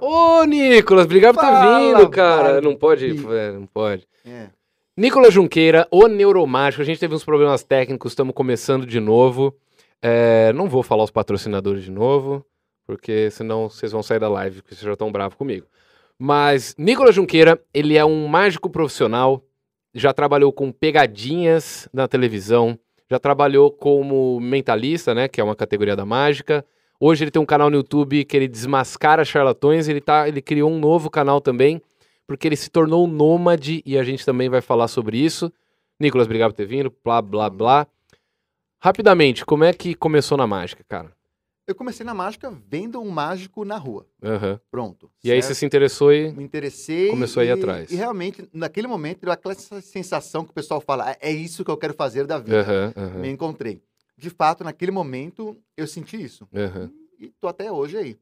Ô, Nicolas, obrigado por estar Fala, vindo, cara. Barbie. Não pode, é, não pode. É. Nicolas Junqueira, o Neuromágico. A gente teve uns problemas técnicos, estamos começando de novo. É, não vou falar os patrocinadores de novo, porque senão vocês vão sair da live, porque vocês já estão bravos comigo. Mas Nicolas Junqueira, ele é um mágico profissional, já trabalhou com pegadinhas na televisão, já trabalhou como mentalista, né, que é uma categoria da mágica. Hoje ele tem um canal no YouTube que ele desmascara charlatões, ele, tá, ele criou um novo canal também, porque ele se tornou um nômade e a gente também vai falar sobre isso. Nicolas, obrigado por ter vindo, blá, blá, blá. Rapidamente, como é que começou na mágica, cara? Eu comecei na mágica vendo um mágico na rua. Aham. Pronto. E aí você certo? se interessou e... me interessei. começou a ir e- atrás. E realmente, naquele momento, deu aquela essa sensação que o pessoal fala: "Ah, é isso que eu quero fazer da vida. Aham, aham, Me encontrei. De fato, naquele momento, eu senti isso. aham. E tô até hoje aí.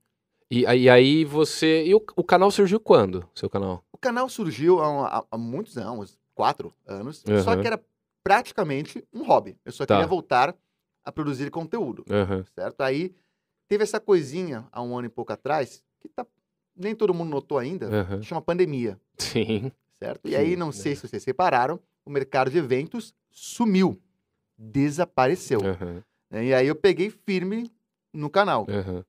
E, aí- e aí você. E o, o canal surgiu quando? Seu canal? O canal surgiu há, há- há muitos anos quatro anos só Aham. que era praticamente um hobby. Eu só Tá. queria voltar a produzir conteúdo. certo? Aí teve essa coisinha há um ano e pouco atrás, que tá, nem todo mundo notou ainda, Aham. chama pandemia, Sim. certo? E Sim, é. aí, não sei se vocês repararam, o mercado de eventos sumiu, desapareceu. Aham, né? E aí eu peguei firme no canal. aham.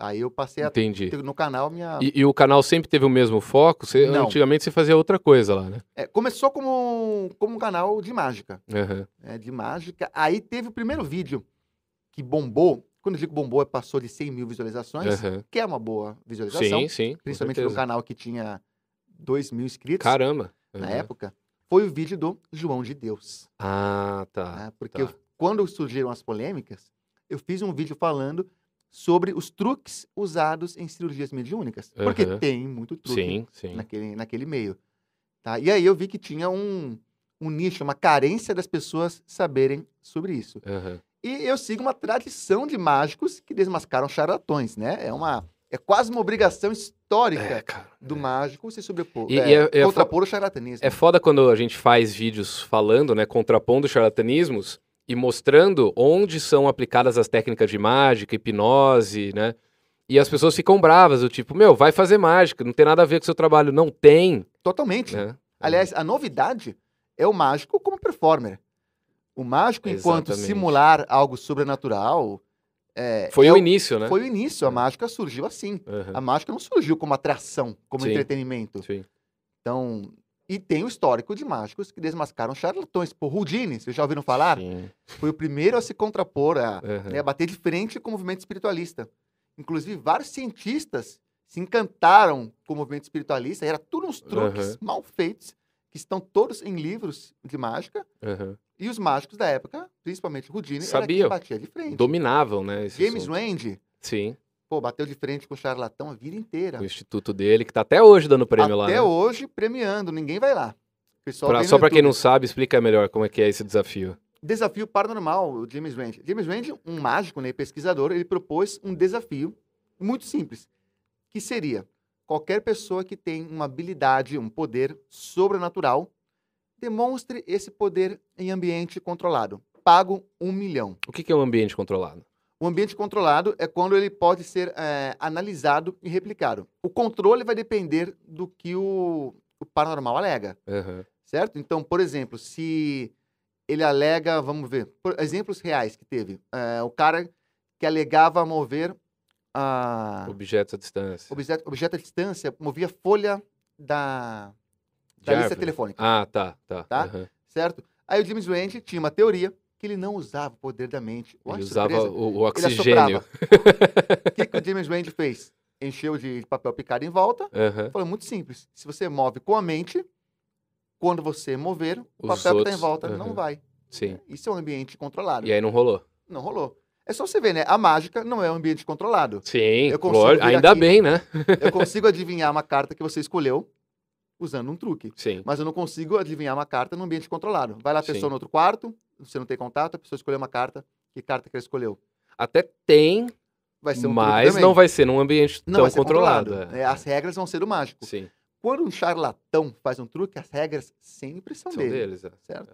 Aí eu passei a É. Entendi. ter no canal minha... E, e o canal sempre teve o mesmo foco? Você, Não. antigamente você fazia outra coisa lá, né? É, começou como, como um canal de mágica, Aham. né? de mágica. Aí teve o primeiro vídeo que bombou, quando eu digo bombou, é passou de 100 mil visualizações, aham. que é uma boa visualização. Sim, sim. com principalmente num certeza. canal que tinha 2 mil inscritos Caramba. na Aham. época, foi o vídeo do João de Deus. Ah, tá. né? Porque tá. eu- quando surgiram as polêmicas, eu fiz um vídeo falando sobre os truques usados em cirurgias mediúnicas. Porque Aham. tem muito truque Sim, sim. Naquele, naquele meio. Tá? E aí eu vi que tinha um, um nicho, uma carência das pessoas saberem sobre isso. Aham. E eu sigo uma tradição de mágicos que desmascaram charlatões, né? É uma... É quase uma obrigação histórica É, cara. do mágico se sobrepor. E- é, e é- é a contrapor o charlatanismo. É foda quando a gente faz vídeos falando, né, contrapondo charlatanismos e mostrando onde são aplicadas as técnicas de mágica, hipnose, né? E as pessoas ficam bravas, do tipo, meu, vai fazer mágica, não tem nada a ver com o seu trabalho. Não tem, Totalmente. né? Aliás, a novidade é o mágico como performer. O mágico, enquanto Exatamente. simular algo sobrenatural. é, Foi é o início, né? Foi o início. É. A mágica surgiu assim. Aham, A mágica não surgiu como atração, como Sim. entretenimento. sim. Então. E tem o histórico de mágicos que desmascaram charlatões. Por Houdini, vocês já ouviram falar? Sim. Foi o primeiro a se contrapor a, Aham. Ah, né, bater de frente com o movimento espiritualista. Inclusive, vários cientistas se encantaram com o movimento espiritualista, era tudo uns truques Aham. mal feitos, que estão todos em livros de mágica, aham. e os mágicos da época, principalmente Houdini, Sabiam. era quem batia de frente. Dominavam, né? esse James assunto. Randi, Sim, pô, bateu de frente com o charlatão a vida inteira. o instituto dele, que tá até hoje dando prêmio lá. é. Até né? hoje, premiando, ninguém vai lá. O pessoal Pra- vem no só pra quem YouTube. não sabe, explica melhor como é que é esse desafio. Desafio Paranormal, o James Randi. James Randi, um mágico, né, pesquisador, ele propôs um desafio muito simples, que seria qualquer pessoa que tem uma habilidade, um poder sobrenatural, demonstre esse poder em ambiente controlado. Pago um milhão. O que, que é um ambiente controlado? O ambiente controlado é quando ele pode ser eh, analisado e replicado. O controle vai depender do que o- o paranormal alega Aham, certo? Então, por exemplo, se ele alega, vamos ver, por exemplos reais que teve, é, o cara que alegava mover a Objetos à distância. Ah. objeto, objeto à distância, movia folha da, De da lista árvore? telefônica, Ah, tá, tá. é Tá? aham. certo? Aí o James Randi tinha uma teoria que ele não usava o poder da mente. Olha Ele que usava surpresa. o, o Ele é oxigênio. assoprava. o que, que o James Randi fez? Encheu de papel picado em volta. Aham. Falou muito simples. Se você move com a mente, quando você mover, o Os papel que está em outros, volta aham. não vai. Sim. Isso é um ambiente controlado. E aí não rolou. Não rolou. É só você ver, né? A mágica não é um ambiente controlado. Sim, Eu consigo lógico, vir ainda aqui. bem, né? Eu consigo adivinhar uma carta que você escolheu usando um truque. Sim. Mas eu não consigo adivinhar uma carta num ambiente controlado. Vai lá a pessoa Sim. no outro quarto, você não tem contato, a pessoa escolheu uma carta. Que carta que ela escolheu? Até tem, Vai ser um mas truque não vai ser num ambiente não tão vai ser controlado. é. É, As regras vão ser do mágico. Sim, Quando um charlatão faz um truque, as regras sempre são, são dele. deles. é. certo?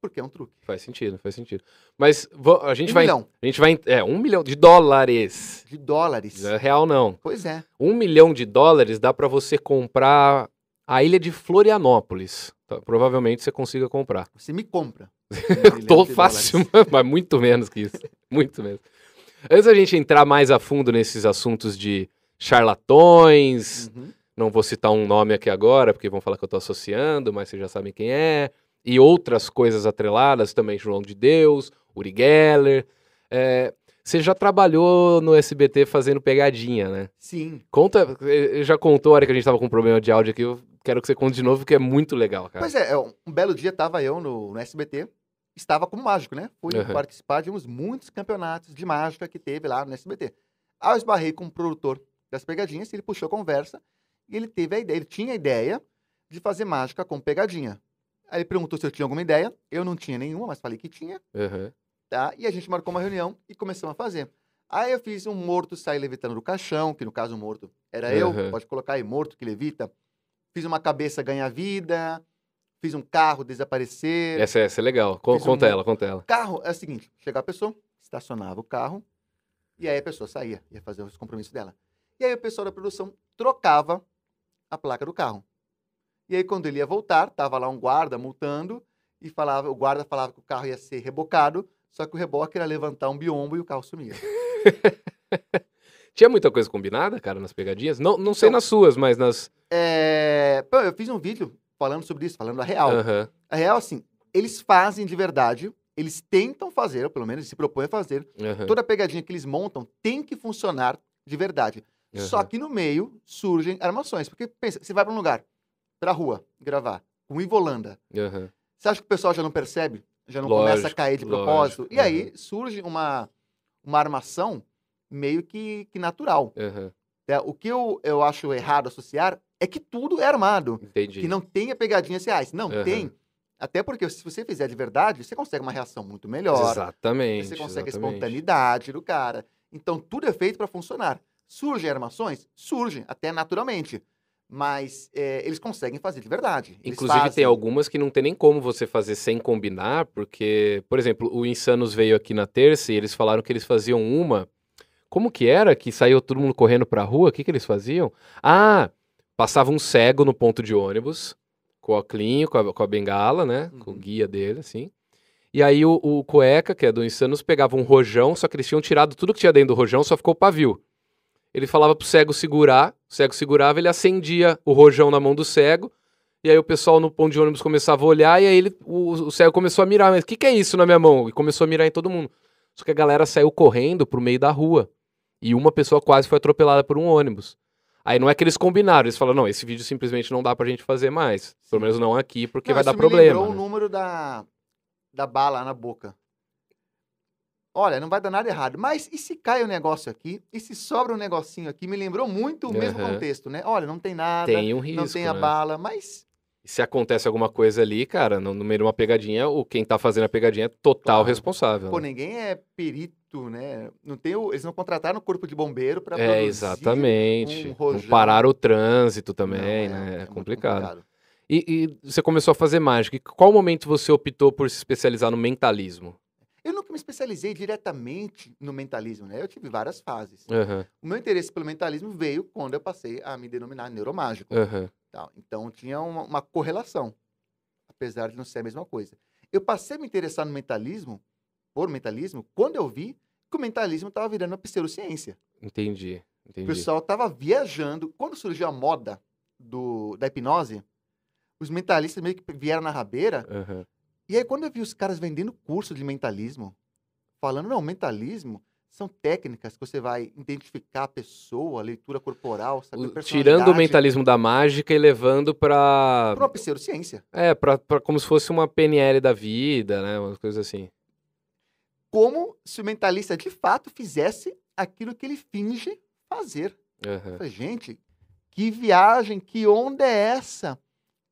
porque é um truque. Faz sentido, faz sentido. Mas vo- a gente um vai. milhão A gente vai. en- É, um milhão de dólares. de dólares. É real, não. Pois é. Um milhão de dólares dá pra você comprar a ilha de Florianópolis. Tá, Provavelmente você consiga comprar. Você me compra. Um Eu tô fácil, mas muito menos que isso. Muito menos. Antes da gente entrar mais a fundo nesses assuntos de charlatões, Uhum. não vou citar um nome aqui agora, porque vão falar que eu tô associando, mas vocês já sabem quem é, e outras coisas atreladas também, João de Deus, Uri Geller. É, você já trabalhou no SBT fazendo pegadinha, né? Sim. Conta, eh, já contou a hora que a gente tava com um problema de áudio aqui, eu quero que você conte de novo, porque é muito legal, cara. Pois é, é, um um belo dia tava eu no, no SBT, estava como mágico, né? Fui Aham. participar de uns muitos campeonatos de mágica que teve lá no SBT. Aí eu esbarrei com o produtor das pegadinhas, ele puxou a conversa e ele teve a ideia, ele tinha a ideia de fazer mágica com pegadinha. Aí ele perguntou se eu tinha alguma ideia, eu não tinha nenhuma, mas falei que tinha, Aham. tá? E a gente marcou uma reunião e começamos a fazer. Aí eu fiz um morto sair levitando do caixão, que no caso o morto era Aham. eu, pode colocar aí, morto que levita. Fiz uma cabeça ganhar vida, fiz um carro desaparecer. Essa, essa é legal. Con- Fiz um- Conta ela, conta ela. Carro é o seguinte, chegava a pessoa, estacionava o carro, e aí a pessoa saía, ia fazer os compromissos dela. E aí o pessoal da produção trocava a placa do carro. E aí quando ele ia voltar, tava lá um guarda multando, e falava, o guarda falava que o carro ia ser rebocado, só que o reboque era levantar um biombo e o carro sumia. Tinha muita coisa combinada, cara, nas pegadinhas? Não, não sei Então- nas suas, mas nas. É, pô, eu fiz um vídeo falando sobre isso, falando a real. Aham. A real, assim, eles fazem de verdade, eles tentam fazer, ou pelo menos eles se propõem a fazer, aham, Toda pegadinha que eles montam tem que funcionar de verdade. aham. Só que no meio surgem armações. Porque pensa, você vai pra um lugar, pra rua, gravar, com Ivolanda. Aham. Você acha que o pessoal já não percebe? Já não começa a Lógico, cair de lógico, propósito? E aí surge uma, uma armação meio que, que natural. aham. né? O que eu, eu acho errado associar é que tudo é armado. Entendi. Que não tenha pegadinhas reais. Não, Aham. tem. Até porque se você fizer de verdade, você consegue uma reação muito melhor. Exatamente. Você consegue a exatamente. espontaneidade do cara. Então, tudo é feito para funcionar. Surgem armações? Surgem, até naturalmente. Mas é, eles conseguem fazer de verdade. Eles Inclusive, fazem. tem algumas que não tem nem como você fazer sem combinar, porque, por exemplo, o Insanos veio aqui na terça e eles falaram que eles faziam uma. Como que era que saiu todo mundo correndo pra rua? O que, que eles faziam? Ah, passava um cego no ponto de ônibus, com o oclinho, com a, com a bengala, né? Com o Uhum. guia dele, assim. E aí o, o cueca, que é do Insanos, pegava um rojão, só que eles tinham tirado tudo que tinha dentro do rojão, só ficou o pavio. Ele falava pro cego segurar, o cego segurava, ele acendia o rojão na mão do cego, e aí o pessoal no ponto de ônibus começava a olhar, e aí ele, o, o cego começou a mirar, mas o que, que é isso na minha mão? E começou a mirar em todo mundo. Só que a galera saiu correndo pro meio da rua, e uma pessoa quase foi atropelada por um ônibus. Aí não é que eles combinaram, eles falaram, não, esse vídeo simplesmente não dá pra gente fazer mais. Pelo menos não aqui, porque Não, vai isso dar me problema. lembrou né? o número da, da bala na boca. Olha, não vai dar nada errado. Mas e se cai o negócio aqui? E se sobra um negocinho aqui? Me lembrou muito o mesmo Aham. contexto, né? Olha, não tem nada, Tem um risco, não tem a né? bala, mas E se acontece alguma coisa ali, cara, no, no meio de uma pegadinha, o quem tá fazendo a pegadinha é total Claro. responsável. Pô, né? ninguém é perito, né? Não tem o- eles não contrataram o corpo de bombeiro para É, exatamente. um não rojão. parar o trânsito também, né? É, complicado. E, e você começou a fazer mágica. E qual momento você optou por se especializar no mentalismo? Eu nunca me especializei diretamente no mentalismo, né? Eu tive várias fases. Aham, O meu interesse pelo mentalismo veio quando eu passei a me denominar neuromágico. aham, tal. Então tinha uma, uma correlação, apesar de não ser a mesma coisa. Eu passei a me interessar no mentalismo, por mentalismo, quando eu vi que o mentalismo estava virando uma pseudociência. entendi, O entendi. pessoal tava viajando. Quando surgiu a moda do, da hipnose, os mentalistas meio que vieram na rabeira. Aham. E aí, quando eu vi os caras vendendo curso de mentalismo, falando, não, mentalismo são técnicas que você vai identificar a pessoa, a leitura corporal, saber O- tá a personalidade. Tirando o mentalismo da mágica e levando pra. Pra uma pseudociência. É, pra, pra como se fosse uma PNL da vida, né? Umas coisas assim. Como se o mentalista, de fato, fizesse aquilo que ele finge fazer. Eu Aham. falei, gente, que viagem, que onda é essa?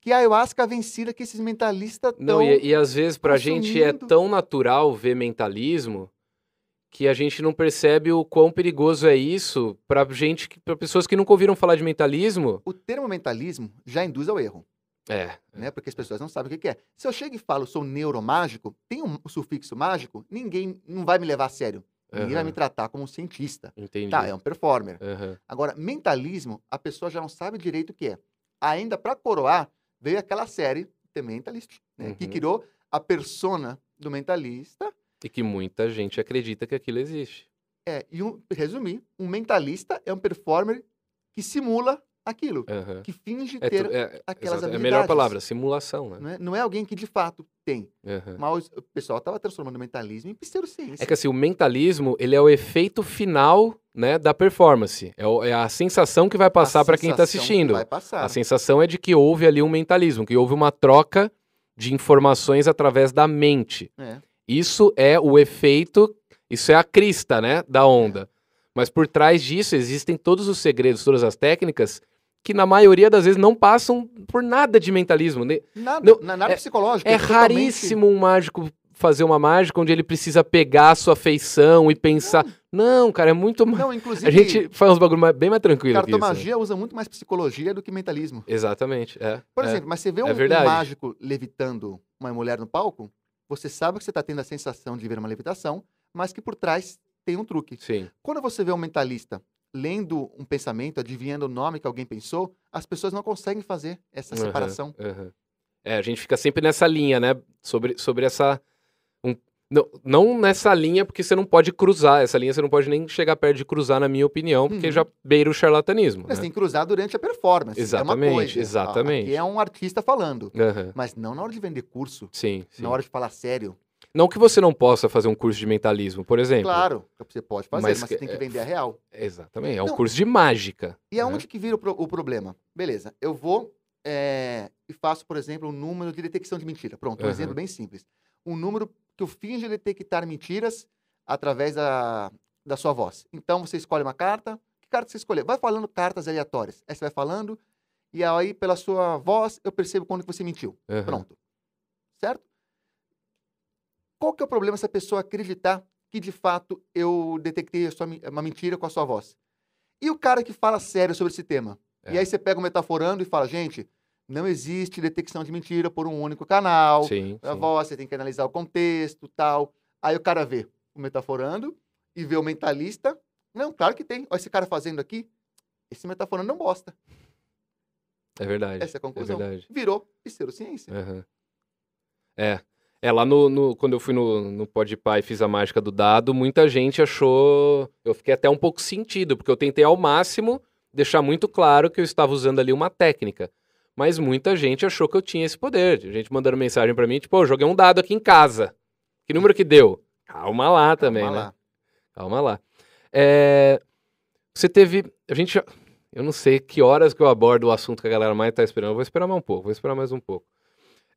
Que ayahuasca vencida que esses mentalistas Não, estão... e, e às vezes pra gente é então, consumindo. tão natural ver mentalismo que a gente não percebe o quão perigoso é isso pra gente, que- pra pessoas que nunca ouviram falar de mentalismo. O termo mentalismo já induz ao erro. É. né? Porque as pessoas não sabem o que que é. Se eu chego e falo, sou neuromágico, tem um sufixo mágico, ninguém não vai me levar a sério. Ninguém vai Aham. me tratar como um cientista. Entendi. Tá, é um performer. Aham. Agora, mentalismo, a pessoa já não sabe direito o que é. ainda para coroar, veio aquela série The Mentalist, né, que Uhum. criou a persona do mentalista. E que muita gente acredita que aquilo existe. É, e um, resumir, um mentalista é um performer que simula aquilo, Aham. que finge É, ter, tu- é, aquelas exato, é a melhor habilidades. palavra, simulação, né? não, é, não é alguém que de fato tem. Aham. Mas o pessoal estava transformando o mentalismo em pseudociência. É que assim, o mentalismo, ele é o efeito final, né, da performance. É, o- é a sensação que vai passar A para quem está sensação que assistindo. Vai passar. A sensação é de que houve ali um mentalismo, que houve uma troca de informações através da mente. É. Isso é o efeito, isso é a crista, né, da onda. Mas por trás disso existem todos os segredos, todas as técnicas que na maioria das vezes não passam por nada de mentalismo. né? Nada, Não, na- nada é- psicológico. É totalmente- raríssimo um mágico fazer uma mágica onde ele precisa pegar a sua feição e pensar. Não, cara, é muito. ma- Não, inclusive, a gente faz uns bagulho mais- bem mais tranquilo que isso, né? cartomagia usa muito mais psicologia do que mentalismo. Exatamente. É, Por é. exemplo, mas você vê É um, um verdade. mágico levitando uma mulher no palco, você sabe que você está tendo a sensação de ver uma levitação, mas que por trás tem um truque. Sim. Quando você vê um mentalista lendo um pensamento, adivinhando o nome que alguém pensou, as pessoas não conseguem fazer essa Aham, separação. aham. É, a gente fica sempre nessa linha, né? Sobre, sobre essa. um- não, não nessa linha, porque você não pode cruzar. Essa linha você não pode nem chegar perto de cruzar, na minha opinião, porque Uhum. já beira o charlatanismo. Mas né? tem que cruzar durante a performance. é Exatamente, uma coisa. exatamente. Aqui é um artista falando, Aham, mas não na hora de vender curso, Sim, sim. na hora de falar sério. Não que você não possa fazer um curso de mentalismo, por exemplo. Claro, é você pode fazer, Mas mas, que- você tem que é, vender a real. Exatamente. É um Não. curso de mágica. né? E é aonde que vira o, pro- o problema? Beleza, eu vou é, e faço, por exemplo, um número de detecção de mentira. Pronto, um Aham. exemplo bem simples. Um número que eu finge detectar mentiras através da, da sua voz. Então, você escolhe uma carta. Que carta você escolher? Vai falando cartas aleatórias. Aí você vai falando, e aí, pela sua voz, eu percebo quando que você mentiu. Aham, aham. Pronto. Certo? Qual que é o problema se a pessoa acreditar que de fato eu detectei a sua men- uma mentira com a sua voz? E o cara que fala sério sobre esse tema? É. E aí você pega o metaforando e fala, gente, não existe detecção de mentira por um único canal. Sim, é A sim. voz, você tem que analisar o contexto tal. Aí o cara vê o metaforando e vê o mentalista. Não, claro que tem. Olha esse cara fazendo aqui. Esse metaforando não bosta. É verdade. Essa é É a conclusão. verdade. Virou pseudociência. Aham. É. É, lá no, no- quando eu fui no, no Podpah e fiz a mágica do dado, muita gente achou. Eu fiquei até um pouco sentido, porque eu tentei ao máximo deixar muito claro que eu estava usando ali uma técnica. Mas muita gente achou que eu tinha esse poder. Tinha gente mandando mensagem pra mim, tipo, "Ô, joguei um dado aqui em casa. Que número que deu? Calma lá também, Calma né? lá. Calma lá. É, você teve. A gente. já- Eu não sei que horas que eu abordo o assunto que a galera mais tá esperando. Eu vou esperar mais um pouco, vou esperar mais um pouco.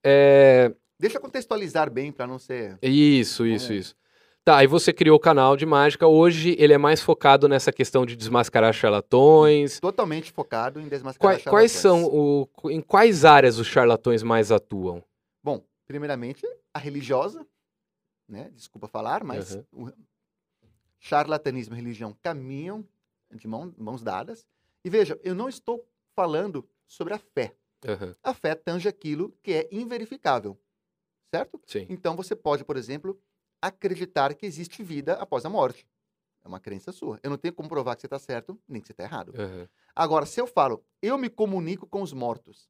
É, Deixa eu contextualizar bem para não ser. Isso, isso, Vamos lá. isso. Tá, aí você criou o canal de mágica. Hoje ele é mais focado nessa questão de desmascarar charlatões. Totalmente focado em desmascarar Quais, quais são charlatões. o. Em quais áreas os charlatões mais atuam? Bom, primeiramente, a religiosa, né? Desculpa falar, mas Aham. o charlatanismo e religião caminham de mão- mãos dadas. E veja, eu não estou falando sobre a fé. Aham, A fé tange aquilo que é inverificável, certo? Sim. Então você pode, por exemplo, acreditar que existe vida após a morte. É uma crença sua. Eu não tenho como provar que você está certo, nem que você está errado. aham, Agora, se eu falo, eu me comunico com os mortos,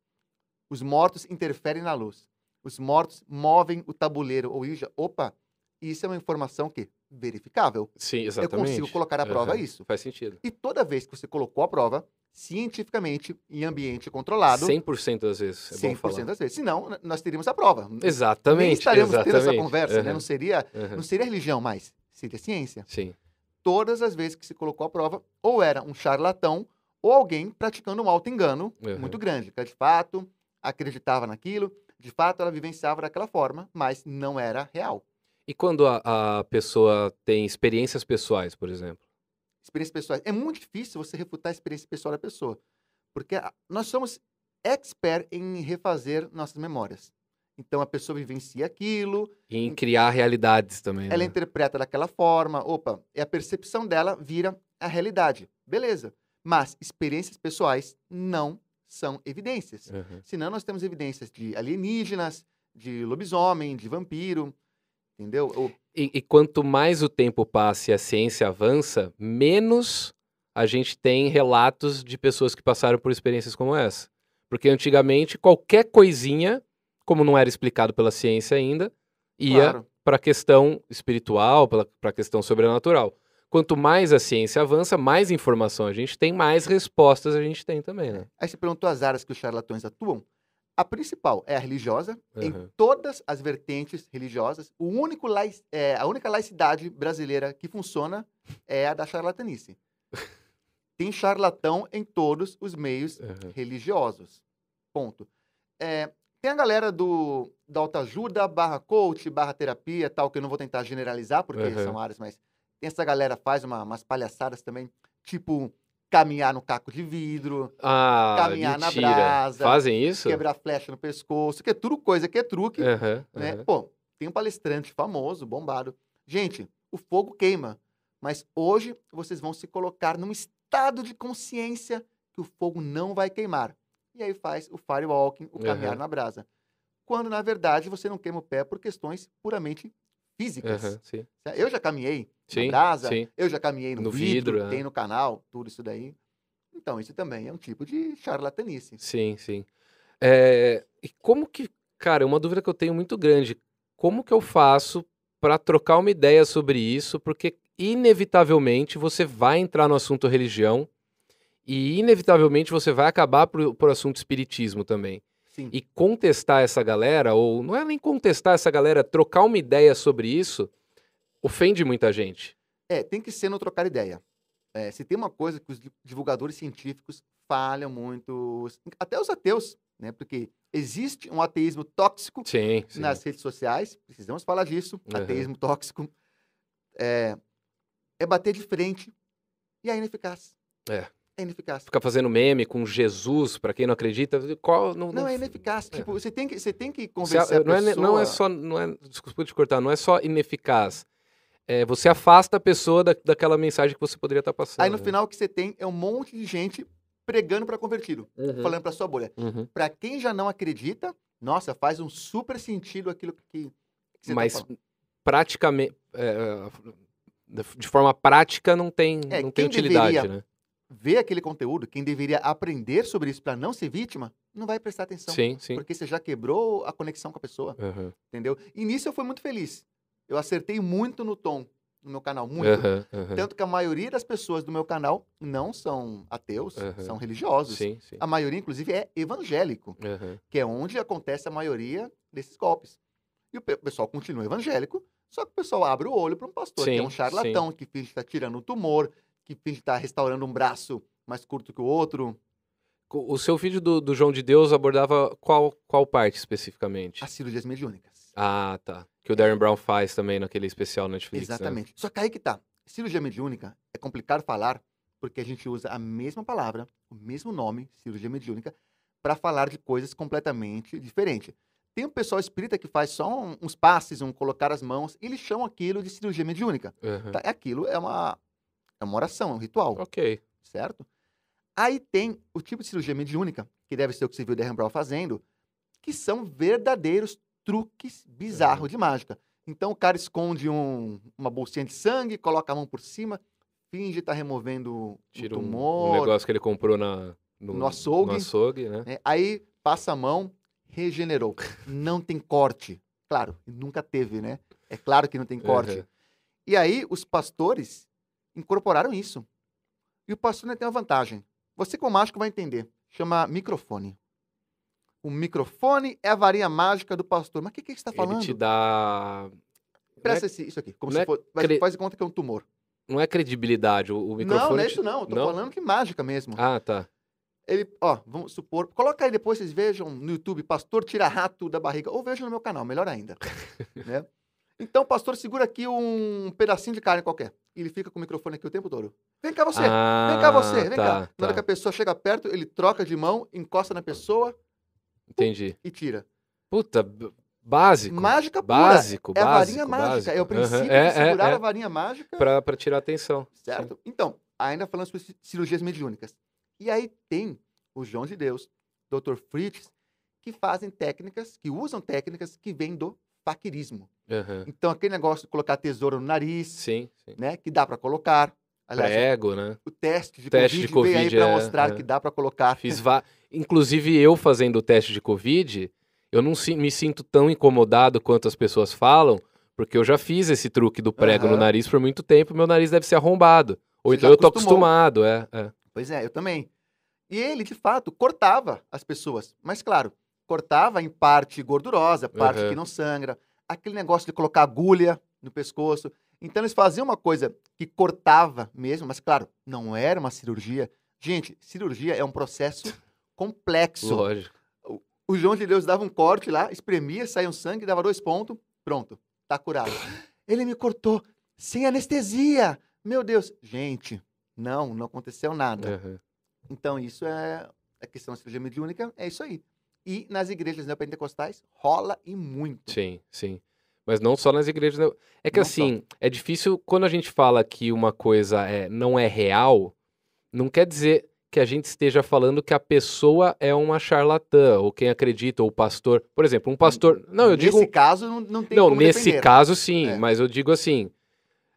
os mortos interferem na luz, os mortos movem o tabuleiro, ou seja, opa, isso é uma informação que verificável. Sim, exatamente. Eu consigo colocar à prova Aham, isso. Faz sentido. E toda vez que você colocou a prova, cientificamente, em ambiente controlado, 100% das vezes. É bom falar. das vezes. Senão, n- nós teríamos a prova. N- Exatamente. Nem estaríamos exatamente. tendo essa conversa, né? Aham, Não seria, aham. não seria religião mais, seria ciência. Sim. todas as vezes que se colocou à prova, ou era um charlatão ou alguém praticando um auto-engano Uhum. muito grande, que ela, de fato acreditava naquilo, de fato ela vivenciava daquela forma, mas não era real. E quando a, a pessoa tem experiências pessoais, por exemplo? Experiências pessoais. É muito difícil você refutar a experiência pessoal da pessoa, porque a- nós somos expert em refazer nossas memórias. Então a pessoa vivencia aquilo, E em criar realidades também. ela né? interpreta daquela forma, opa, e a percepção dela vira a realidade. Beleza. Mas experiências pessoais não são evidências. Uhum. Senão nós temos evidências de alienígenas, de lobisomem, de vampiro, entendeu? Ou- E, e quanto mais o tempo passa e a ciência avança, menos a gente tem relatos de pessoas que passaram por experiências como essa. Porque antigamente, qualquer coisinha, como não era explicado pela ciência ainda, ia claro, para a questão espiritual, para a questão sobrenatural. Quanto mais a ciência avança, mais informação a gente tem, mais respostas a gente tem também, né? Aí você perguntou as áreas que os charlatões atuam. A principal é a religiosa, em Uhum. todas as vertentes religiosas. O único laic- é, a única laicidade brasileira que funciona é a da charlatanice. Tem charlatão em todos os meios Uhum. religiosos. Ponto. É, tem a galera do da autoajuda, barra coach, barra terapia, tal, que eu não vou tentar generalizar, porque Uhum. são áreas, mas tem essa galera que faz uma- umas palhaçadas também, tipo caminhar no caco de vidro, Ah, Caminhar na mentira. brasa, Fazem isso? quebrar flecha no pescoço, que é tudo coisa que é truque, Aham, né? aham. Pô, tem um palestrante famoso, bombado. Gente, o fogo queima, mas hoje vocês vão se colocar num estado de consciência que o fogo não vai queimar. E aí faz o firewalking, o caminhar Aham. na brasa. Quando, na verdade, você não queima o pé por questões puramente físicas. Aham, sim. Tá? Eu já caminhei Sim, na brasa, sim. eu já caminhei no, No vidro, vidro, é. tem no canal, tudo isso daí. Então, isso também é um tipo de charlatanice. Sim, sim. É, e como que, cara, é uma dúvida que eu tenho muito grande, como que eu faço para trocar uma ideia sobre isso? Porque inevitavelmente você vai entrar no assunto religião e inevitavelmente você vai acabar pro, pro assunto espiritismo também. Sim. E contestar essa galera, ou não é nem contestar essa galera, trocar uma ideia sobre isso, ofende muita gente. É, tem que ser no trocar ideia. É, se tem uma coisa que os di- divulgadores científicos falham muito, os- até os ateus, né? Porque existe um ateísmo tóxico Sim, sim. nas redes sociais, precisamos falar disso, Aham. ateísmo tóxico. É, é bater de frente e é ineficaz. É. É ineficaz. Ficar fazendo meme com Jesus, para quem não acredita, qual não, Não, é não ineficaz. Tipo, você tem que, você tem que Você a- convencer a não, é, ne- pessoa... não é só. Não é, desculpa te cortar, não é só ineficaz. É, você afasta a pessoa da, daquela mensagem que você poderia estar passando. Aí no final o que você tem é um monte de gente pregando para convertido, Uhum. falando para sua bolha. Uhum. Pra quem já não acredita, nossa, faz um super sentido aquilo que, que você tá Mas falando. praticamente. é, é, da- de forma prática não tem, É, não tem quem utilidade, deveria- né? Ver aquele conteúdo, quem deveria aprender sobre isso pra não ser vítima, não vai prestar atenção. sim, sim. Porque você já quebrou a conexão com a pessoa, Aham, entendeu? E nisso eu fui muito feliz. Eu acertei muito no tom no meu canal, muito. né? aham, aham. Tanto que a maioria das pessoas do meu canal não são ateus, Aham. são religiosos. Sim, sim. A maioria, inclusive, é evangélico. Aham. que é onde acontece a maioria desses golpes. E o pe- o pessoal continua evangélico, só que o pessoal abre o olho para um pastor que é Sim, um charlatão, que finge estar tirando um tumor, que finge estar restaurando um braço mais curto que o outro. O o seu vídeo do, do João de Deus abordava qual, qual parte especificamente? As cirurgias mediúnicas. Ah, tá. Que o Darren Brown faz também naquele especial Netflix. né? Exatamente. Só que aí que tá. Cirurgia mediúnica é complicado falar porque a gente usa a mesma palavra, o mesmo nome, cirurgia mediúnica, para falar de coisas completamente diferentes. Tem um pessoal espírita que faz só um- uns passes, um colocar as mãos, e eles chamam aquilo de cirurgia mediúnica. Aham. Tá? Aquilo é uma, é uma oração, é um ritual, Ok. certo? Aí tem o tipo de cirurgia mediúnica, que deve ser o que você viu o Derren Brown fazendo, que são verdadeiros truques bizarros de mágica. Então o cara esconde um- uma bolsinha de sangue, coloca a mão por cima, finge estar removendo Tira o um- um, tumor, negócio que ele comprou na, no, No açougue. no açougue, né? né? aí passa a mão, regenerou. Não tem corte. Claro, nunca teve, né? É claro que não tem corte. tá Uhum. E aí, os pastores incorporaram isso. E o pastor ainda tem uma vantagem. Você, como mágico, vai entender. Chama microfone. O microfone é a varinha mágica do pastor. Mas o que, que você está Ele falando? te dá. Presta esse- isso aqui. Como não se é fosse, mas cre- faz de conta que é um tumor. Não é credibilidade, o, o microfone. Não, não é te- isso não. Eu tô Não? falando que mágica mesmo. Ah, tá. Ele, ó, vamos supor. Coloca aí depois, vocês vejam no YouTube, pastor tira rato da barriga. Ou vejam no meu canal, melhor ainda. né? Então, o pastor segura aqui um pedacinho de carne qualquer. E ele fica com o microfone aqui o tempo todo. Vem cá você. Ah, Vem cá você, vem tá, cá. Na hora tá. que a pessoa chega perto, ele troca de mão, encosta na pessoa Entendi. e tira. Puta, b- básico. Mágica pura. básico, é a básico. varinha mágica. É o básico. Aham, princípio é, de segurar é, a varinha mágica, é, pra, pra tirar atenção. certo? Então, ainda falando sobre ci- cirurgias mediúnicas. E aí tem o João de Deus, Dr. Fritz, que fazem técnicas, que usam técnicas que vêm do faquirismo. Aham. Então, aquele negócio de colocar tesouro no nariz, Uhum. Sim, sim. né? Que dá para colocar. Aliás, Prego, né? o teste de Teste de COVID, veio aí Covid, para é, mostrar é. que dá para colocar. Fiz va... Inclusive, eu fazendo o teste de Covid, eu não si- me sinto tão incomodado quanto as pessoas falam, porque eu já fiz esse truque do prego no Aham. nariz por muito tempo, meu nariz deve ser arrombado. Ou Você então já eu tô acostumou. acostumado, é. é. Pois é, eu também. E ele, de fato, cortava as pessoas. Mas, claro, cortava em parte gordurosa, parte Aham. que não sangra. Aquele negócio de colocar agulha no pescoço. Então, eles faziam uma coisa que cortava mesmo, mas, claro, não era uma cirurgia. Gente, cirurgia é um processo complexo. Lógico. O João de Deus dava um corte lá, espremia, saía um sangue, dava dois pontos, pronto, tá curado. Ele me cortou sem anestesia. Meu Deus. Gente, não, não aconteceu nada. Aham. Então, isso é a questão da cirurgia mediúnica, é isso aí. E nas igrejas neopentecostais, rola e muito. Sim, sim. Mas não só nas igrejas. né? É que Não só. assim, é difícil quando a gente fala que uma coisa é, não é real, não quer dizer que a gente esteja falando que a pessoa é uma charlatã, ou quem acredita, ou o pastor. Por exemplo, um pastor. Não, eu nesse digo. um caso, não, não tem Não, como nesse defender. caso sim, É. mas eu digo assim,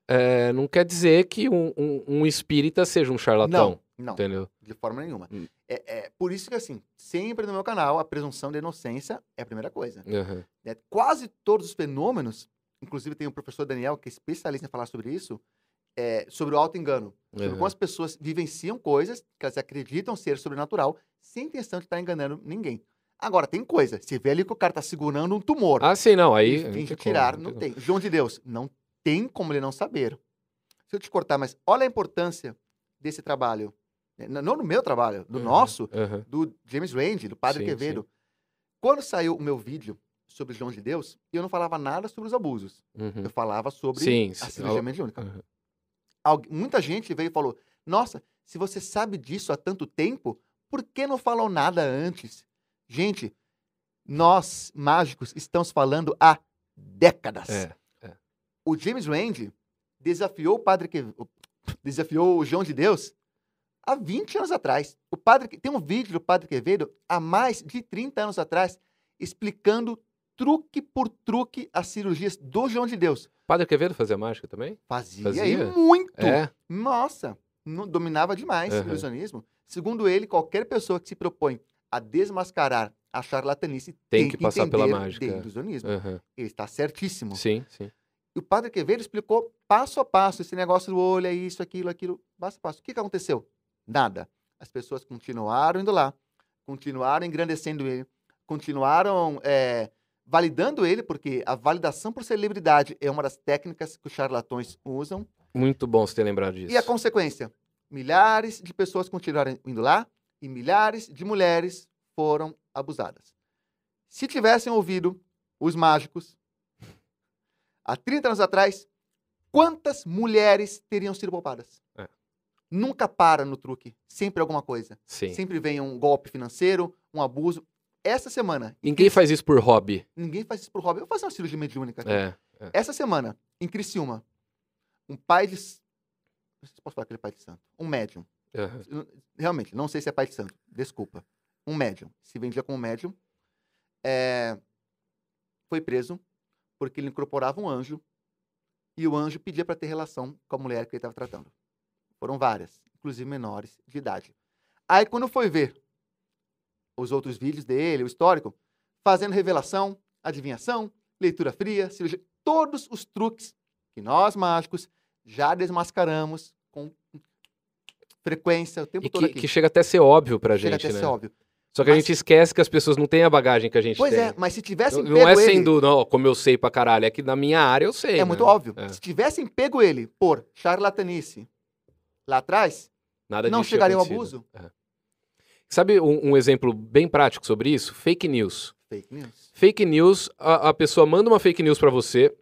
é, não quer dizer que um, um, um espírita seja um charlatão, Não, entendeu? de forma nenhuma. Hum. É, é por isso que, assim, sempre no meu canal, a presunção da inocência é a primeira coisa. Aham, né? Quase todos os fenômenos, inclusive tem o professor Daniel, que é especialista em falar sobre isso, é, sobre o auto-engano. Sobre aham. Então, como as pessoas vivenciam coisas que elas acreditam ser sobrenatural, sem intenção de estar enganando ninguém. Agora, tem coisa. Você vê ali que o cara tá segurando um tumor. Ah, sim, não, aí... e não finge tem como, tirar, não não tem tem. João de Deus, não tem como ele não saber. Se eu te cortar, mas olha a importância desse trabalho. né? N- Não no meu trabalho, do como. nosso, Aham, do James Randi, do Padre Sim, Quevedo. Quando saiu o meu vídeo sobre João de Deus, eu não falava nada sobre os abusos. uhum. Eu falava sobre Sim, a sim, cirurgia al- mediúnica. Aham. Algu- Muita gente veio e falou: Nossa, se você sabe disso há tanto tempo, por que não falou nada antes? Gente, nós, mágicos, estamos falando há décadas. É, O James Randi desafiou o padre que desafiou o João de Deus há 20 anos atrás. O padre Que- tem um vídeo do Padre Quevedo há mais de 30 anos atrás explicando truque por truque as cirurgias do João de Deus. Padre Quevedo fazia mágica também? Fazia, e Fazia? muito. É? Nossa, não- dominava demais Aham. o ilusionismo. Segundo ele, qualquer pessoa que se propõe a desmascarar a charlatanice Tem que passar pela entender mágica. É. de ilusionismo. Aham. Ele está certíssimo. Sim, sim. E o padre Quevedo explicou passo a passo esse negócio do olho, é isso, aquilo, aquilo, passo a passo. O que, que aconteceu? Nada. As pessoas continuaram indo lá, continuaram engrandecendo ele, continuaram eh, validando ele, porque a validação por celebridade é uma das técnicas que os charlatões usam. Muito bom você ter lembrado disso. E a consequência? Milhares de pessoas continuaram indo lá e milhares de mulheres foram abusadas. Se tivessem ouvido os mágicos há 30 anos atrás, quantas mulheres teriam sido poupadas? É. Nunca para no truque, sempre alguma coisa. Sim. Sempre vem um golpe financeiro, um abuso. Essa semana, Ninguém faz isso por hobby. ninguém faz isso pro Robin. Eu vou fazer uma cirurgia mediúnica aqui. É. Essa semana, em Criciúma, um pai de. s- Não sei se posso falar aquele pai de santo. Um médium. É, Aham. Eu- Realmente, não sei se é pai de santo. Desculpa. Um médium. Se vendia como médium. é, Foi preso porque ele incorporava um anjo e o anjo pedia para ter relação com a mulher que ele estava tratando. Foram várias, inclusive menores de idade. Aí, quando foi ver os outros vídeos dele, o histórico, fazendo revelação, adivinhação, leitura fria, cirurgia, todos os truques que nós mágicos já desmascaramos com frequência o tempo E todo que, aqui. que chega até a ser óbvio pra Chega gente, até né? ser óbvio. Só que a Mas- gente esquece que as pessoas não têm a bagagem que a gente Pois tem. é, mas se tivessem Não, pego não é ele, sendo, não, como eu sei pra caralho, é que na minha área eu sei. é né? muito óbvio. É. Se tivessem pego ele por charlatanice lá atrás, Nada não disso tinha chegaria ao acontecido. abuso. Sabe um, um exemplo bem prático sobre isso? Fake news. Fake news. Fake news, a, a pessoa manda uma fake news pra você,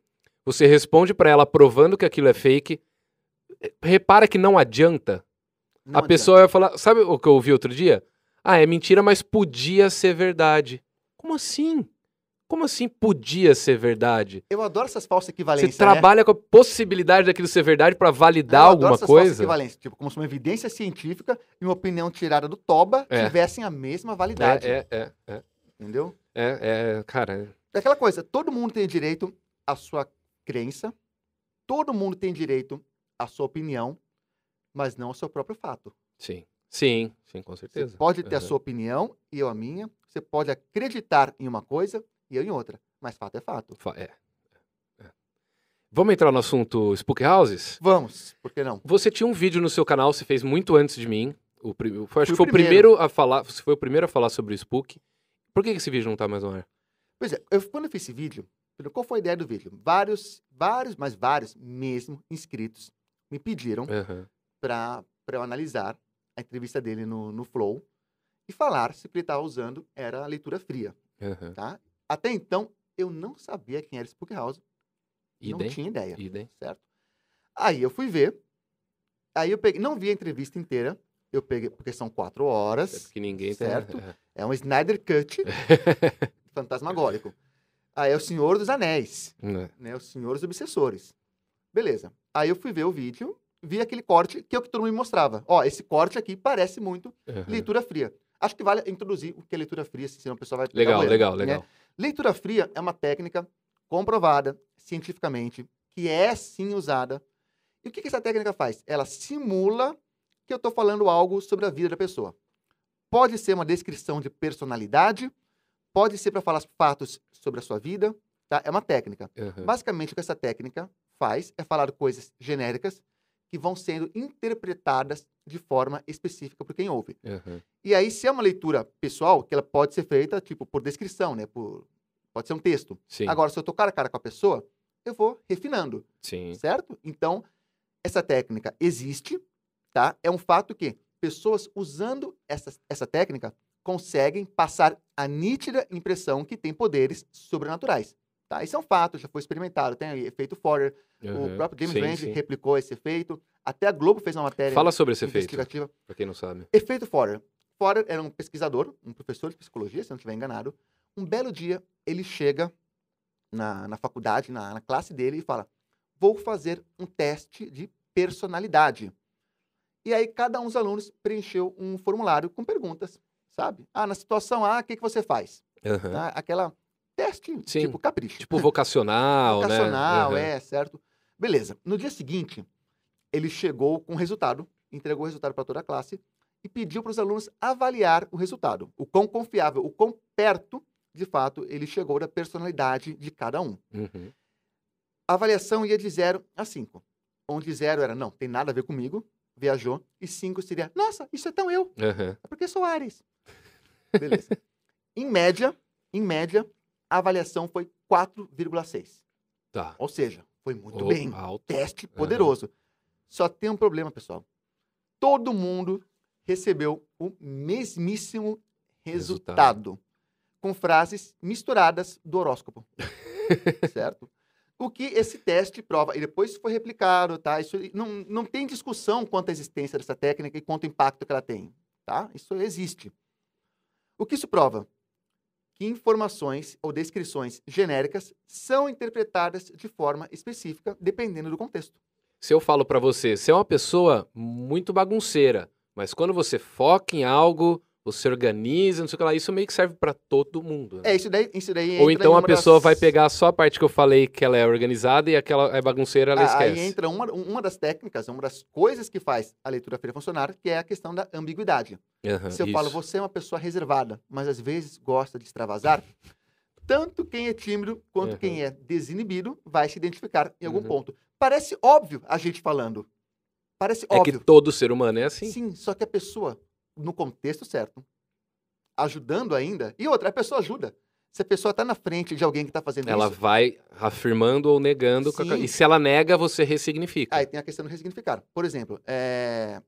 você responde pra ela provando que aquilo é fake. eh, Repara que não adianta. Não a adianta. pessoa vai falar, sabe o que eu ouvi outro dia? Ah, é mentira, mas podia ser verdade. Como assim? Como assim podia ser verdade? Eu adoro essas falsas Você equivalências. né? trabalha com a possibilidade daquilo ser verdade pra validar Eu adoro alguma essas falsas coisa? equivalências. Tipo, como se uma evidência científica e uma opinião tirada do Toba É. tivessem a mesma validade. É, é, é, é, Entendeu? é, é, cara. É aquela coisa, todo mundo tem direito à sua crença, todo mundo tem direito à sua opinião, mas não ao seu próprio fato. Sim. Sim, sim, com Você certeza. pode ter a Uhum. sua opinião e eu a minha, você pode acreditar em uma coisa e eu em outra, mas fato é fato. Fa- é. É. Vamos entrar no assunto Spook Houses? Vamos, por que não? Você tinha um vídeo no seu canal, você fez muito antes de mim. O prim... foi, acho que Fui foi o o primeiro a falar. Você foi o primeiro a falar sobre o Spook. Por que que esse vídeo não tá mais no ar? Pois é, eu, quando eu fiz esse vídeo, entendeu? qual foi a ideia do vídeo? Vários, vários, mas vários mesmo inscritos me pediram Aham. para eu analisar a entrevista dele no, no Flow e falar se o que ele estava usando era a leitura fria. aham. tá? Até então, eu não sabia quem era Spook House, Idem, não tinha ideia, idem. certo? Aí eu fui ver, aí eu peguei, não vi a entrevista inteira, eu peguei, porque são quatro É horas, porque ninguém tá- Certo. é. é um Snyder Cut fantasmagórico. Aí é o Senhor dos Anéis, Né. né? O Senhor dos Obsessores. Beleza. Aí eu fui ver o vídeo, vi aquele corte, que é o que todo mundo me mostrava. Ó, esse corte aqui parece muito Aham. leitura fria. Acho que vale introduzir o que é leitura fria, assim, senão o pessoal vai... ficar Legal, boiando, legal, né? legal. Leitura fria é uma técnica comprovada cientificamente que é sim usada. E o que, que essa técnica faz? Ela simula que eu estou falando algo sobre a vida da pessoa. Pode ser uma descrição de personalidade, pode ser para falar fatos sobre a sua vida, tá? É uma técnica. Aham. Basicamente, o que essa técnica faz é falar coisas genéricas que vão sendo interpretadas de forma específica por quem ouve. Aham. E aí, se é uma leitura pessoal, que ela pode ser feita, tipo, por descrição, né? Por... Pode ser um texto. Sim, Agora, se eu tô cara a cara com a pessoa, eu vou refinando, sim. certo? Então, essa técnica existe, tá? É um fato que pessoas usando essa, essa técnica conseguem passar a nítida impressão que tem poderes sobrenaturais, tá? Isso é um fato, já foi experimentado, tem o efeito Forer, Aham. o próprio James Sim, Randi sim. replicou esse efeito, até a Globo fez uma matéria Fala sobre esse efeito, investigativa. pra quem não sabe. Efeito Forer. Forer era um pesquisador, um professor de psicologia, se eu não estiver enganado. Um belo dia, ele chega na, na faculdade, na, na classe dele, e fala: Vou fazer um teste de personalidade. E aí, cada um dos alunos preencheu um formulário com perguntas, sabe? Ah, na situação A, o que, que você faz? Aham. Tá? Aquela teste, É. Sim. tipo capricho. Tipo vocacional, né? Vocacional, Aham. é, certo? Beleza. No dia seguinte, ele chegou com o resultado, entregou o resultado para toda a classe e pediu para os alunos avaliar o resultado, o quão confiável, o quão perto, de fato, ele chegou da personalidade de cada um. Uhum. A avaliação ia de 0 a 5, onde 0 era, não, tem nada a ver comigo, viajou, e 5 seria, nossa, isso é tão eu. Aham. É porque sou Ares. Beleza. em média, em média, a avaliação foi 4,6. Tá. Ou seja, foi muito Oh, bem. Alto. Teste Aham. poderoso. Só tem um problema, pessoal. Todo mundo recebeu o mesmíssimo Resultado. resultado, com frases misturadas do horóscopo. certo? O que esse teste prova, e depois foi replicado, tá? Isso não, não tem discussão quanto à existência dessa técnica e quanto ao impacto que ela tem, tá? Isso existe. O que isso prova? que informações ou descrições genéricas são interpretadas de forma específica, dependendo do contexto. Se eu falo pra você, você é uma pessoa muito bagunceira, mas quando você foca em algo, você organiza, não sei o que lá, isso meio que serve pra todo mundo. né? É, isso daí, isso daí Ou entra então em a uma das- pessoa vai pegar só a parte que eu falei que ela é organizada e aquela é bagunceira, ela Ah, Aí esquece. entra uma, uma das técnicas, uma das coisas que faz a leitura fria funcionar, que é a questão da ambiguidade. Aham, Se eu Ah, isso. falo, você é uma pessoa reservada, mas às vezes gosta de extravasar, tanto quem é tímido quanto Aham. quem é desinibido vai se identificar em algum Uhum. ponto. Parece óbvio a gente falando. Parece É óbvio. que todo ser humano é assim. Sim. só que a pessoa, no contexto certo, ajudando ainda. E outra, a pessoa ajuda. Se a pessoa está na frente de alguém que está fazendo Ela é isso, vai afirmando ou negando. com a ca- Sim. E se ela nega, você ressignifica. aí tem a questão do ressignificar. Por exemplo, é,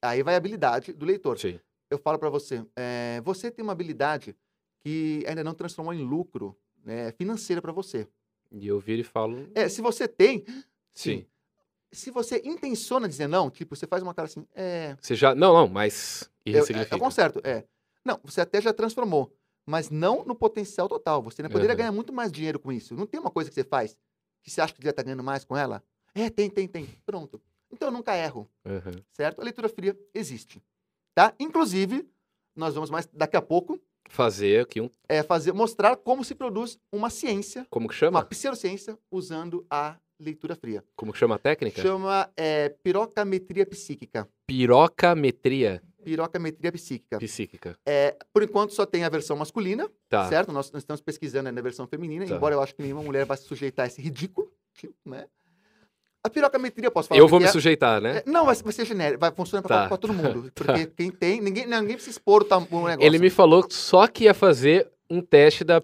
aí vai a habilidade do leitor. Sim. Eu falo para você, é, você tem uma habilidade que ainda não transformou em lucro né, financeiro para você. E eu viro e falo. É, se você tem, Sim. se você intenciona dizer não, tipo, você faz uma cara assim, é, Você já. Não, não, mas. E Eu, ressignifica. eu conserto, é. Não, você até já transformou. mas não no potencial total. Você ainda poderia Uhum. ganhar muito mais dinheiro com isso. Não tem uma coisa que você faz que você acha que já está ganhando mais com ela? É, tem, tem, tem. Pronto. Então eu nunca erro Uhum. certo? A leitura fria existe, tá? Inclusive, nós vamos mais daqui a pouco Fazer aqui um. é fazer mostrar como se produz uma ciência, Como que uma chama? pseudociência usando a leitura fria. Como que chama a técnica? Chama é, pirocametria psíquica. Pirocametria Pirocametria psíquica. psíquica. É, por enquanto só tem a versão masculina, Tá. certo? Nós, nós estamos pesquisando na versão feminina, Tá. embora eu acho que nenhuma mulher vai se sujeitar a esse ridículo, tipo, né? A pirocametria, posso falar? o Eu que vou que me é? sujeitar, né? É, Não, vai, vai ser genérico, vai funcionar pra, Tá, pra todo mundo. Porque quem tem, ninguém, ninguém precisa expor o, tam, o é negócio. Ele me falou só que ia fazer um teste da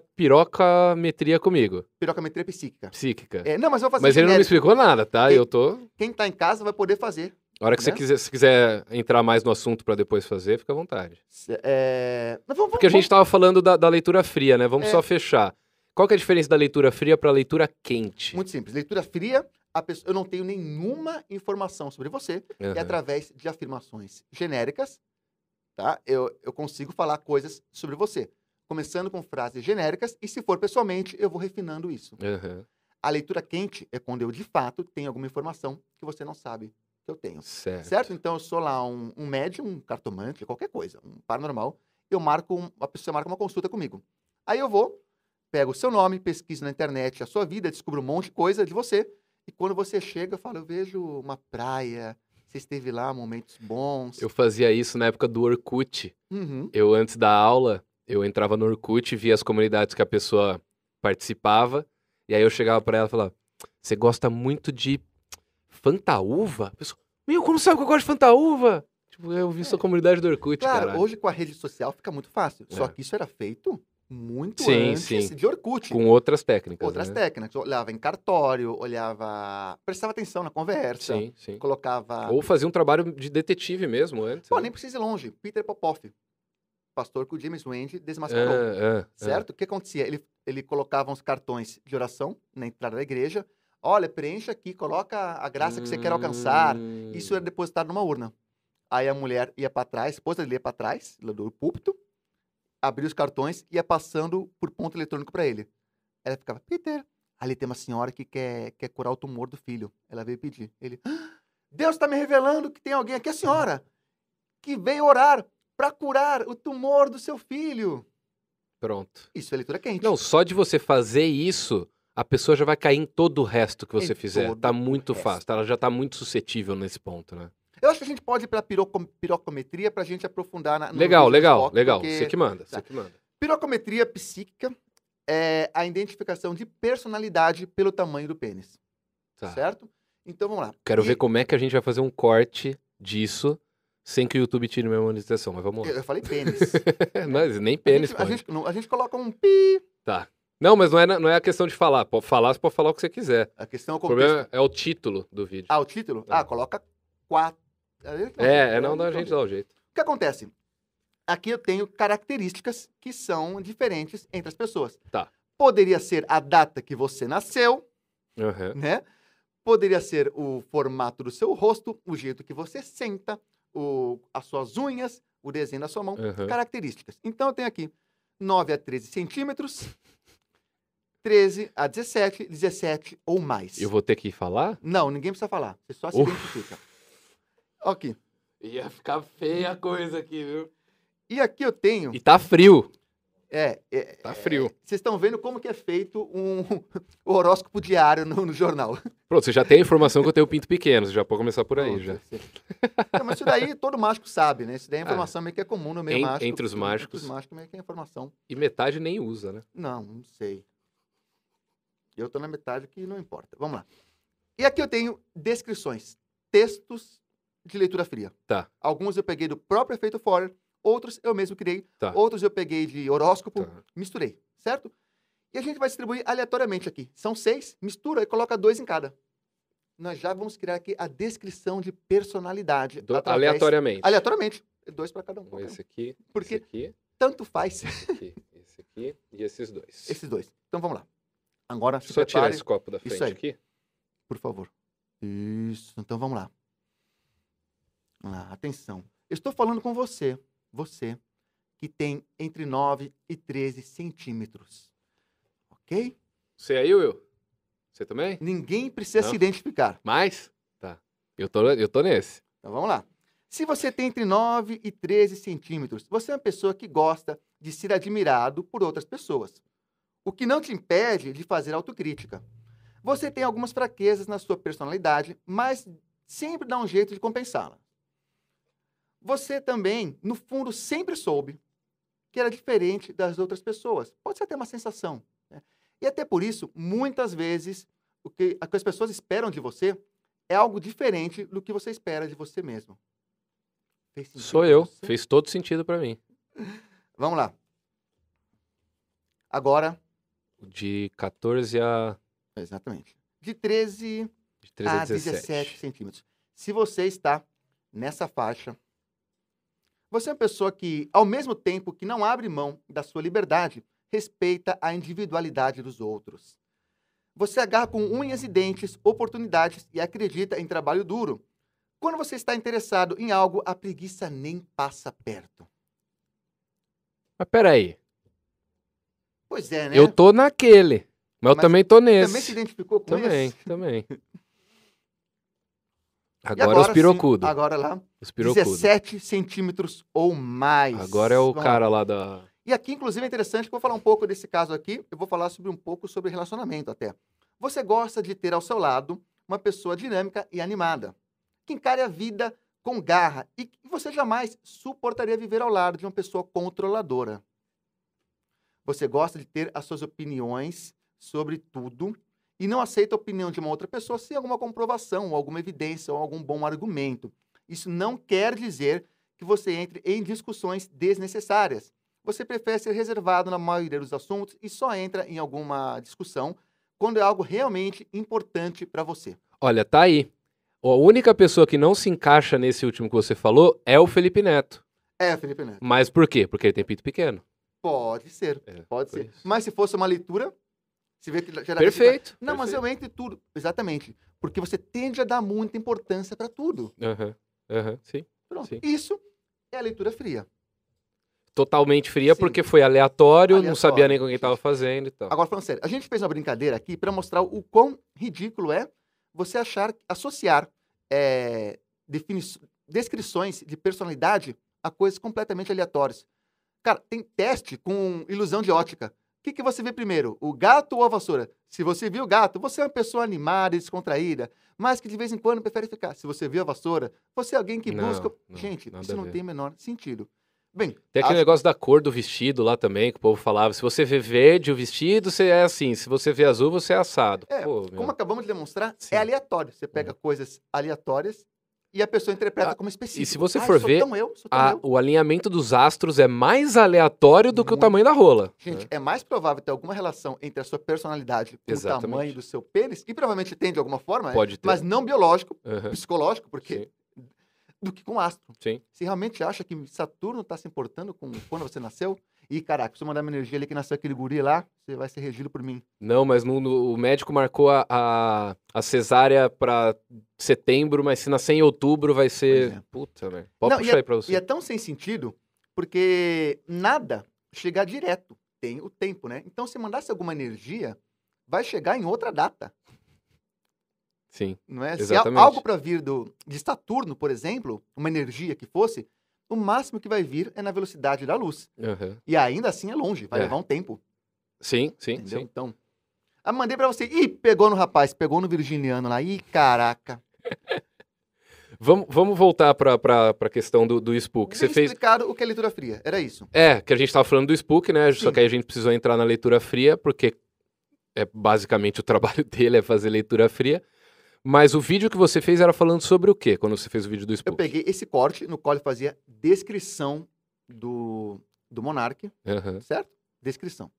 pirocametria comigo, Pirocametria psíquica. psíquica. É, não, mas eu vou fazer Mas ele não me genérico. explicou nada, tá? E- Eu tô. Quem tá em casa vai poder fazer. A hora que você Né? quiser, se quiser entrar mais no assunto pra depois fazer, fica à vontade. C- É... Mas vamos, Porque a gente tava falando da, da leitura fria, né? Vamos É. só fechar. Qual que é a diferença da leitura fria pra leitura quente? Muito simples. Leitura fria, a pessoa... eu não tenho nenhuma informação sobre você. Aham. É através de afirmações genéricas, tá? Eu, eu consigo falar coisas sobre você. Começando com frases genéricas e, se for pessoalmente, eu vou refinando isso. Aham. A leitura quente é quando eu, de fato, tenho alguma informação que você não sabe que eu tenho. Certo. Certo? Então eu sou lá um, um médium, um cartomante, qualquer coisa, um paranormal. Eu marco, um, a pessoa marca uma consulta comigo. Aí eu vou, pego o seu nome, pesquiso na internet a sua vida, descubro um monte de coisa de você. E quando você chega, eu falo, eu vejo uma praia, você esteve lá, momentos bons. Eu fazia isso na época do Orkut. Uhum, Eu, antes da aula, eu entrava no Orkut, via as comunidades que a pessoa participava, e aí eu chegava pra ela e falava, você gosta muito de fantaúva? A pessoa, meu, como sabe que eu gosto de fantaúva? Tipo, eu vi sua comunidade do Orkut, Claro, caralho. É. hoje com a rede social fica muito fácil. Só É. que isso era feito muito Sim, antes sim. de Orkut. Com outras técnicas, Outras né? técnicas. Eu olhava em cartório, olhava. Prestava atenção na conversa. Sim, sim. Colocava. Ou fazia um trabalho de detetive mesmo antes. Pô, né? nem precisa ir longe. Peter Popoff, pastor que o James Wend desmascarou, Ah, ah, ah. certo? O que acontecia? Ele, ele colocava uns cartões de oração na entrada da igreja. Olha, preencha aqui, coloca a graça que você quer alcançar. Hum. Isso é era depositado numa urna. Aí a mulher ia para trás, a esposa dele ia para trás, lá do púlpito, abria os cartões e ia passando por ponto eletrônico para ele. Ela ficava, Peter, ali tem uma senhora que quer, quer curar o tumor do filho. Ela veio pedir. Ele, "Ah, Deus está me revelando que tem alguém aqui, é a senhora, que veio orar para curar o tumor do seu filho. Pronto. Isso é leitura quente. Não, só de você fazer isso, a pessoa já vai cair em todo o resto que você Em fizer. todo Tá o muito resto. fácil, tá? ela já tá muito suscetível nesse ponto, né? Eu acho que a gente pode ir para pirocom pirocometria para a gente aprofundar. Na, no legal, vídeo do legal, Spock, legal. porque- Você que manda, Tá. você que manda. Pirocometria psíquica é a identificação de personalidade pelo tamanho do pênis, Tá. certo? Então vamos lá. Quero E- ver como é que a gente vai fazer um corte disso sem que o YouTube tire minha monetização, mas vamos Eu, lá. É, eu falei pênis. Mas nem é. A pênis gente- a, pode. gente, não- a gente coloca um pi. Não, mas não é, na- não é a questão de falar. Pode falar, você pode falar o que você quiser. A questão é o O contexto. problema é o título do vídeo. Ah, o título? Ah, coloca quatro. Ah, então É, é não, não, a gente dá um jeito. O que acontece? Aqui eu tenho características que são diferentes entre as pessoas. Tá. Poderia ser a data que você nasceu, Aham. né? Poderia ser o formato do seu rosto, o jeito que você senta, o, as suas unhas, o desenho da sua mão, Aham. características. Então eu tenho aqui 9 a 13 centímetros, 13 a 17, 17 ou mais. Eu vou ter que falar? Não, ninguém precisa falar, você só se Uf. identifica. Ok. Ia ficar feia a coisa aqui, viu? E aqui eu tenho. E tá frio. É, é, Tá frio. vocês estão vendo como que é feito um o horóscopo diário no, no jornal. Pronto, você já tem a informação que eu tenho pinto pequeno, você já pode começar por aí Pronto, já. sim. Não, mas isso daí todo mágico sabe, né? Isso daí é Ah. informação meio que é comum no meio En- mágico. entre os mágicos. Entre os mágicos meio que é informação. E metade nem usa, né? Não, não sei. Eu tô na metade que não importa. Vamos lá. E aqui eu tenho descrições, textos de leitura fria. Tá. Alguns eu peguei do próprio efeito Forer, outros eu mesmo criei, Tá. outros eu peguei de horóscopo, Tá. misturei, certo? E a gente vai distribuir aleatoriamente aqui. São seis, mistura e coloca dois em cada. Nós já vamos criar aqui a descrição de personalidade. Do- através- Então, aleatoriamente. Aleatoriamente. Dois para cada um. Então, qualquer um. Esse aqui, Porque esse aqui, tanto faz esse aqui, esse aqui e esses dois. esses dois. Então vamos lá. Agora se Só tirar prepare, esse copo da Isso frente aí. aqui. por favor. Isso. Então vamos lá. Vamos lá. Atenção. Eu estou falando com você. Você que tem entre 9 e 13 centímetros. Ok? Você aí, Will? Você também? Ninguém precisa Não. se identificar. Mais? Tá. Eu tô, eu tô nesse. Então vamos lá. Se você tem entre 9 e 13 centímetros, você é uma pessoa que gosta de ser admirado por outras pessoas, o que não te impede de fazer autocrítica. Você tem algumas fraquezas na sua personalidade, mas sempre dá um jeito de compensá-la. Você também, no fundo, sempre soube que era diferente das outras pessoas. Pode ser até uma sensação. né? E até por isso, muitas vezes, o que, o que as pessoas esperam de você é algo diferente do que você espera de você mesmo. Fez sentido Sou eu. pra você? Fez todo sentido pra mim. Vamos lá. Agora, De 14 a. exatamente. De 13 De 13 a 17. centímetros. Se você está nessa faixa, você é uma pessoa que, ao mesmo tempo que não abre mão da sua liberdade, respeita a individualidade dos outros. Você agarra com unhas e dentes oportunidades e acredita em trabalho duro. Quando você está interessado em algo, a preguiça nem passa perto. Mas peraí. Pois é, né? Eu tô naquele. Mas eu Mas também tô Também se nesse. identificou com Também, esse? também. E Agora, é os sim, pirocudos. agora lá, Os pirocudos. 17 centímetros ou mais. Agora é o Vamos lá. cara lá da. E aqui, inclusive, é interessante que eu vou falar um pouco desse caso aqui. Eu vou falar sobre um pouco sobre relacionamento até. Você gosta de ter ao seu lado uma pessoa dinâmica e animada, que encare a vida com garra e que você jamais suportaria viver ao lado de uma pessoa controladora. Você gosta de ter as suas opiniões sobre tudo e não aceita a opinião de uma outra pessoa sem alguma comprovação, ou alguma evidência, ou algum bom argumento. Isso não quer dizer que você entre em discussões desnecessárias. Você prefere ser reservado na maioria dos assuntos e só entra em alguma discussão quando é algo realmente importante para você. Olha, tá aí. A única pessoa que não se encaixa nesse último que você falou é o Felipe Neto. É, Felipe Neto. Mas por quê? Porque ele tem pinto pequeno. Pode ser, É, pode foi ser. isso. Mas se fosse uma leitura, você vê que geralmente... Perfeito. Não, mas eu entro em tudo. Exatamente. Porque você tende a dar muita importância para tudo. eu. Aham, aham, sim. Pronto. Sim. Isso é a leitura fria. Totalmente fria, Sim. porque foi aleatório, não Aleatório. sabia nem com quem tava fazendo e tal. Agora, falando sério, a gente fez uma brincadeira aqui para mostrar o quão ridículo é você achar, associar é, defini- descrições de personalidade a coisas completamente aleatórias. Cara, tem teste com ilusão de ótica. O que, que você vê primeiro, o gato ou a vassoura? Se você viu o gato, você é uma pessoa animada e descontraída, mas que de vez em quando prefere ficar. Se você viu a vassoura, você é alguém que Não, busca. não, gente, nada isso a não ver. tem o menor sentido. Bem, Tem aquele acho- negócio da cor do vestido lá também, que o povo falava. Se você vê verde o vestido, você é assim. Se você vê azul, você é assado. É, Pô, meu. Como acabamos de demonstrar, Sim. Uhum. é aleatório. Você pega coisas aleatórias e a pessoa interpreta Ah, como específico. e se você Ah, for sou ver, tão eu, sou tão A- eu. o alinhamento dos astros é mais aleatório do que o Muito. tamanho da rola. Gente, né? é mais provável ter alguma relação entre a sua personalidade com Exatamente. o tamanho do seu pênis, e provavelmente tem de alguma forma, né? Pode ter. mas não biológico, Aham, psicológico, porque do que com astro. Sim. Você realmente acha que Saturno está se importando com quando você nasceu? E caraca, preciso mandar uma energia ali que nasceu aquele guri lá, você vai ser regido por mim. Não, mas no- no- o médico marcou a, a, a cesárea pra setembro, mas se nascer em outubro vai ser. Pois é. Puta, né? Pode Não, e puxar é- aí pra E você. é tão sem sentido, porque nada chega direto. Tem o tempo, né? Então, se mandasse alguma energia, vai chegar em outra data, Sim. não é? Se Exatamente. há algo para vir do, de Saturno, por exemplo, uma energia que fosse, o máximo que vai vir é na velocidade da luz. Aham. E ainda assim é longe, vai É. levar um tempo, Uhum. Sim, sim, entendeu? sim. Então, ah, mandei para você. Ih, pegou no rapaz, pegou no virginiano lá. Ih, caraca. Vamos, vamos voltar pra, pra, pra questão do, do Spook. Você Bem fez. explicado o que é leitura fria, era isso. É, que a gente tava falando do Spook, né? Só Sim. que aí a gente precisou entrar na leitura fria, porque é basicamente o trabalho dele é fazer leitura fria. Mas o vídeo que você fez era falando sobre o quê quando você fez o vídeo do Eu Spook? peguei esse corte no qual ele fazia descrição do, do monarca, Aham. certo? Descrição.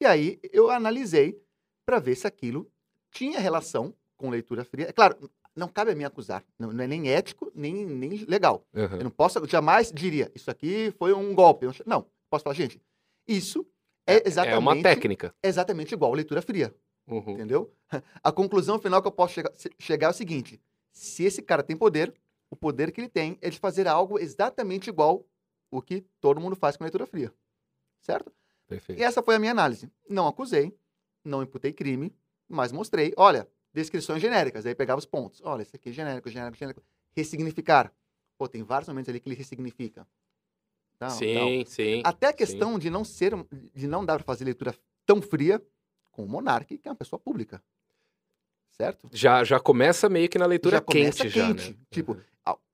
E aí eu analisei para ver se aquilo tinha relação com leitura fria. É claro, não cabe a mim acusar. Não, não é nem ético, nem, nem legal. aham. Eu não posso, eu jamais diria, isso aqui foi um golpe. Eu Não, posso falar, gente, isso é exatamente, É uma técnica. é exatamente igual leitura fria, Uhum. entendeu? A conclusão final que eu posso chegar, se- chegar é o seguinte, se esse cara tem poder, o poder que ele tem é de fazer algo exatamente igual o que todo mundo faz com leitura fria. Certo? E Perfeito. essa foi a minha análise. Não acusei, não imputei crime, mas mostrei, olha, descrições genéricas, aí pegava os pontos. Olha, esse aqui é genérico, genérico, genérico. Ressignificar. Pô, tem vários momentos ali que ele ressignifica. Tal, tal. sim, sim. Até a questão de não ser, um, de não dar para fazer leitura tão fria com o monarca, que é uma pessoa pública. Certo? Já, já começa meio que na leitura Já começa quente, já, quente, né? tipo,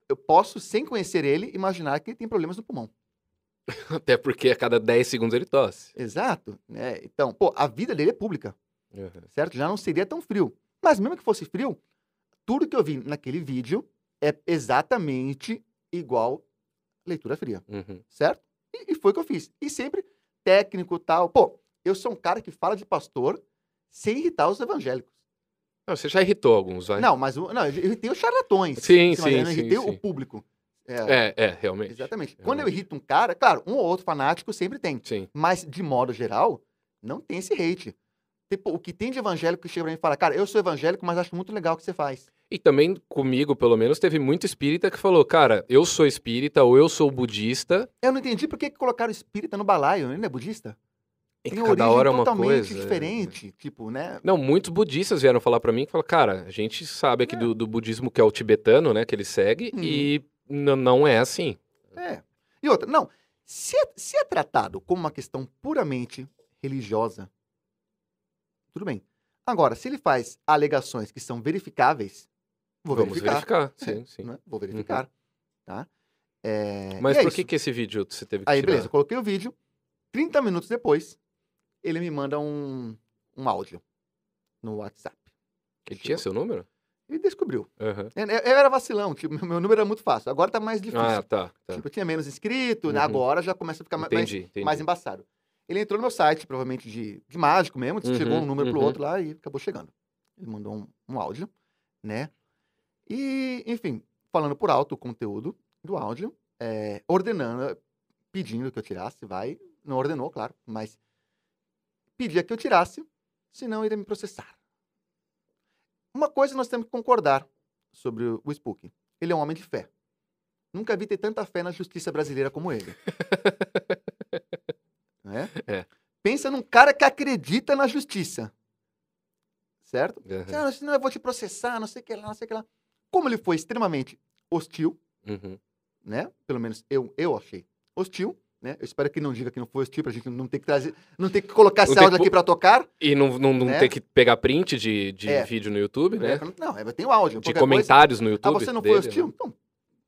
Eu posso, sem conhecer ele, imaginar que ele tem problemas no pulmão. Até porque a cada 10 segundos ele tosse. Exato. Né? Então, pô, a vida dele é pública. Uhum. certo? Já não seria tão frio. Mas mesmo que fosse frio, tudo que eu vi naquele vídeo é exatamente igual leitura fria, Uhum. certo? E, e foi o que eu fiz. E sempre técnico tal. Pô, eu sou um cara que fala de pastor sem irritar os evangélicos. Não, você já irritou alguns, vai? Não, mas o- não, eu irritei os charlatões. Sim, Você sim, imagina, eu sim, irritei sim. o público. É, É, é, realmente. exatamente. Quando eu irrito um cara, claro, um ou outro fanático sempre tem. Sim. Mas, de modo geral, não tem esse hate. Tipo, o que tem de evangélico que chega pra mim e fala, cara, eu sou evangélico, mas acho muito legal o que você faz. E também comigo, pelo menos, teve muito espírita que falou, cara, eu sou espírita ou eu sou budista. Eu não entendi por que que colocaram espírita no balaio, ele não é budista? E Tem cada origem hora é uma totalmente coisa. é. diferente, tipo, né? Não, muitos budistas vieram falar pra mim que falaram, cara, a gente sabe aqui É. do, do budismo que é o tibetano, né, que ele segue, Uhum. e n- não é assim. É. E outra, não, se é, se é tratado como uma questão puramente religiosa, tudo bem. Agora, se ele faz alegações que são verificáveis, vou Vamos verificar. verificar. É, Sim, sim. Uhum. né? Vou verificar, tá? É, Mas e é por isso. que, que esse vídeo você teve que Aí, tirar? beleza, eu coloquei o vídeo. 30 minutos depois, ele me manda um, um áudio no WhatsApp. Ele tinha seu número? Ele descobriu. Aham. Eu, eu- eu era vacilão, tipo, meu meu número era muito fácil. Agora tá mais difícil. Ah, tá. tá. Tipo, eu tinha menos inscrito, né? Uhum. agora já começa a ficar mais, mais, entendi, entendi. mais embaçado. Ele entrou no meu site, provavelmente de, de mágico mesmo, Uhum, chegou um número pro uhum. outro lá e acabou chegando. Ele mandou um, um áudio, né? E, enfim, falando por alto o conteúdo do áudio, é, ordenando, pedindo que eu tirasse, vai. Não ordenou, claro, mas pedia que eu tirasse, senão iria me processar. Uma coisa nós temos que concordar sobre o o Spook. Ele é um homem de fé. Nunca vi ter tanta fé na justiça brasileira como ele. Não é? É. Pensa num cara que acredita na justiça. Certo? Aham. Cara, senão eu vou te processar, não sei o que lá, não sei o que lá. Como ele foi extremamente hostil, Uhum. né? Pelo menos eu, eu achei hostil, né? Eu espero que não diga que não foi hostil pra gente não ter que trazer, não ter que colocar Não esse ter áudio que aqui pô- pra tocar. E não, não, não Né? ter que pegar print de, de É. vídeo no YouTube, Né? né? Pra não- Não, eu tenho áudio. De qualquer coisa. comentários no YouTube. Ah, você não dele, foi hostil? né? Então,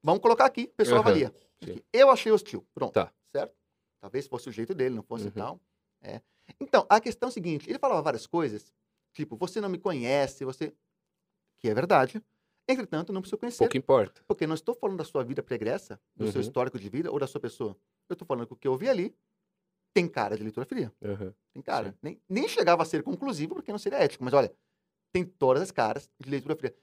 vamos colocar aqui, o pessoal Aham, avalia. sim. Aqui, Eu achei hostil. Pronto. Tá. Certo? Talvez fosse o jeito dele, não fosse Uhum. tal. É. Então, a questão é a seguinte: ele falava várias coisas, tipo, você não me conhece, você. Que é verdade. Entretanto, não preciso conhecer. Pouco importa. Porque não estou falando da sua vida pregressa, do seu Uhum. histórico de vida ou da sua pessoa. Eu estou falando que o que eu vi ali tem cara de leitura fria. Aham. Tem cara. Sim. Nem, nem chegava a ser conclusivo, porque não seria ético. Mas olha, tem todas as caras de leitura fria.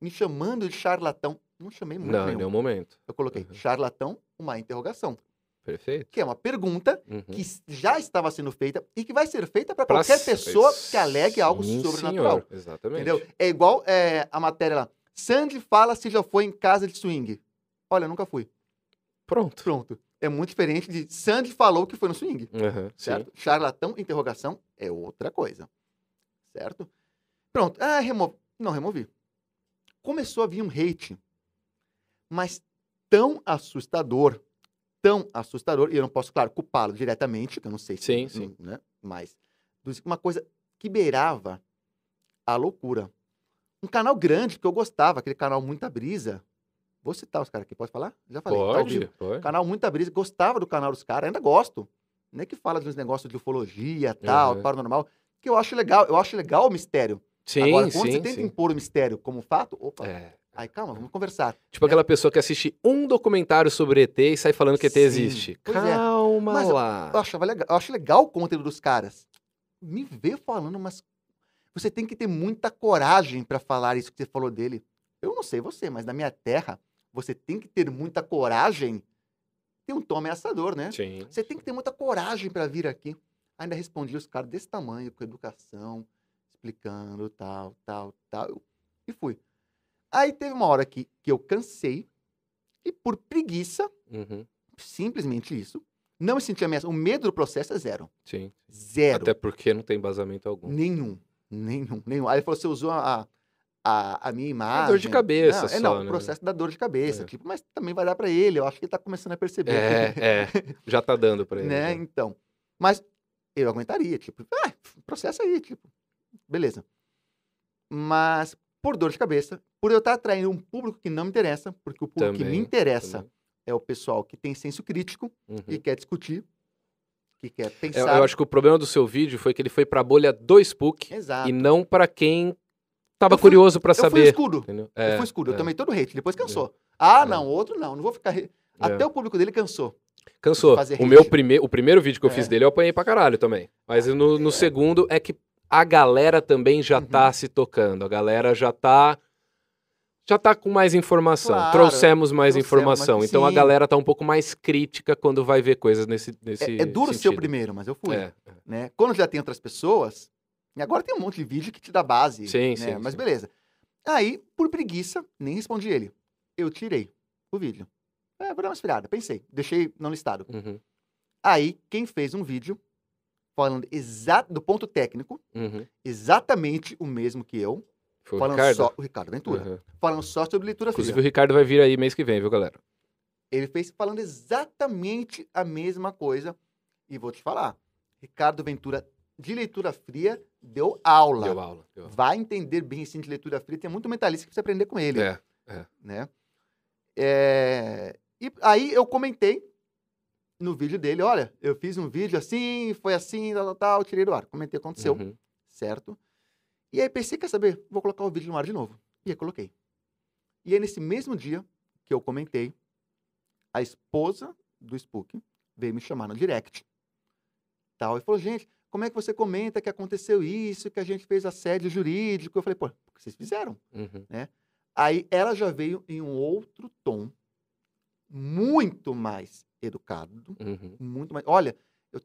Me chamando de charlatão. Não chamei muito Não, em nenhum. nenhum momento. Eu coloquei Uhum. charlatão, uma interrogação. Perfeito. Que é uma pergunta Uhum. que s- já estava sendo feita e que vai ser feita para Pra qualquer s- pessoa que sim, alegue algo sobrenatural. senhor. Exatamente. Entendeu? É igual é, a matéria lá. Sandy fala se já foi em casa de swing. Olha, eu nunca fui. Pronto. Pronto. É muito diferente de Sandy falou que foi no swing, Aham, sim. certo? Charlatão, interrogação é outra coisa, certo? Pronto. Ah, remo... Não, removi. Começou a vir um hate, mas tão assustador, tão assustador, e eu não posso, claro, culpá-lo diretamente, que eu não sei se... Sim, sim. Né? Mas dos- uma coisa que beirava a loucura. Um canal grande que eu gostava, aquele canal Muita Brisa. Vou citar os caras aqui, pode falar? Já falei. tá ao vivo. Pode, pode. Canal Muita Brisa, gostava do canal dos caras, ainda gosto. Né, que fala dos negócios de ufologia, tal, Uhum. paranormal, que eu acho legal, eu acho legal o mistério. Sim, Agora, quando você sim, tenta sim. impor o mistério como fato, opa, É. aí calma, vamos conversar. Tipo aquela pessoa que assiste um documentário sobre ET e sai falando que ET Sim. existe. Pois é. Calma Mas eu- lá. Eu, achava legal, eu acho legal o conteúdo dos caras. Me vê falando, mas você tem que ter muita coragem pra falar isso que você falou dele. Eu não sei você, mas na minha terra, você tem que ter muita coragem. Tem um tom ameaçador, né? Sim. Você tem que ter muita coragem para vir aqui. Ainda respondi os caras desse tamanho, com educação, explicando, tal, tal, tal. Eu- E fui. Aí teve uma hora que, que eu cansei e por preguiça, Uhum. simplesmente isso. Não me senti ameaçado. O medo do processo é zero. Sim. Zero. Até porque não tem embasamento algum. Nenhum. Nenhum. Nenhum. Aí ele falou: você usou a, a, a minha imagem. É dor de cabeça Não, é, só, não, né? o processo da dor de cabeça. É. Tipo, mas também vai dar pra ele. Eu acho que ele tá começando a perceber. É, é. Já tá dando pra ele. né? já. Então. Mas eu aguentaria, tipo, ah, processo aí, tipo, beleza. Mas por dor de cabeça, por eu estar atraindo um público que não me interessa, porque o público que me Também, interessa também. é o pessoal que tem senso crítico, Uhum. que quer discutir, que quer Eu, pensar. eu acho que o problema do seu vídeo foi que ele foi pra bolha do Spook Exato. e não pra quem tava Eu fui- curioso pra eu fui um saber. escudo. Entendeu? eu É, fui um escudo. é. Eu tomei todo o hate, depois cansou. É. Ah, não, outro não, não vou ficar. É. re- Até o público dele cansou. Cansou. fazer O, hate. meu prime... o primeiro vídeo que eu É. fiz dele eu apanhei pra caralho também. Mas no, no segundo é que a galera também já Uhum. tá se tocando. A galera já tá. Já tá com mais informação. Claro, trouxemos mais trouxemos mais- informação. Então a sim. galera tá um pouco mais crítica quando vai ver coisas nesse. É, nesse é duro ser o sentido. primeiro, mas eu fui. É. né? Quando já tem outras pessoas, e agora tem um monte de vídeo que te dá base, Sim, né? sim, Mas sim. beleza. Aí, por preguiça, nem respondi ele. Eu tirei o vídeo. É, vou dar uma inspirada, pensei, deixei não listado. Uhum, Aí, quem fez um vídeo falando exato do ponto técnico, uhum. exatamente o mesmo que eu, Foi o falando Ricardo. só o Ricardo Ventura, Uhum. falando só sobre leitura fria. Inclusive o Ricardo vai vir aí mês que vem, viu, galera? Ele fez falando exatamente a mesma coisa e vou te falar, Ricardo Ventura de leitura fria deu aula. Deu aula. Deu aula. vai entender bem assim de leitura fria. Tem muito mentalista que precisa aprender com ele, É. né? É, E aí eu comentei no vídeo dele, olha, eu fiz um vídeo assim, foi assim, tal, tal, tal, tirei do ar. Comentei o que aconteceu, Uhum. certo? E aí pensei, quer saber? Vou colocar o vídeo no ar de novo. E aí coloquei. E aí nesse mesmo dia que eu comentei, a esposa do Spook veio me chamar no direct. Tal, e falou, gente, como é que você comenta que aconteceu isso, que a gente fez assédio jurídico? Eu falei, pô, o que vocês fizeram? Uhum. Aí ela já veio em um outro tom, muito mais educado, Uhum. muito mais. Olha, eu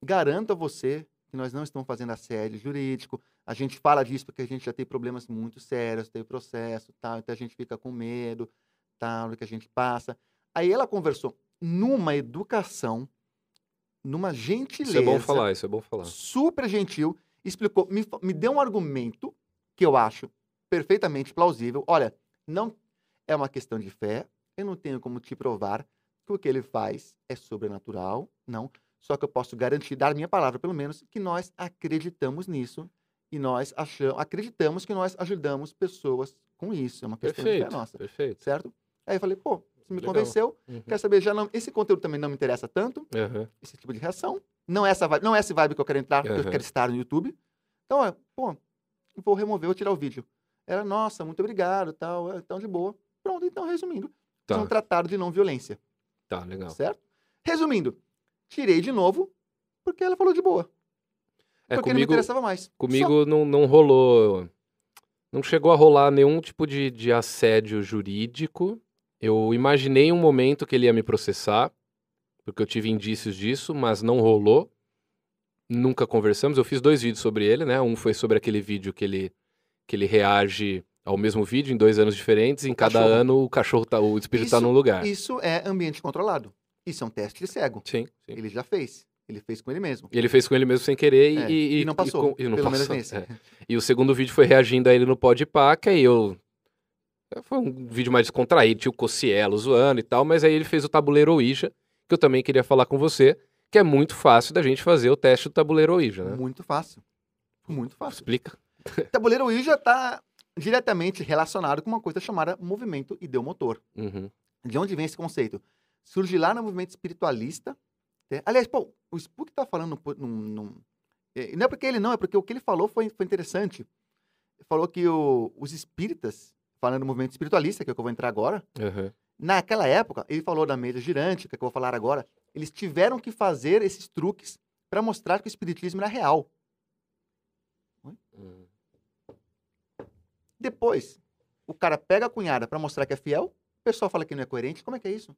garanto a você que nós não estamos fazendo assédio jurídico. A gente fala disso porque a gente já tem problemas muito sérios, tem processo, tal, então a gente fica com medo, tal, do que a gente passa. Aí ela conversou numa educação, numa Isso gentileza é bom falar, isso é bom falar. super gentil, explicou, me, fa- me deu um argumento que eu acho perfeitamente plausível. Olha, não é uma questão de fé, eu não tenho como te provar que o que ele faz é sobrenatural, não. Só que eu posso garantir, dar minha palavra, pelo menos, que nós acreditamos nisso e nós achamos, acreditamos que nós ajudamos pessoas com isso. É uma questão de Perfeito. fé nossa, Perfeito. certo? Aí eu falei, pô, você me Legal. convenceu, Uhum. quer saber, já não, esse conteúdo também não me interessa tanto, Aham. esse tipo de reação. Não é essa vibe, não é esse vibe que eu quero entrar, que Aham. eu quero estar no YouTube. Então, é, pô, vou remover, vou tirar o vídeo. Ela, nossa, muito obrigado, tal, é, então de boa. Pronto, então resumindo, Tá. são tratados de não violência, Tá, legal. certo? Resumindo, tirei de novo porque ela falou de boa, É, porque não me comigo, interessava mais. Só- comigo não, não rolou. Não chegou a rolar nenhum tipo de, de assédio jurídico. Eu imaginei um momento que ele ia me processar, porque eu tive indícios disso, mas não rolou. Nunca conversamos. Eu fiz dois vídeos sobre ele, né? Um foi sobre aquele vídeo que ele, que ele reage ao mesmo vídeo em dois anos diferentes. Em cada cachorro. ano o cachorro tá, o espírito tá Isso- num lugar. Isso é ambiente controlado. Isso é um teste de cego. Sim, sim. Ele já fez. Ele fez com ele mesmo. E ele fez com ele mesmo sem querer e, É, e, e não passou, com- e não pelo menos passou, nesse. é. E o segundo vídeo foi reagindo a ele no pó de paca e eu. Foi um vídeo mais descontraído, tinha o Cocielo zoando e tal, mas aí ele fez o tabuleiro Ouija, que eu também queria falar com você, que é muito fácil da gente fazer o teste do tabuleiro Ouija, né? Muito fácil. Muito fácil. Explica. Tabuleiro Ouija está diretamente relacionado com uma coisa chamada movimento ideomotor. Uhum, De onde vem esse conceito? Surge lá no movimento espiritualista. né? Aliás, pô, o Spook está falando num, num- num- é, Não é porque ele não, é porque o que ele falou foi, foi interessante. Ele falou que o- os espíritas, falando do movimento espiritualista, que é o que eu vou entrar agora, uhum. naquela época, ele falou da mesa girante, que é o que eu vou falar agora, eles tiveram que fazer esses truques para mostrar que o espiritismo era real. Uhum. Depois, o cara pega a cunhada pra mostrar que é fiel, o pessoal fala que não é coerente. Como é que é isso?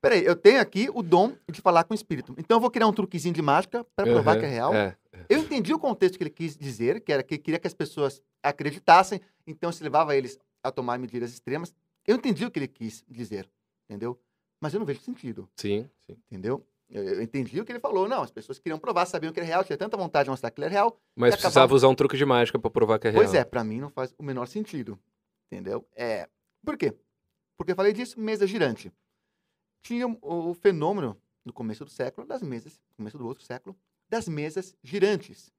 Peraí, eu tenho aqui o dom de falar com o espírito. Então eu vou criar um truquezinho de mágica pra provar Uhum, que é real. É. Eu entendi o contexto que ele quis dizer, que era que ele queria que as pessoas acreditassem, então se levava eles a tomar medidas extremas. Eu entendi o que ele quis dizer, entendeu? Mas eu não vejo sentido, Sim, sim. entendeu? Eu, eu entendi o que ele falou. Não, as pessoas queriam provar, sabiam que era real, tinha tanta vontade de mostrar que ele era real, Mas Acabava- precisava usar um truque de mágica pra provar que é real. Pois é, pra mim não faz o menor sentido. Entendeu? É. Por quê? Porque eu falei disso, mesa girante. Tinha o o fenômeno no começo do século das mesas, no começo do outro século, das mesas girantes,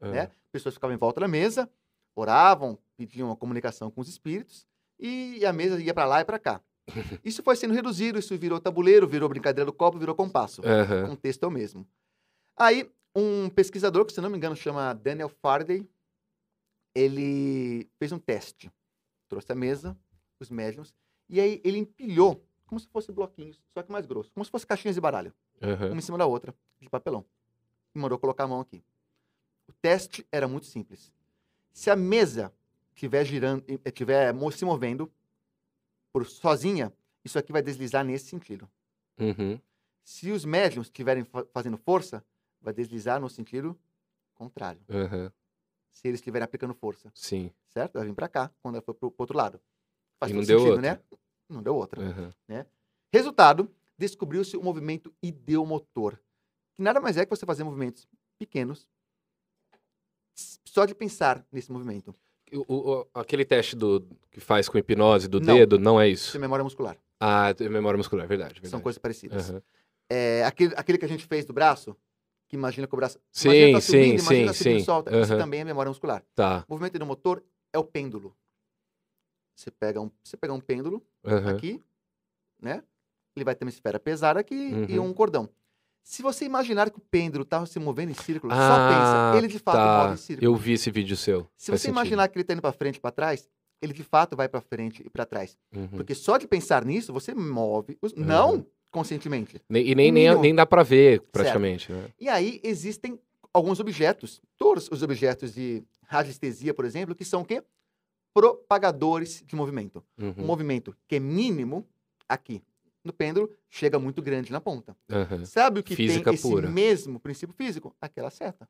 É. né? Pessoas ficavam em volta da mesa, oravam, pediam uma comunicação com os espíritos e a mesa ia pra lá e pra cá. Isso foi sendo reduzido, isso virou tabuleiro, virou brincadeira do copo, virou compasso Aham. contexto é o mesmo. Aí, um pesquisador, que se não me engano chama Daniel Faraday, ele fez um teste. Trouxe a mesa, os médiums, e aí ele empilhou, como se fosse bloquinhos, só que mais grosso, como se fosse caixinhas de baralho, aham. uma em cima da outra, de papelão. E mandou colocar a mão aqui. O teste era muito simples. Se a mesa estiver girando, estiver se movendo por sozinha, isso aqui vai deslizar nesse sentido. Uhum. Se os médiums estiverem fa- fazendo força, vai deslizar no sentido contrário. Aham. Se eles estiverem aplicando força, Sim. certo? Vai vir para cá, quando ela for pro, pro outro lado. E todo não deu outra. né? Não deu outra. Aham. Resultado, descobriu-se o movimento ideomotor, que nada mais é que você fazer movimentos pequenos s- só de pensar nesse movimento. O- o- aquele teste do, que faz com hipnose do Não. dedo não é isso. Isso é memória muscular. Ah, é memória muscular, verdade. São verdade. coisas parecidas. Aham. É, aquele, aquele que a gente fez do braço, que imagina que o braço... Sim, imagina tá sim, subindo, sim, imagina tá subindo, sim. solta. Isso Aham. também é memória muscular. Tá. O movimento do motor é o pêndulo. Você pega um, você pega um pêndulo Aham. aqui, né? Ele vai ter uma esfera pesada aqui e Uhum. um cordão. Se você imaginar que o pêndulo tá se movendo em círculo, Ah, só pensa, ele de fato tá. move em círculo. Eu vi esse vídeo seu. Se Faz você sentido. imaginar que ele tá indo para frente e para trás, ele de fato vai para frente e para trás. Uhum. Porque só de pensar nisso, você move, os... Uhum. não conscientemente. Ne- E nem, nem, mínimo. nem dá pra ver, praticamente, né? E aí existem alguns objetos, todos os objetos de radiestesia, por exemplo, que são o quê? Propagadores de movimento. um Uhum. movimento que é mínimo aqui no pêndulo chega muito grande na ponta. Aham. Sabe o que É. Física tem esse pura. mesmo princípio físico? Aquela seta.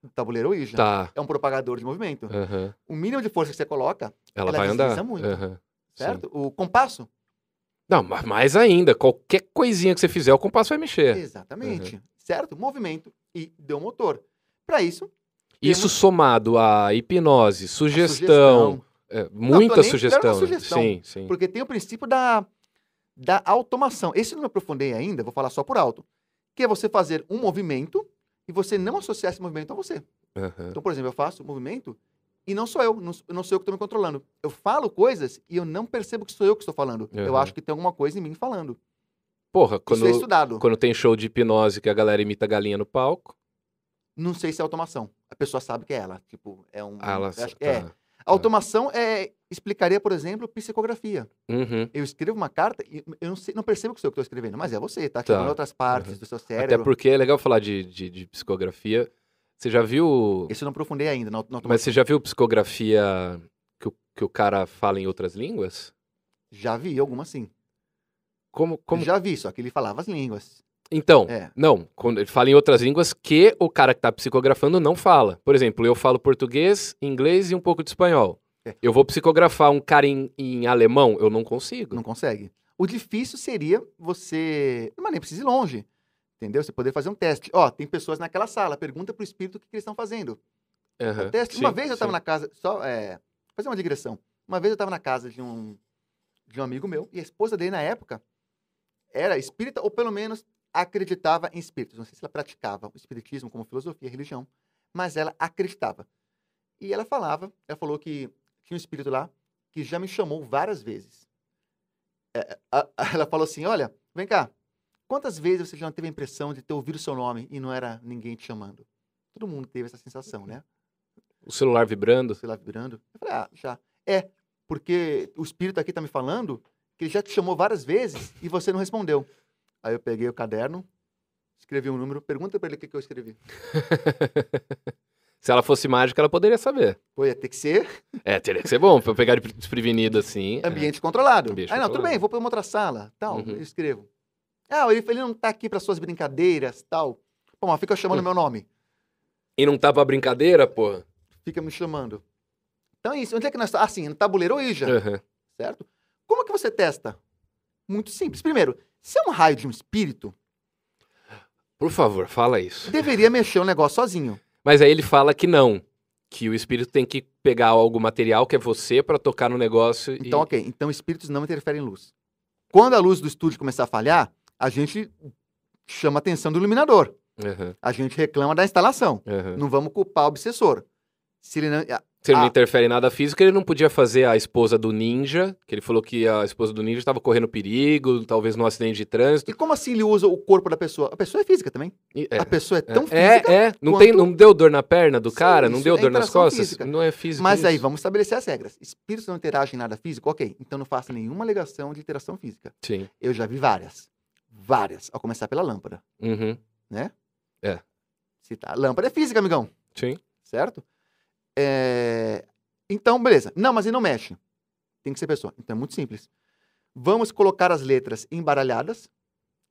O tabuleiro Ouija. Tá. É um propagador de movimento. Aham. O mínimo de força que você coloca, Ela, Ela vai andar. desliza muito. Aham. Sim. certo? O compasso? Não, ma- mais ainda, qualquer coisinha que você fizer, o compasso vai mexer. Exatamente. Uhum. Certo? Movimento e deu motor. Para isso, Isso temos- somado à hipnose, é a sugestão, sugestão. é, muita nem- era sugestão. uma né? sugestão, Sim, sim. Porque tem o princípio da, da automação. Esse eu não me aprofundei ainda, vou falar só por alto. Que é você fazer um movimento e você não associar esse movimento a você. Aham. Então, por exemplo, eu faço movimento e não sou eu, não, sou- não sou eu que estou me controlando. Eu falo coisas e eu não percebo que sou eu que estou falando. Eu Aham. acho que tem alguma coisa em mim falando. Porra, Isso é Uhum. quando, estudado. quando tem show de hipnose que a galera imita a galinha no palco, Não sei se é automação. A pessoa sabe que é ela. Tipo, é um. ah, ela eu acho- tá. é. Automação é. Explicaria, por exemplo, psicografia. Uhum. Eu escrevo uma carta e eu não, sei- não percebo que sou eu que estou escrevendo, mas é você, tá Tá. ativando outras partes do seu Até cérebro. porque é legal falar de, de, de psicografia. Você já viu. Isso eu não aprofundei ainda na, au- na Mas automação. você já viu psicografia que o, que o cara fala em outras línguas? Já vi alguma sim. Como. como... Já vi, só que ele falava as línguas. Então, É. não, quando ele fala em outras línguas que o cara que tá psicografando não fala. Por exemplo, eu falo português, inglês e um pouco de espanhol. É. Eu vou psicografar um cara em, em alemão, eu não consigo. Não consegue. O difícil seria você. Mas nem precisa ir longe. Entendeu? Você poder fazer um teste. Ó, tem pessoas naquela sala, pergunta pro espírito o que, que eles estão fazendo. Aham, O teste. sim, uma vez eu tava sim. na casa. Só. É, fazer uma digressão. Uma vez eu tava na casa de um, de um amigo meu, e a esposa dele, na época, era espírita, ou pelo menos acreditava em espíritos. Não sei se ela praticava o espiritismo como filosofia, religião, mas ela acreditava. E ela falava, ela falou que tinha um espírito lá que já me chamou várias vezes. É, a- a- ela falou assim: Olha, vem cá, quantas vezes você já não teve a impressão de ter ouvido o seu nome e não era ninguém te chamando? Todo mundo teve essa Uhum. sensação, né? O celular vibrando. Sei lá, virando. Eu falei: Ah, já. É, porque o espírito aqui tá me falando que ele já te chamou várias vezes e você não respondeu. Aí eu peguei o caderno, escrevi um número, pergunta pra ele o que, que eu escrevi. Se ela fosse mágica, ela poderia saber. Pô, ia ter que ser É, teria que ser bom pra eu pegar de pre- desprevenido assim. é. Ambiente controlado. Ambiente ah, não, tudo controlado. bem, vou para uma outra sala, tal, Uhum. eu escrevo. Ah, ele, ele não tá aqui para suas brincadeiras, tal. Pô, mas fica chamando Hum. meu nome. E não tá pra brincadeira, porra. Fica me chamando. tá?" Então é isso. Onde é que nós estamos? Ah, sim, no tabuleiro Ouija, Aham. certo? Como que você testa? muito simples. Primeiro, se é um raio de um espírito, Por favor, fala isso. deveria mexer o negócio sozinho. Mas aí ele fala que não. Que o espírito tem que pegar algo material que é você pra tocar no negócio. e- Então, ok. Então, espíritos não interferem em luz. Quando a luz do estúdio começar a falhar, a gente chama a atenção do iluminador. Aham, A gente reclama da instalação. aham. Não vamos culpar o obsessor. Se ele não... ah, Se ele não Ah. interfere em nada físico, ele não podia fazer a esposa do ninja, que ele falou que a esposa do ninja estava correndo perigo, talvez num acidente de trânsito. E como assim ele usa o corpo da pessoa? A pessoa é física também. E- é. A pessoa é tão física. É, é. Não, tem, quanto- não deu dor na perna do Sim, cara? Não isso deu é dor nas interação costas? física. Não é físico. Mas aí isso. vamos estabelecer as regras. Espíritos não interagem em nada físico? Ok, então não faça nenhuma alegação de interação física. Sim. Eu já vi várias. Várias. Ao começar pela lâmpada. Uhum. Se tá- Lâmpada é física, amigão, Sim. certo? É, Então, beleza. Não, mas ele não mexe. Tem que ser pessoa. Então é muito simples. Vamos colocar as letras embaralhadas,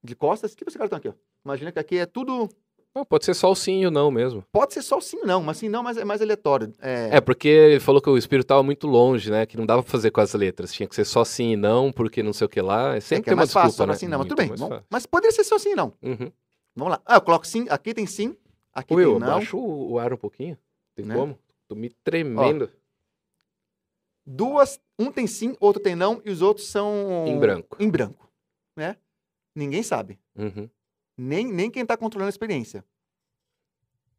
de costas. Que esse cartão aqui, ó. Imagina que aqui é tudo. Não, pode ser só o sim e o não mesmo. Pode ser só o sim, não, mas sim, não, mas é mais aleatório. É, É, porque ele falou que o espírito estava muito longe, né? Que não dava pra fazer com as letras. Tinha que ser só sim e não, porque não sei o que lá. É Sempre é que tem é uma mais desculpa, fácil, só né? não assim, não, mas Muito tudo bem. mais Vamos- fácil. mas poderia ser só assim, não. Uhum. Vamos lá. Ah, eu coloco sim. Aqui tem sim. Aqui Will, tem não. abaixa o, o ar um pouquinho. Tem Né? como? Tô me tremendo Duas. Um tem sim, outro tem não. E os outros são. em branco. Em branco. Né? Ninguém sabe. Uhum. Nem, nem quem está controlando a experiência.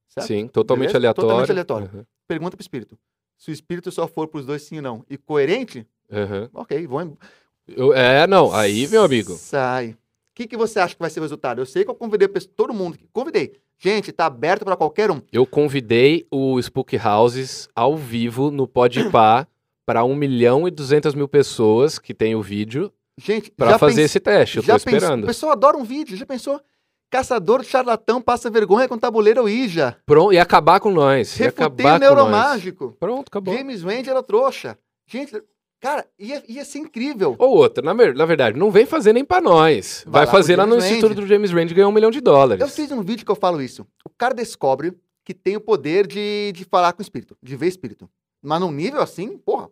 Certo? Sim, totalmente Beleza? aleatório. Totalmente aleatório. Uhum. Pergunta pro espírito. Se o espírito só for pros dois sim e não e coerente, Uhum. ok, vou embora. Eu- é, não. Aí, meu amigo. Sai. O que, que você acha que vai ser o resultado? Eu sei que eu convidei pes- todo mundo. que- Convidei. Gente, tá aberto para qualquer um. Eu convidei o Spook Houses ao vivo no Podpah para 1 milhão e 200 mil pessoas que tem o vídeo Gente, para já fazer pens- esse teste. Eu tô já pensou- esperando. O pessoal adora um vídeo, já pensou? Caçador de charlatão passa vergonha com tabuleiro Ouija. Pronto, e acabar com nós. Tá Ia Refutei acabar o com nós. neuromágico. Pronto, acabou. James Wendy era trouxa. Gente, cara, ia, ia ser incrível. Ou outra, na, ver- na verdade, não vem fazer nem pra nós. Vai Vai, lá fazer pro lá no James Randi. Instituto do James Rand ganhar um milhão de Eu dólares. fiz um vídeo que eu falo isso. O cara descobre que tem o poder de, de falar com o espírito, de ver espírito. Mas num nível assim, porra,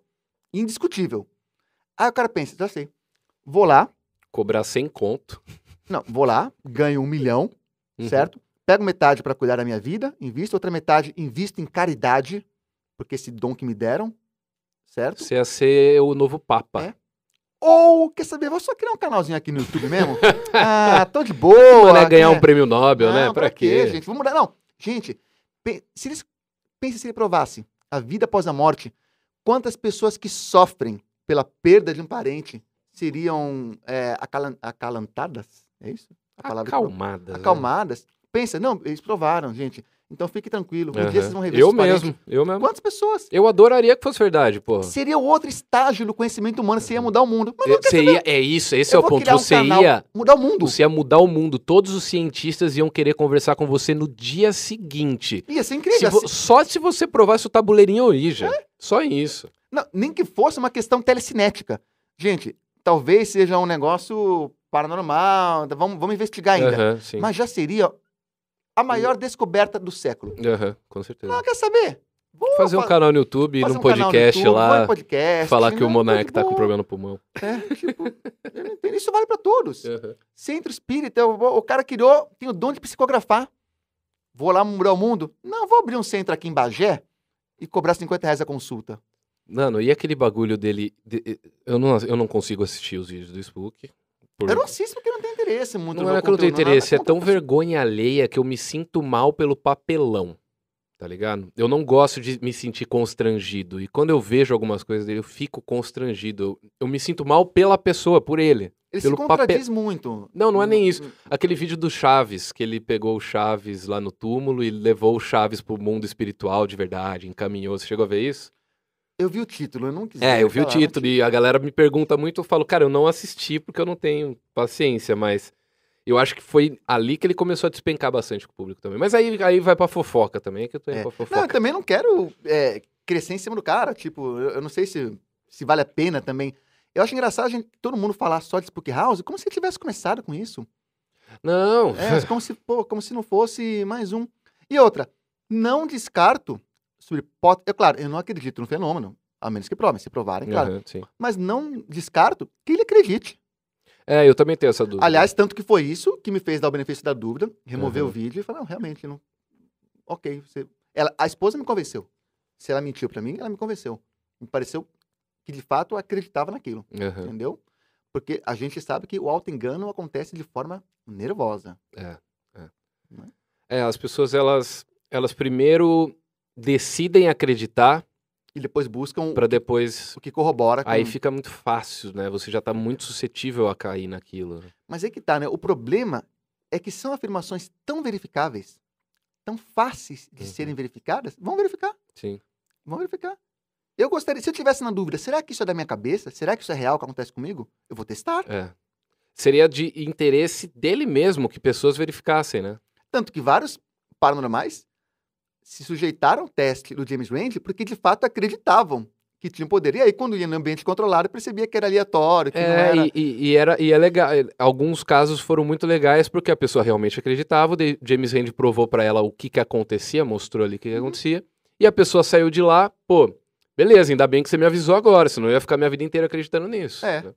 indiscutível. Aí o cara pensa, já sei. Vou lá, Cobrar sem conto. não, vou lá, ganho um milhão, Uhum. certo? Pego metade para cuidar da minha vida, invisto, outra metade invisto em caridade, porque esse dom que me deram, certo? Você ia ser o novo Papa. É. Ou, quer saber, vou só criar um canalzinho aqui no YouTube mesmo. ah, tô de Não boa. é ganhar um né? prêmio Nobel, né? Não, Pra quê? gente? Vamos mudar. Não, gente, pe- se eles, pense se ele provasse a vida após a morte, quantas pessoas que sofrem pela perda de um parente seriam é, acalan- acalantadas? É isso? A palavra que eu- Acalmadas. né? acalmadas. Pensa, não, eles provaram, gente. Então fique tranquilo. Um Aham. dia vocês vão rever Eu seus parentes. mesmo, eu mesmo. Quantas pessoas? Eu adoraria que fosse verdade, pô. Seria outro estágio do conhecimento humano, se ia mudar o mundo. Mas não quer Você ia, é isso, esse é Eu o vou ponto. criar um Você canal. ia, mudar o mundo. você ia mudar o mundo. Todos os cientistas iam querer conversar com você no dia seguinte. Ia Se ser incrível. vo- Só se você provasse o tabuleirinho origem. É? Só isso. Não, nem que fosse uma questão telecinética. Gente, talvez seja um negócio paranormal, tá, vamos, vamos investigar ainda. Aham, sim. Hum. Mas já seria a maior descoberta do século. Aham, com certeza. Não, quer saber? Vou fazer um fa- canal no YouTube, fazer num um canal no podcast YouTube, vou lá, em podcast, né? falar que não, o tô Monark de tá com boa, problema no pulmão. né? Tipo, eu não entendo. Isso vale pra todos. É. Centro espírita, eu vou- o cara criou, tem o dom de psicografar. Vou lá mudar o mundo? Não, vou abrir um centro aqui em Bagé e cobrar 50 reais a consulta. Mano, e aquele bagulho dele. de- eu, não, eu não consigo assistir os vídeos do Spook. por- Eu não assisto porque não tem interesse muito Não no é que eu não tenho conteúdo, nada, interesse, é conta tão pra vergonha alheia que eu me sinto mal pelo papelão. Tá ligado? Eu não gosto de me sentir constrangido. E quando eu vejo algumas coisas dele, eu fico constrangido. Eu, eu me sinto mal pela pessoa, por ele. Ele pelo se contradiz muito. Não, não é nem Hum, isso. Aquele vídeo do Chaves, que ele pegou o Chaves lá no túmulo e levou o Chaves pro mundo espiritual de verdade, encaminhou. Você chegou a ver isso? Eu vi o título, eu não quis. É, ver, eu vi o falar, mas título e a galera me pergunta muito, eu falo, cara, eu não assisti porque eu não tenho paciência, mas eu acho que foi ali que ele começou a despencar bastante com o público também. Mas aí, aí vai pra fofoca também, é que eu tô indo pra É. Não, eu fofoca. também não quero é, crescer em cima do cara. Tipo, eu, eu não sei se, se vale a pena também. Eu acho engraçado a gente, todo mundo falar só de Spook House, como se ele tivesse começado com isso. Não, É, como, se, pô, como se não fosse mais um. E outra, não descarto sobre hipótese. É claro, eu não acredito no fenômeno, a menos que provem, se provarem, claro. Aham, sim. Mas não descarto que ele acredite. É, eu também tenho essa dúvida. Aliás, tanto que foi isso que me fez dar o benefício da dúvida, remover Aham. o vídeo e falar, não, realmente, não. Ok, você. Ela, a esposa me convenceu. Se ela mentiu pra mim, ela me convenceu. Me pareceu que de fato eu acreditava naquilo, Aham, entendeu? Porque a gente sabe que o auto-engano acontece de forma nervosa. É, as pessoas, elas, elas primeiro decidem acreditar E depois buscam pra depois... o que corrobora. com- Aí fica muito fácil, né? Você já tá muito suscetível a cair naquilo. né? Mas é que tá, né? O problema é que são afirmações tão verificáveis, tão fáceis de Uhum. serem verificadas. Vão verificar. Sim. Vamos verificar. Eu gostaria, se eu tivesse na dúvida, será que isso é da minha cabeça? Será que isso é real que acontece comigo? Eu vou testar. É. Seria de interesse dele mesmo que pessoas verificassem, né? Tanto que vários paranormais se sujeitaram ao teste do James Randi porque de fato acreditavam que tinham poder. E aí, quando ia no ambiente controlado, percebia que era aleatório, que não É, era. e, e- e era, e é legal. é, Alguns casos foram muito legais porque a pessoa realmente acreditava. O de- James Randi provou pra ela o que, que acontecia, mostrou ali o que, que Uhum. acontecia. E a pessoa saiu de lá, pô, beleza, ainda bem que você me avisou agora, senão eu ia ficar minha vida inteira acreditando nisso. É. né?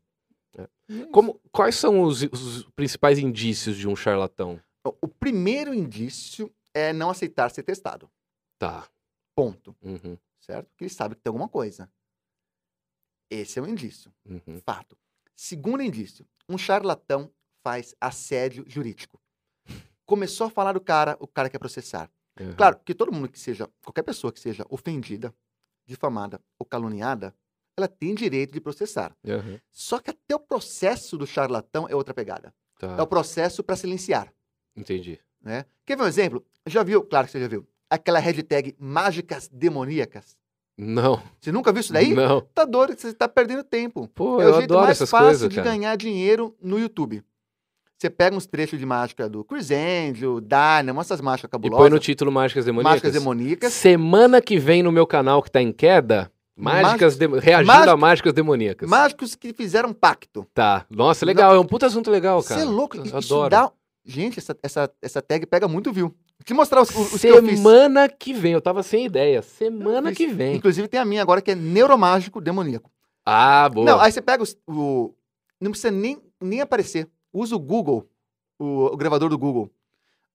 Como, quais são os, os principais indícios de um charlatão? Então, O primeiro indício é não aceitar ser testado. Tá. Ponto. Uhum, Certo? Porque ele sabe que tem alguma coisa. Esse é um indício. uhum. Fato. Segundo indício, um charlatão faz assédio jurídico. Começou a falar do cara, o cara quer processar. Uhum. Claro que todo mundo que seja, qualquer pessoa que seja ofendida, difamada ou caluniada, ela tem direito de processar. Uhum. Só que até o processo do charlatão é outra pegada. Tá, É o processo para silenciar, entendi. né? Quer ver um exemplo? Já viu? Claro que você já viu. Aquela hashtag mágicas demoníacas. Não. Você nunca viu isso daí? Não. Tá doido, você tá perdendo tempo. Pô, é eu o jeito adoro mais essas fácil coisas, de cara. ganhar dinheiro no YouTube. Você pega uns trechos de mágica do Chris Angel, Dynamo, essas mágicas E cabulosas. põe no título Mágicas Demoníacas. Mágicas demoníacas. Semana que vem no meu canal que tá em queda, mágicas Demo- reagindo a Mágica- mágicas demoníacas. Mágicos que fizeram pacto. Tá. Nossa, legal, é um puta assunto legal, Você cara. é louco. Eu Isso adoro. dá... Gente, essa, essa, essa tag pega muito view. Vou te mostrar os, os, os que eu fiz. Semana que vem, eu tava sem ideia. Semana Eu fiz. que vem. Inclusive tem a minha agora que é neuromágico demoníaco. Ah, boa. Não, aí você pega os- o... Não precisa nem, nem aparecer. Usa o Google, o, o gravador do Google.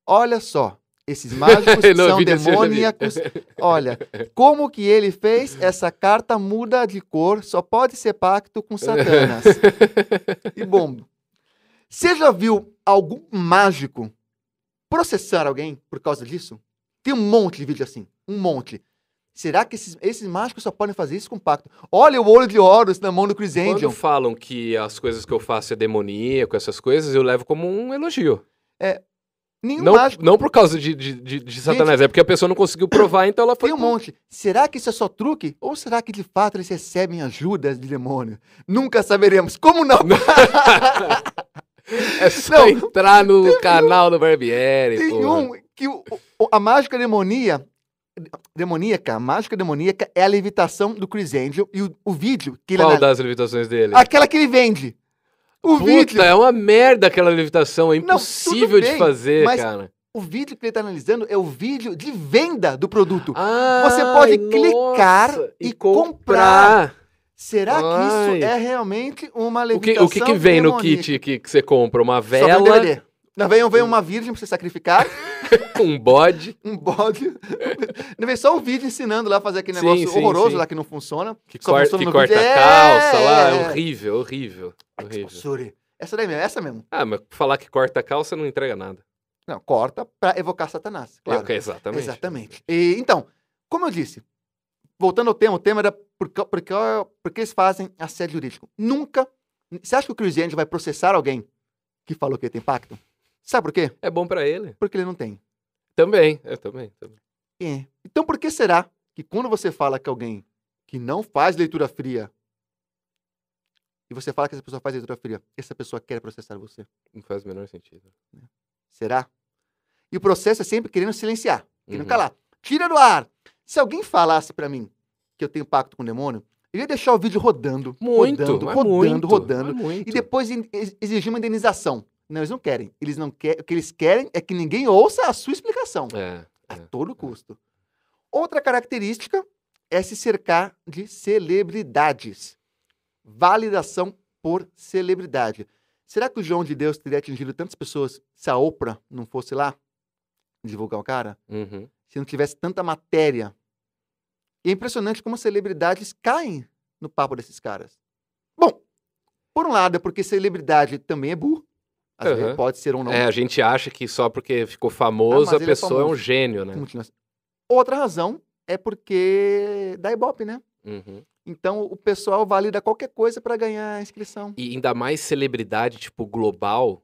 Olha só. Esses mágicos Não, são vídeo assim eu já vi. demoníacos. Olha, como que ele fez? Essa carta muda de cor, só pode ser pacto com Satanas. e bom, você já viu algum mágico processar alguém por causa disso? Tem um monte de vídeo assim, um monte. Será que esses, esses mágicos só podem fazer isso com pacto? Olha o olho de Horus na mão do Chris Quando Angel. falam que as coisas que eu faço é demoníaco, essas coisas, eu levo como um elogio. Nenhum Não, um mágico, não por causa de, de, de- de Satanás, é porque a pessoa não conseguiu provar, então ela foi. tem um monte. Será que isso é só truque? Ou será que de fato eles recebem ajuda de demônio? Nunca saberemos. Como não? É só entrar no canal do Barbieri. um Tem porra. um que o- o- a mágica demonia, demoníaca, a mágica demoníaca é a levitação do Chris Angel e o, o vídeo que ele Qual ana- das levitações dele? Aquela que ele vende. O Puta, vídeo, é uma merda aquela levitação, é Não, impossível tudo bem, de fazer, mas- cara. o vídeo que ele está analisando é o vídeo de venda do produto. Ah, Você pode clicar e Será que Ai. isso é realmente uma O que, o levitação que que vem no demoníaca? kit que, que você compra? Uma Só vem um vela, DVD. Não vem, vem uma virgem pra você sacrificar, um bode. um bode. Não vem só o vídeo ensinando lá a fazer aquele Sim, negócio sim, horroroso sim. lá que não funciona. Que, Só cor- mostrando que no corta vídeo. a calça lá, É. é horrível, horrível, horrível. Expulsore. Essa daí mesmo, essa mesmo. Ah, mas falar que corta a calça não entrega nada. Não, corta pra evocar Satanás. Claro. É, ok, exatamente. Exatamente. E, então, como eu disse, voltando ao tema, o tema era por, ca- por, ca- por que eles fazem assédio jurídico. Nunca. Você acha que o Chris Angel vai processar alguém que falou que tem pacto? Sabe por quê? É bom pra ele. Porque ele não tem. Também, é, também. também. É. Então, por que será que quando você fala que alguém que não faz leitura fria e você fala que essa pessoa faz leitura fria, essa pessoa quer processar você? Não faz o menor sentido. Será? E o processo é sempre querendo silenciar. Querendo Uhum. calar. Tira do ar! Se alguém falasse pra mim que eu tenho pacto com o demônio, eu ia deixar o vídeo rodando, Muito, rodando, mas rodando, muito, rodando. mas muito. E depois in- ex- exigir uma indenização. Não, eles não querem. Eles não querem. O que eles querem é que ninguém ouça a sua explicação. É, A é. todo custo. Outra característica é se cercar de celebridades. Validação por celebridade. Será que o João de Deus teria atingido tantas pessoas se a Oprah não fosse lá divulgar o cara? Uhum. Se não tivesse tanta matéria? E é impressionante como as celebridades caem no papo desses caras. Bom, por um lado é porque celebridade também é burro. Às Aham. vezes pode ser ou não. É, a gente acha que só porque ficou famoso Ah, a mas ele é pessoa é, um famoso. Hum. gênio, né? Multinacional. Outra razão é porque dá ibope, né? Uhum. Então o pessoal valida qualquer coisa para ganhar a inscrição. E ainda mais celebridade, tipo, global.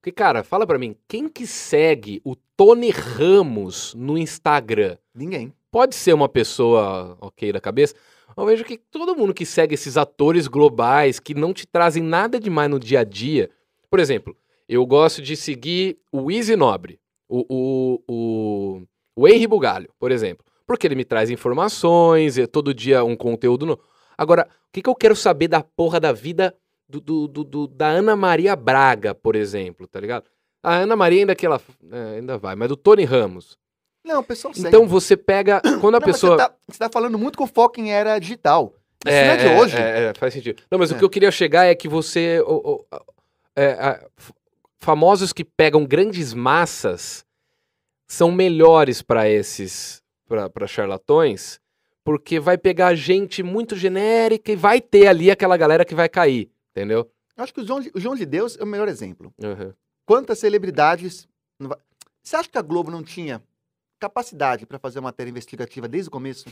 Porque, cara, fala pra mim, quem que segue o Tony Ramos no Instagram? Ninguém. Pode ser uma pessoa ok da cabeça? Eu vejo que todo mundo que segue esses atores globais que não te trazem nada demais no dia a dia. Por exemplo, eu gosto de seguir o Easy Nobre, o, o, o, o Henry Bugalho, por exemplo. Porque ele me traz informações, é todo dia um conteúdo novo. Agora, o que, que eu quero saber da porra da vida do, do- do- do- da Ana Maria Braga, por exemplo, tá ligado? A Ana Maria ainda que ela é, ainda vai, mas do Tony Ramos. Não, o pessoal segue. Então você pega. Quando a Não, mas pessoa. Você tá, você tá falando muito com foco em era digital. Isso não é de hoje. é, é, faz sentido. Não, mas o É. que eu queria chegar é que você. o- o- é, a- f- famosos que pegam grandes massas são melhores para esses. para charlatões, porque vai pegar gente muito genérica e vai ter ali aquela galera que vai cair, entendeu? Eu acho que o João, de- o João de Deus é o melhor exemplo. Uhum. Quantas celebridades. não vai- Você acha que a Globo não tinha capacidade para fazer uma matéria investigativa desde o começo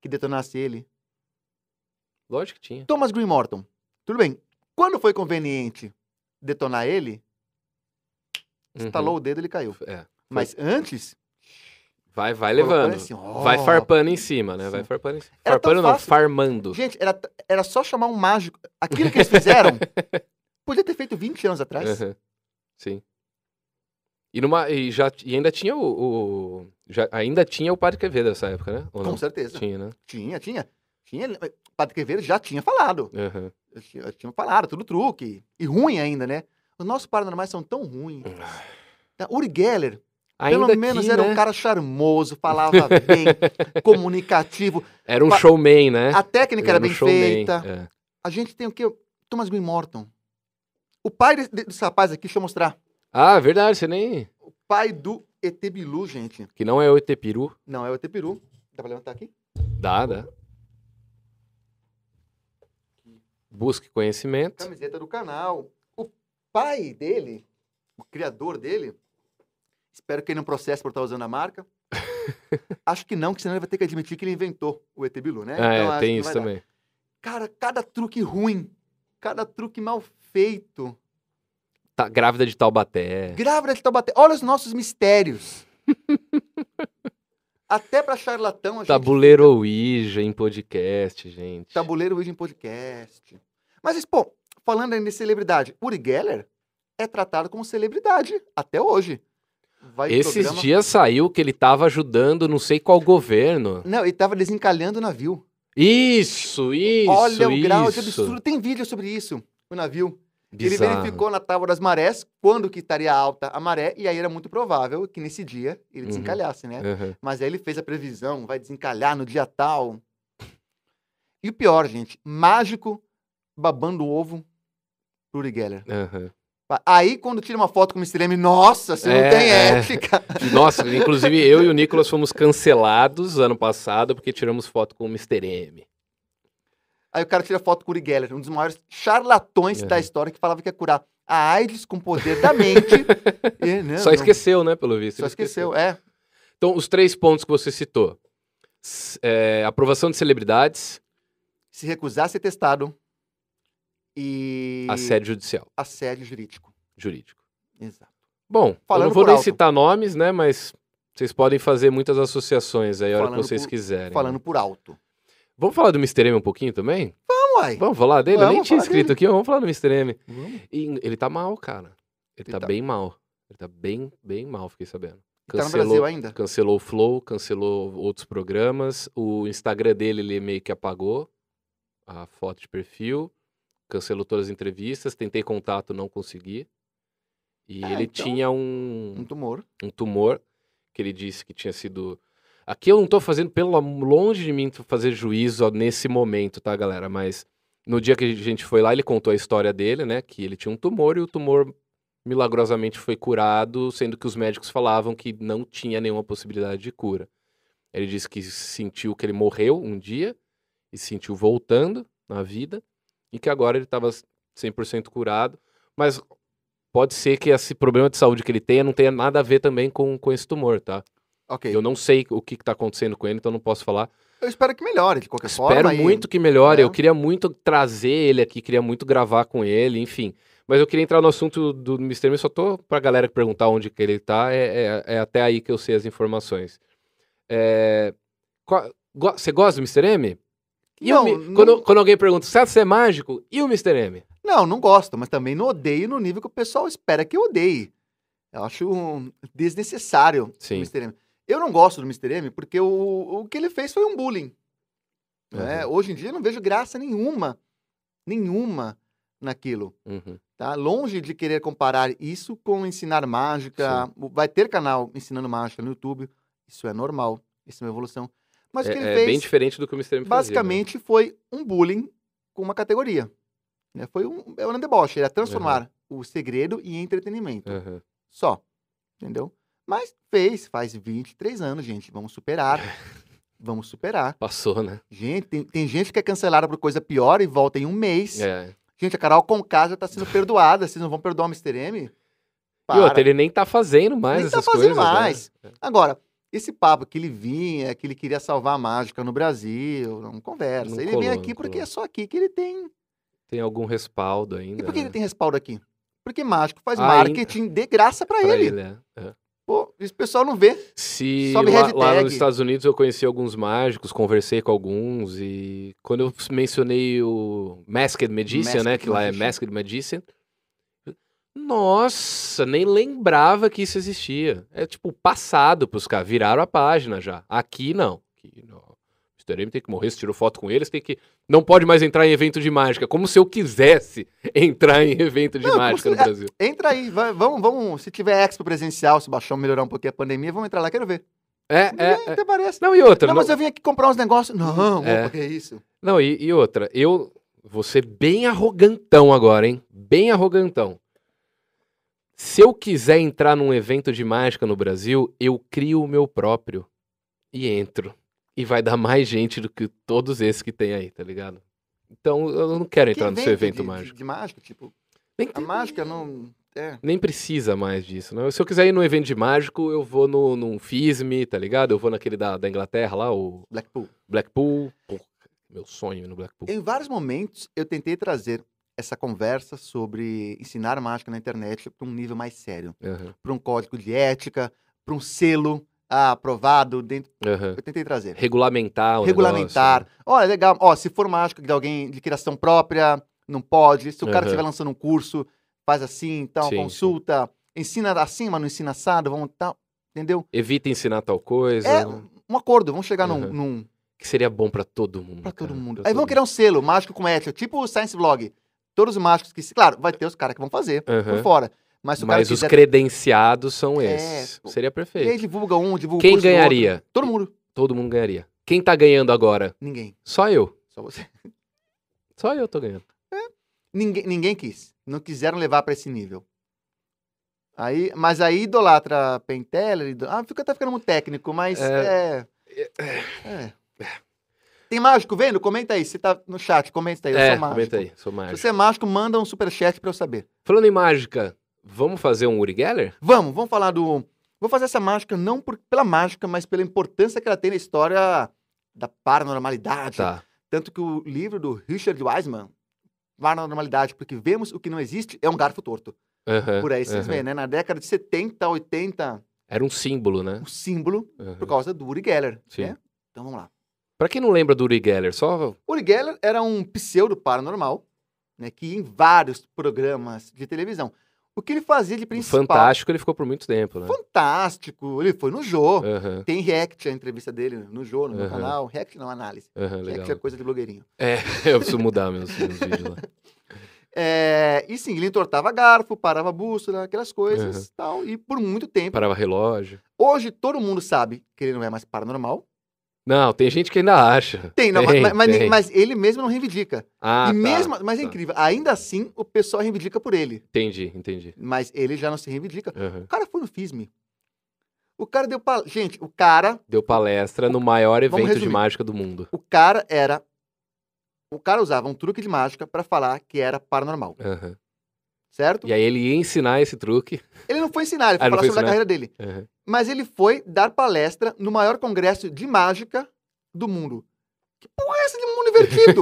que detonasse ele? Lógico que tinha. Thomas Green Morton. Tudo bem. Quando foi conveniente detonar ele, Uhum. estalou o dedo e ele caiu. É. Mas antes. Vai, vai colocou levando. ele assim, ó. Vai farpando em cima, né? Sim. Vai farpando em cima. Era tão Farpando não, fácil. farmando. Gente, era, t- era só chamar um mágico. Aquilo que eles fizeram podia ter feito 20 anos atrás. Aham, Sim. E, numa, e, já, e ainda tinha o. o- já, ainda tinha o Padre Quevedo nessa época, né? Ou Com não? certeza. Tinha, né? Tinha, tinha. Tinha. mas O Padre Quevedo já tinha falado. Aham. Eu tinha- eu tinha falado, tudo truque. E ruim ainda, né? Os nossos paranormais são tão ruins. Tá, Uri Geller, Ah. Ainda pelo menos, que, era um né? cara charmoso, falava bem, comunicativo. Era um pa- showman, né? A técnica era um bem showman, feita. é. A gente tem o quê? Thomas Green Morton. O pai desse, desse rapaz aqui, deixa eu mostrar. Ah, verdade, você nem. O pai do ET Bilu, gente. Que não é o Etepiru. Não, é o ET Bilu. Dá pra levantar aqui? Dá, dá. Busque conhecimento. Camiseta do canal. O pai dele, o criador dele, espero que ele não processe por estar usando a marca. acho que não, que senão ele vai ter que admitir que ele inventou o ET Bilu, né? Ah, Então, é, acho que tem não isso vai dar. também. Cara, cada truque ruim, cada truque mal feito. Tá grávida de Taubaté. Grávida de Taubaté. Olha os nossos mistérios. Até pra charlatão, Tá a gente Tabuleiro Ouija em podcast, gente. Tabuleiro Ouija em podcast. Mas, pô, falando ainda de celebridade, Uri Geller é tratado como celebridade até hoje. Vai Tá em Esses programa- dias saiu que ele tava ajudando não sei qual governo. Não, ele tava desencalhando o navio. Isso, isso, Olha o grau de isso. absurdo. Tem vídeo sobre isso. O navio. Bizarro. Ele verificou na tábua das marés quando que estaria alta a maré, e aí era muito provável que nesse dia ele Uhum. desencalhasse, né? Aham. Mas aí ele fez a previsão, vai desencalhar no dia tal. E o pior, gente, mágico babando ovo pro Uri Geller. aham. Pa- Aí, quando tira uma foto com o Mr. M, nossa, você É, não tem é. ética. Nossa, inclusive eu e o Nicolas fomos cancelados ano passado porque tiramos foto com o Mr. M. Aí o cara tira foto com o Uri Geller, um dos maiores charlatões É. da história, que falava que ia curar a AIDS com o poder da mente. E, né, Só não- esqueceu, né, pelo visto. Só ele esqueceu, é. Então, os três pontos que você citou. S- é, aprovação de celebridades, Se recusar a ser testado. E. assédio judicial, assédio jurídico. jurídico. Exato. Bom, eu Falando não vou por nem alto. citar nomes, né, mas vocês podem fazer muitas associações aí a hora que Falando vocês por- quiserem. né. Falando por alto. Vamos falar do Mr. M um pouquinho também? Não, uai. Vamos falar dele? Eu nem Vamos tinha falar escrito dele. aqui, vamos falar do Mr. M. Vamos. E ele tá mal, cara. Ele, Ele tá, tá- bem mal. Ele tá bem, bem mal, fiquei sabendo. Tá no Brasil Cancelou, ainda? cancelou o Flow, cancelou outros programas. O Instagram dele, ele meio que apagou a foto de perfil. Cancelou todas as entrevistas. Tentei contato, não consegui. E Ah, ele então- tinha um Um tumor. um tumor que ele disse que tinha sido. Aqui eu não tô fazendo, pelo am- longe de mim, tô fazer juízo ó, nesse momento, tá, galera? Mas No dia que a gente foi lá, ele contou a história dele, né? Que ele tinha um tumor e o tumor milagrosamente foi curado, sendo que os médicos falavam que não tinha nenhuma possibilidade de cura. Ele disse que sentiu que ele morreu um dia e se sentiu voltando na vida e que agora ele estava 100% curado, mas pode ser que esse problema de saúde que ele tenha não tenha nada a ver também com, com esse tumor, tá? Ok. Eu Eu, não sei o que está acontecendo com ele, então não posso falar. espero que melhore, de qualquer Espero forma. e- muito que melhore. né? Eu queria muito trazer ele aqui, queria muito gravar com ele, enfim. Mas eu queria entrar no assunto do Mr. Me, só tô pra galera que perguntar onde que ele tá, é, é- é até aí que eu sei as informações. É, qual- go- Você gosta do Mr. M? E o Não, Mi- não- Quando, quando alguém pergunta, "Sabe, você é mágico? E o Mr. M? Não, não gosto, mas também não odeio no nível que o pessoal espera que eu odeie. Eu acho hum, desnecessário Sim. o Mr. M. Eu não gosto do Mr. M porque o, o que ele fez foi um bullying. né? Hoje em dia eu não vejo graça nenhuma, nenhuma naquilo. Uhum. Tá? Longe de querer comparar isso com ensinar mágica. Vai ter canal ensinando mágica no YouTube. Isso é normal, isso é uma evolução. Mas o que ele É, é fez bem diferente do que o Mr. M fazia, né? basicamente foi um bullying com uma categoria. né? Foi um, é um deboche, era transformar o segredo em entretenimento. Uhum. Só. Entendeu? Mas fez, faz 23 anos, gente. Vamos superar. Vamos superar. Passou, né? Gente, tem, tem gente que é cancelada por coisa pior e volta em um mês. É. Gente, a Carol Conká já tá sendo perdoada. Vocês não vão perdoar o Mr. M? E outra, Para. ele nem tá fazendo mais Nem tá essas fazendo coisas, né? mais. Agora, esse papo que ele vinha, que ele queria salvar a mágica no Brasil, não conversa. Não ele colou, vem não aqui porque colou. é só aqui que ele tem. Tem algum respaldo E ainda, por que né? ele tem respaldo aqui? Porque mágico faz Ah, marketing de graça pra Pra ele. ele, é. É. Pô, isso o pessoal não vê. Se Sobe lá, hashtag. lá nos Estados Unidos eu conheci alguns mágicos, conversei com alguns e quando eu mencionei o Masked Magician, né, Masked que lá é Magician. Masked Magician, nossa, nem lembrava que isso existia. É tipo passado pros caras, viraram a página já. Aqui não. Aqui não. Mr. M tem que morrer, se tirou foto com eles, tem que não pode mais entrar em evento de mágica, como se eu quisesse entrar em evento de Não, como mágica se- no é, Brasil. Entra aí, vai- vamos, vamos. Se tiver expo presencial, se baixar, melhorar um pouquinho a pandemia, vamos entrar lá, quero ver. É, é, Ninguém é. até parece. Não, e outra, Não, mas eu vim aqui comprar uns negócios. Não, É. opa, que é isso? Não, e, e outra, eu vou ser bem arrogantão agora, hein? Bem arrogantão. Se eu quiser entrar num evento de mágica no Brasil, eu crio o meu próprio e entro. E vai dar mais gente do que todos esses que tem aí, tá ligado? Então eu não quero entrar Que nesse evento de, de- mágico. De, mágico, tipo, Nem, a mágica não. É. nem precisa mais disso, né? Se eu quiser ir num evento de mágico, eu vou no, num FISM, tá ligado? Eu vou naquele da, da Inglaterra lá, o Blackpool. Blackpool. Porra, meu sonho ir no Blackpool. Em vários momentos, eu tentei trazer essa conversa sobre ensinar mágica na internet para um nível mais sério, Aham, para um código de ética, para um selo ah, aprovado. Dentro... aham. Eu tentei trazer. regulamentar o Regulamentar. é Olha, legal. Ó, se for mágica de alguém de criação própria, não pode. Se o cara Aham. estiver lançando um curso, faz assim, então, Sim, sim. consulta. Ensina assim, mas não ensina assado, vamos tal. Entendeu? evita ensinar tal coisa É um acordo, vamos chegar num- Aham. num que seria bom pra todo mundo assim. Pra todo cara, mundo. pra Aí vão todo criar um selo mágico com ética, tipo o Science Blog. Todos os mágicos que. Claro, vai ter os caras que vão fazer mundo. Aham. por fora. Mas um se o cara mas os quiser. credenciados são É, esses pô. seria E aí perfeito divulga um, divulga o quem curso do outro. ganharia Todo mundo. todo mundo ganharia quem tá ganhando agora Ninguém. só eu Só você. só eu tô ganhando Ninguém, ninguém quis. Não quiseram levar pra esse nível. Aí, mas aí idolatra Penteller. ido- Ah, fica, tá ficando muito técnico, mas é. é. Tem mágico vendo? Comenta aí. Você tá no chat, comenta aí. Eu é sou mágico. comenta aí sou Se mágico você é mágico, manda um superchat pra eu saber. falando em mágica vamos fazer um Uri Geller Vamos, vamos falar do. Vou fazer essa mágica não por- pela mágica, mas pela importância que ela tem na história da paranormalidade. tá Tanto que o livro do Richard Wiseman, Paranormalidade, porque vemos o que não existe, é um garfo torto. Aham, Por aí vocês aham. veem, né? Na década de 70, 80, era um símbolo né o Um símbolo Aham. por causa do Uri Geller. É. Sim. né? Então vamos lá. Pra quem não lembra do Uri Geller só Uri Geller era um pseudo paranormal, né? Que ia em vários programas de televisão. O que ele fazia de principal? fantástico ele ficou por muito tempo né Fantástico. Ele foi no jogo. Aham, Tem react a entrevista dele no jogo, no meu Aham. canal. React não, análise. aham, React é legal. coisa de blogueirinho. É, eu preciso mudar meus, meus vídeos lá. É, e sim, ele entortava garfo, parava bússola, aquelas coisas e tal. E por muito tempo. Parava relógio. Hoje todo mundo sabe que ele não é mais paranormal. Não, tem gente que ainda acha. Tem, não, Tem, mas, mas- tem. mas ele mesmo não reivindica. Ah, tá, e mesmo, mas é tá. incrível, ainda assim o pessoal reivindica por ele. Entendi, entendi. Mas ele já não se reivindica. Aham. O cara foi no FISME. O cara deu palestra. Gente, o cara, Deu palestra no maior Vamos evento de resumir. mágica do mundo. o cara era. O cara usava um truque de mágica pra falar que era paranormal, Aham. certo? E aí ele ia ensinar esse truque. Ele não foi ensinar, ele Ah, foi não falar foi sobre a ensinar. carreira dele. Aham. Mas ele foi dar palestra no maior congresso de mágica do mundo. Que porra é essa de mundo invertido?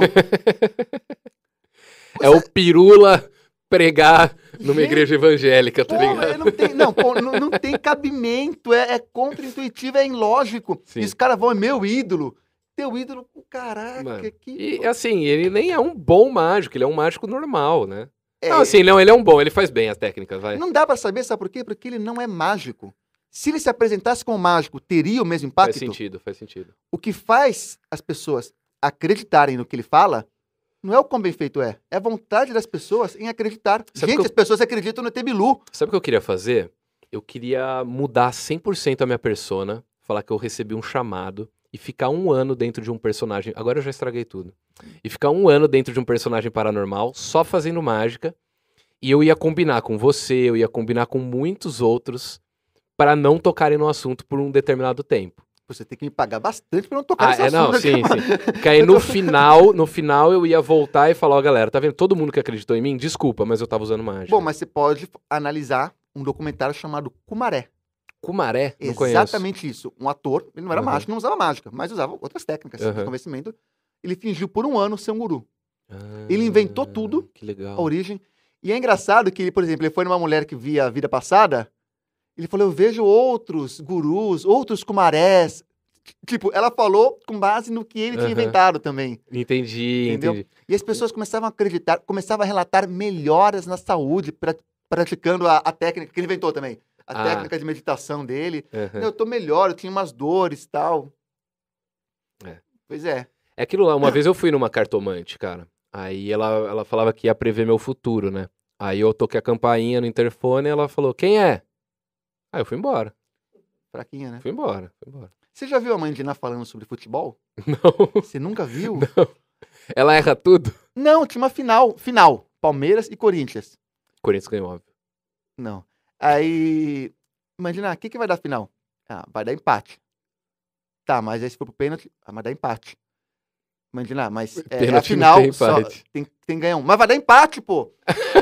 É o pirula pregar numa Gente, igreja evangélica, tá Porra, ligado? não tem, não, pô, não, não tem cabimento, é, é contra-intuitivo, é ilógico. Sim. E os caras vão, é meu ídolo. Teu ídolo, caraca, Mano, que. E assim, ele nem é um bom mágico, ele é um mágico normal, né? É, Não, assim, não, ele é um bom, ele faz bem as técnicas, vai. não dá pra saber, sabe por quê? Porque ele não é mágico. Se ele se apresentasse como mágico, teria o mesmo Faz impacto? sentido, faz sentido. O que faz as pessoas acreditarem no que ele fala não é o quão bem feito é, é a vontade das pessoas em acreditar. Sabe Gente, que eu- as pessoas acreditam no Tebilu. Sabe o que eu queria fazer? Eu queria mudar 100% a minha persona, falar que eu recebi um chamado e ficar um ano dentro de um personagem. Agora eu já estraguei tudo. E ficar um ano dentro de um personagem paranormal, só fazendo mágica. E eu ia combinar com você, eu ia combinar com muitos outros pra não tocarem no assunto por um determinado tempo. Você tem que me pagar bastante pra eu não tocar Ah, nesse é, não, assunto sim, aqui, mano. sim. Porque aí no final, no final eu ia voltar e falar, ó, galera, tá vendo? Todo mundo que acreditou em mim, desculpa, mas eu tava usando mágica. Bom, mas você pode analisar um documentário chamado Cumaré. Cumaré, não conheço. Exatamente isso. Um ator, ele não era Uhum. mágico, não usava mágica, mas usava outras técnicas Uhum. de convencimento. Ele fingiu por um ano ser um guru. Ah, Ele inventou tudo. Que A legal. origem. E é engraçado que ele, por exemplo, ele foi numa mulher que via a vida passada. Ele falou: Eu vejo outros gurus, outros cumarés. T- Tipo, ela falou com base no que ele tinha Uhum. inventado também. Entendi, Entendeu? entendi. E as pessoas começavam a acreditar, começavam a relatar melhoras na saúde, pra- praticando a, a técnica que ele inventou também. A Ah. É. técnica de meditação dele. Aham. Não, eu tô melhor, eu tinha umas dores e tal. É. Pois é. É aquilo lá, uma vez eu fui numa cartomante, cara. Aí ela, ela falava que ia prever meu futuro, né? Aí eu toquei a campainha no interfone e ela falou, quem é? Aí eu fui embora, Fraquinha, né? fui embora, fui embora. Você já viu a Mandina falando sobre futebol? Não, Você nunca viu? ela erra tudo. Não, tinha uma final. Final. Palmeiras e Corinthians. Corinthians ganhou, óbvio. Não. Aí. Mandina, o que, que vai dar final? Ah, vai dar empate. Tá, mas aí se for pro pênalti, ah, mas dá empate. Mandina, mas é, é a Pênalti não final. tem só- empate. tem, tem que ganhar um. Mas vai dar empate, pô!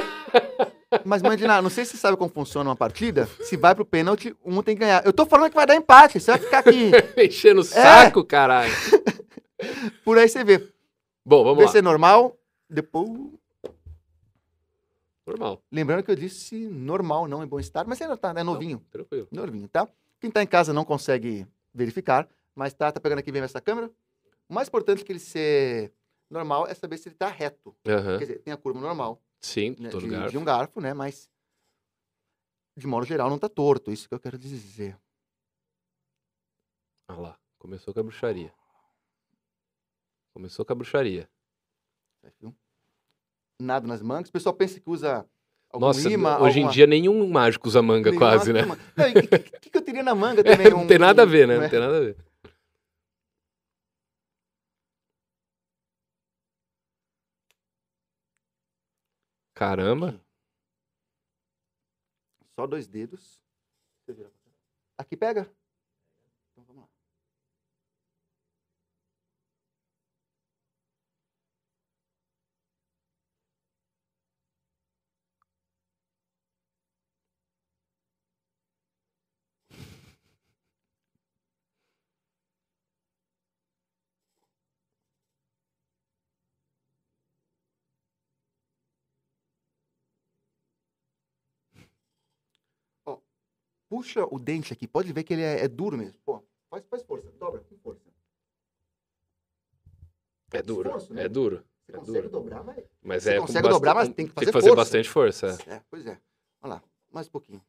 Mas, Mandina, não sei se você sabe como funciona uma partida. Se vai pro pênalti, um tem que ganhar. Eu tô falando que vai dar empate. Você vai ficar aqui. Enchendo É. o saco, caralho. Por aí você vê. Bom, vamos Vê lá. se é normal. Depois. Normal, Lembrando que eu disse normal, não é bom estar, mas ainda tá, né? Novinho. tranquilo. Novinho, tá? Quem tá em casa não consegue verificar, mas tá, tá pegando aqui bem essa câmera. O mais importante que ele ser normal é saber se ele tá reto. Aham. Quer dizer, tem a curva normal. Sim, né, É. todo de, lugar. de um garfo, né? Mas, de modo geral, não tá torto. Isso que eu quero dizer. Ah lá, começou com a bruxaria. Começou com a bruxaria. né, viu? Nada nas mangas. O pessoal pensa que usa algum Nossa, imã, hoje em alguma- dia nenhum mágico usa manga nenhuma quase, né? imã. Não, e o que, que eu teria na manga É, também? não Um- tem nada a um- ver, né? Não né? tem nada a ver. Caramba. Só dois dedos. Deixa eu virar pra cá. Aqui pega? Então vamos lá. Puxa o dente aqui, pode ver que ele é, é duro mesmo. Pô, faz, faz força, dobra com força. É duro, Esforço, né? é duro. Você É consegue duro. dobrar, mas. Mas Você é com consegue dobrar, mas com- tem que tem que fazer fazer força. bastante força. É, pois é. Olha lá, mais um pouquinho.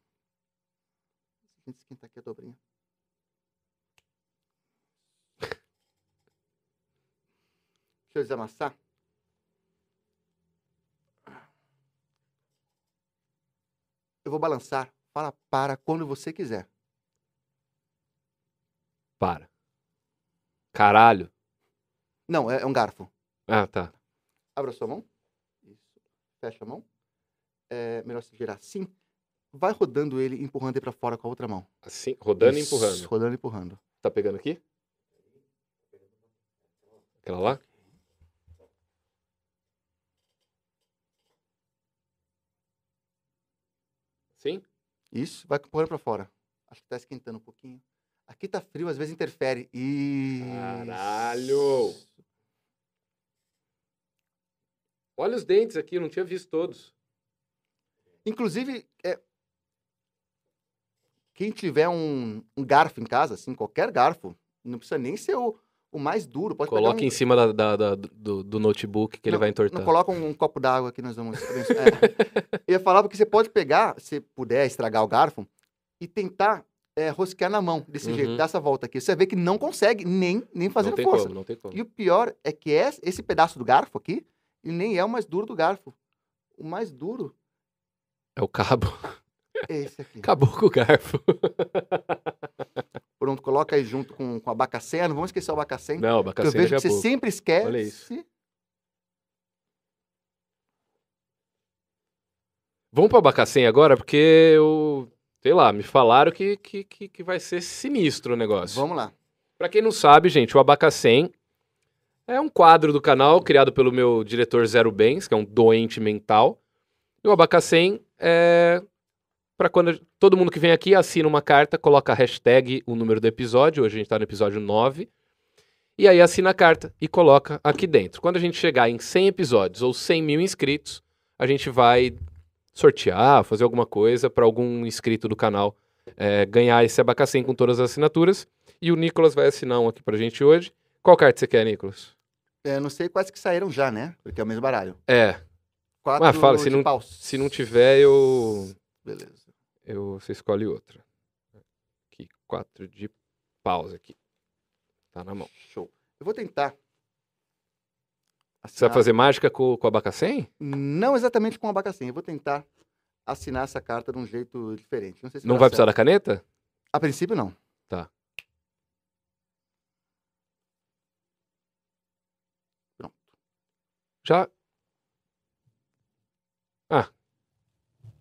Deixa eu esquentar aqui a dobrinha. Deixa eu desamassar. Eu vou balançar. Fala para quando você quiser. Para. Caralho. Não, é, é um garfo. Ah, tá. Abra sua mão. Isso. Fecha a mão. É melhor se girar assim. Vai rodando ele, e empurrando ele pra fora com a outra mão. Assim, rodando e Isso, empurrando. Rodando e empurrando. Tá pegando aqui? Aquela lá? Sim? Isso, vai empurrando pra fora. Acho que tá esquentando um pouquinho. Aqui tá frio, às vezes interfere. Isso. Caralho! Olha os dentes aqui, eu não tinha visto todos. Inclusive, é... quem tiver um, um garfo em casa, assim, qualquer garfo, não precisa nem ser o, o mais duro. Pode pegar Coloca um... em cima da- da- da- do, do notebook que ele Não, vai entortar. Não coloca um copo d'água aqui, nós vamos. É. Eu ia falar porque você pode pegar, se puder estragar o garfo, e tentar é, rosquear na mão desse Uhum. jeito, dar essa volta aqui. Você vê que não consegue nem, nem não fazendo tem força. como, não tem como. E o pior é que es- esse pedaço do garfo aqui, ele nem é o mais duro do garfo. O mais duro É o cabo. é esse aqui. Acabou com o garfo. Pronto, coloca aí junto com, com a abacaxeira. Não vamos esquecer o abacaxeira. Não, que eu abacaxi é daqui vejo que a você pouco. sempre esquece. Olha isso. Vamos pra Bacacém agora, porque eu. Sei lá, me falaram que, que, que, que vai ser sinistro o negócio. Vamos lá. Pra quem não sabe, gente, o Abacacém é um quadro do canal criado pelo meu diretor Zero Bens, que é um doente mental. E o Abacacém é para quando todo mundo que vem aqui assina uma carta, coloca a hashtag, o número do episódio, hoje a gente tá no episódio 9, e aí assina a carta e coloca aqui dentro. Quando a gente chegar em 100 episódios ou 100 mil inscritos, a gente vai sortear, fazer alguma coisa para algum inscrito do canal é, ganhar esse Abacacém com todas as assinaturas. E o Nicolas vai assinar um aqui pra gente hoje. Qual carta você quer, Nicolas? É, não sei quais que saíram já, né? Porque é o mesmo baralho. É, Quatro Ah, fala, se de não- paus. se não tiver, eu- Beleza. eu, você escolhe outra. Aqui, quatro de paus aqui. Tá na mão. Show. Eu vou tentar. Você assinar- vai fazer mágica com, com abacacém? Não exatamente com abacacinha. Eu vou tentar assinar essa carta de um jeito diferente. Não sei se Não dá vai precisar certo. da caneta? A princípio, não. Tá. Pronto. Já.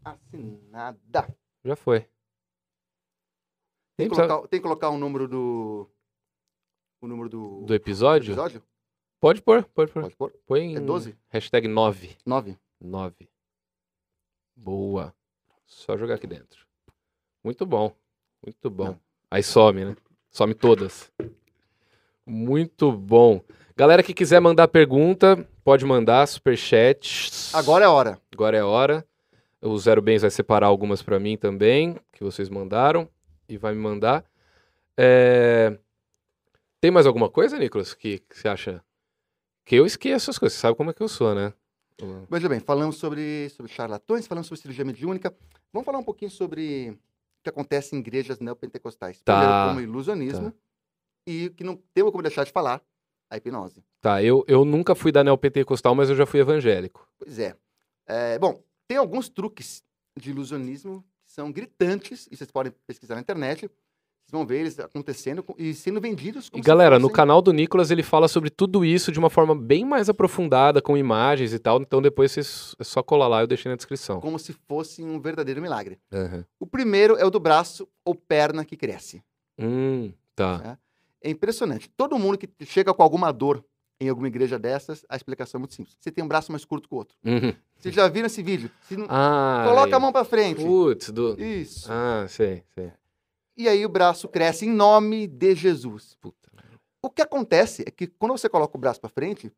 Assinada. Já foi. Tem Nem que, precisa- colocar, tem que colocar o número do. O número do. Do episódio? Hum. episódio? Pode pôr, pode pôr. Pode pôr? Põe em É 12? hashtag 9. 9. 9. Boa. Só jogar aqui dentro. Muito bom. Muito bom. Não. Aí some, né? Some todas. Muito bom. Galera que quiser mandar pergunta, pode mandar superchat. Agora é a hora. Agora é a hora. O Zero Bens vai separar algumas pra mim também, que vocês mandaram, e vai me mandar. É, Tem mais alguma coisa, Nicolas, que, que você acha? Que eu esqueço as coisas. Você sabe como é que eu sou, né? O- Veja bem, falamos sobre, sobre charlatões, falamos sobre cirurgia mediúnica. Vamos falar um pouquinho sobre o que acontece em igrejas neopentecostais. Tá. Primeiro, como ilusionismo. E o que não temos como deixar de falar, a hipnose. Tá, eu, eu nunca fui da neopentecostal, mas eu já fui evangélico. Pois é. É, Bom, tem alguns truques de ilusionismo que são gritantes, e vocês podem pesquisar na internet. Vocês vão ver eles acontecendo com- e sendo vendidos E como se galera, no fossem- canal do Nicolas ele fala sobre tudo isso de uma forma bem mais aprofundada, com imagens e tal. Então depois vocês é só colar lá, eu deixei na descrição. como se fosse um verdadeiro milagre. Aham. O primeiro é o do braço ou perna que cresce. Hum, tá. É impressionante. Todo mundo que chega com alguma dor em alguma igreja dessas, a explicação é muito simples. Você tem um braço mais curto que o outro. Uhum. Vocês já viram esse vídeo? Se não- Ah. Coloca a mão pra frente. Putz, do. Isso. Ah, sei, sei. E aí o braço cresce em nome de Jesus. Puta. merda. O que acontece é que quando você coloca o braço pra frente,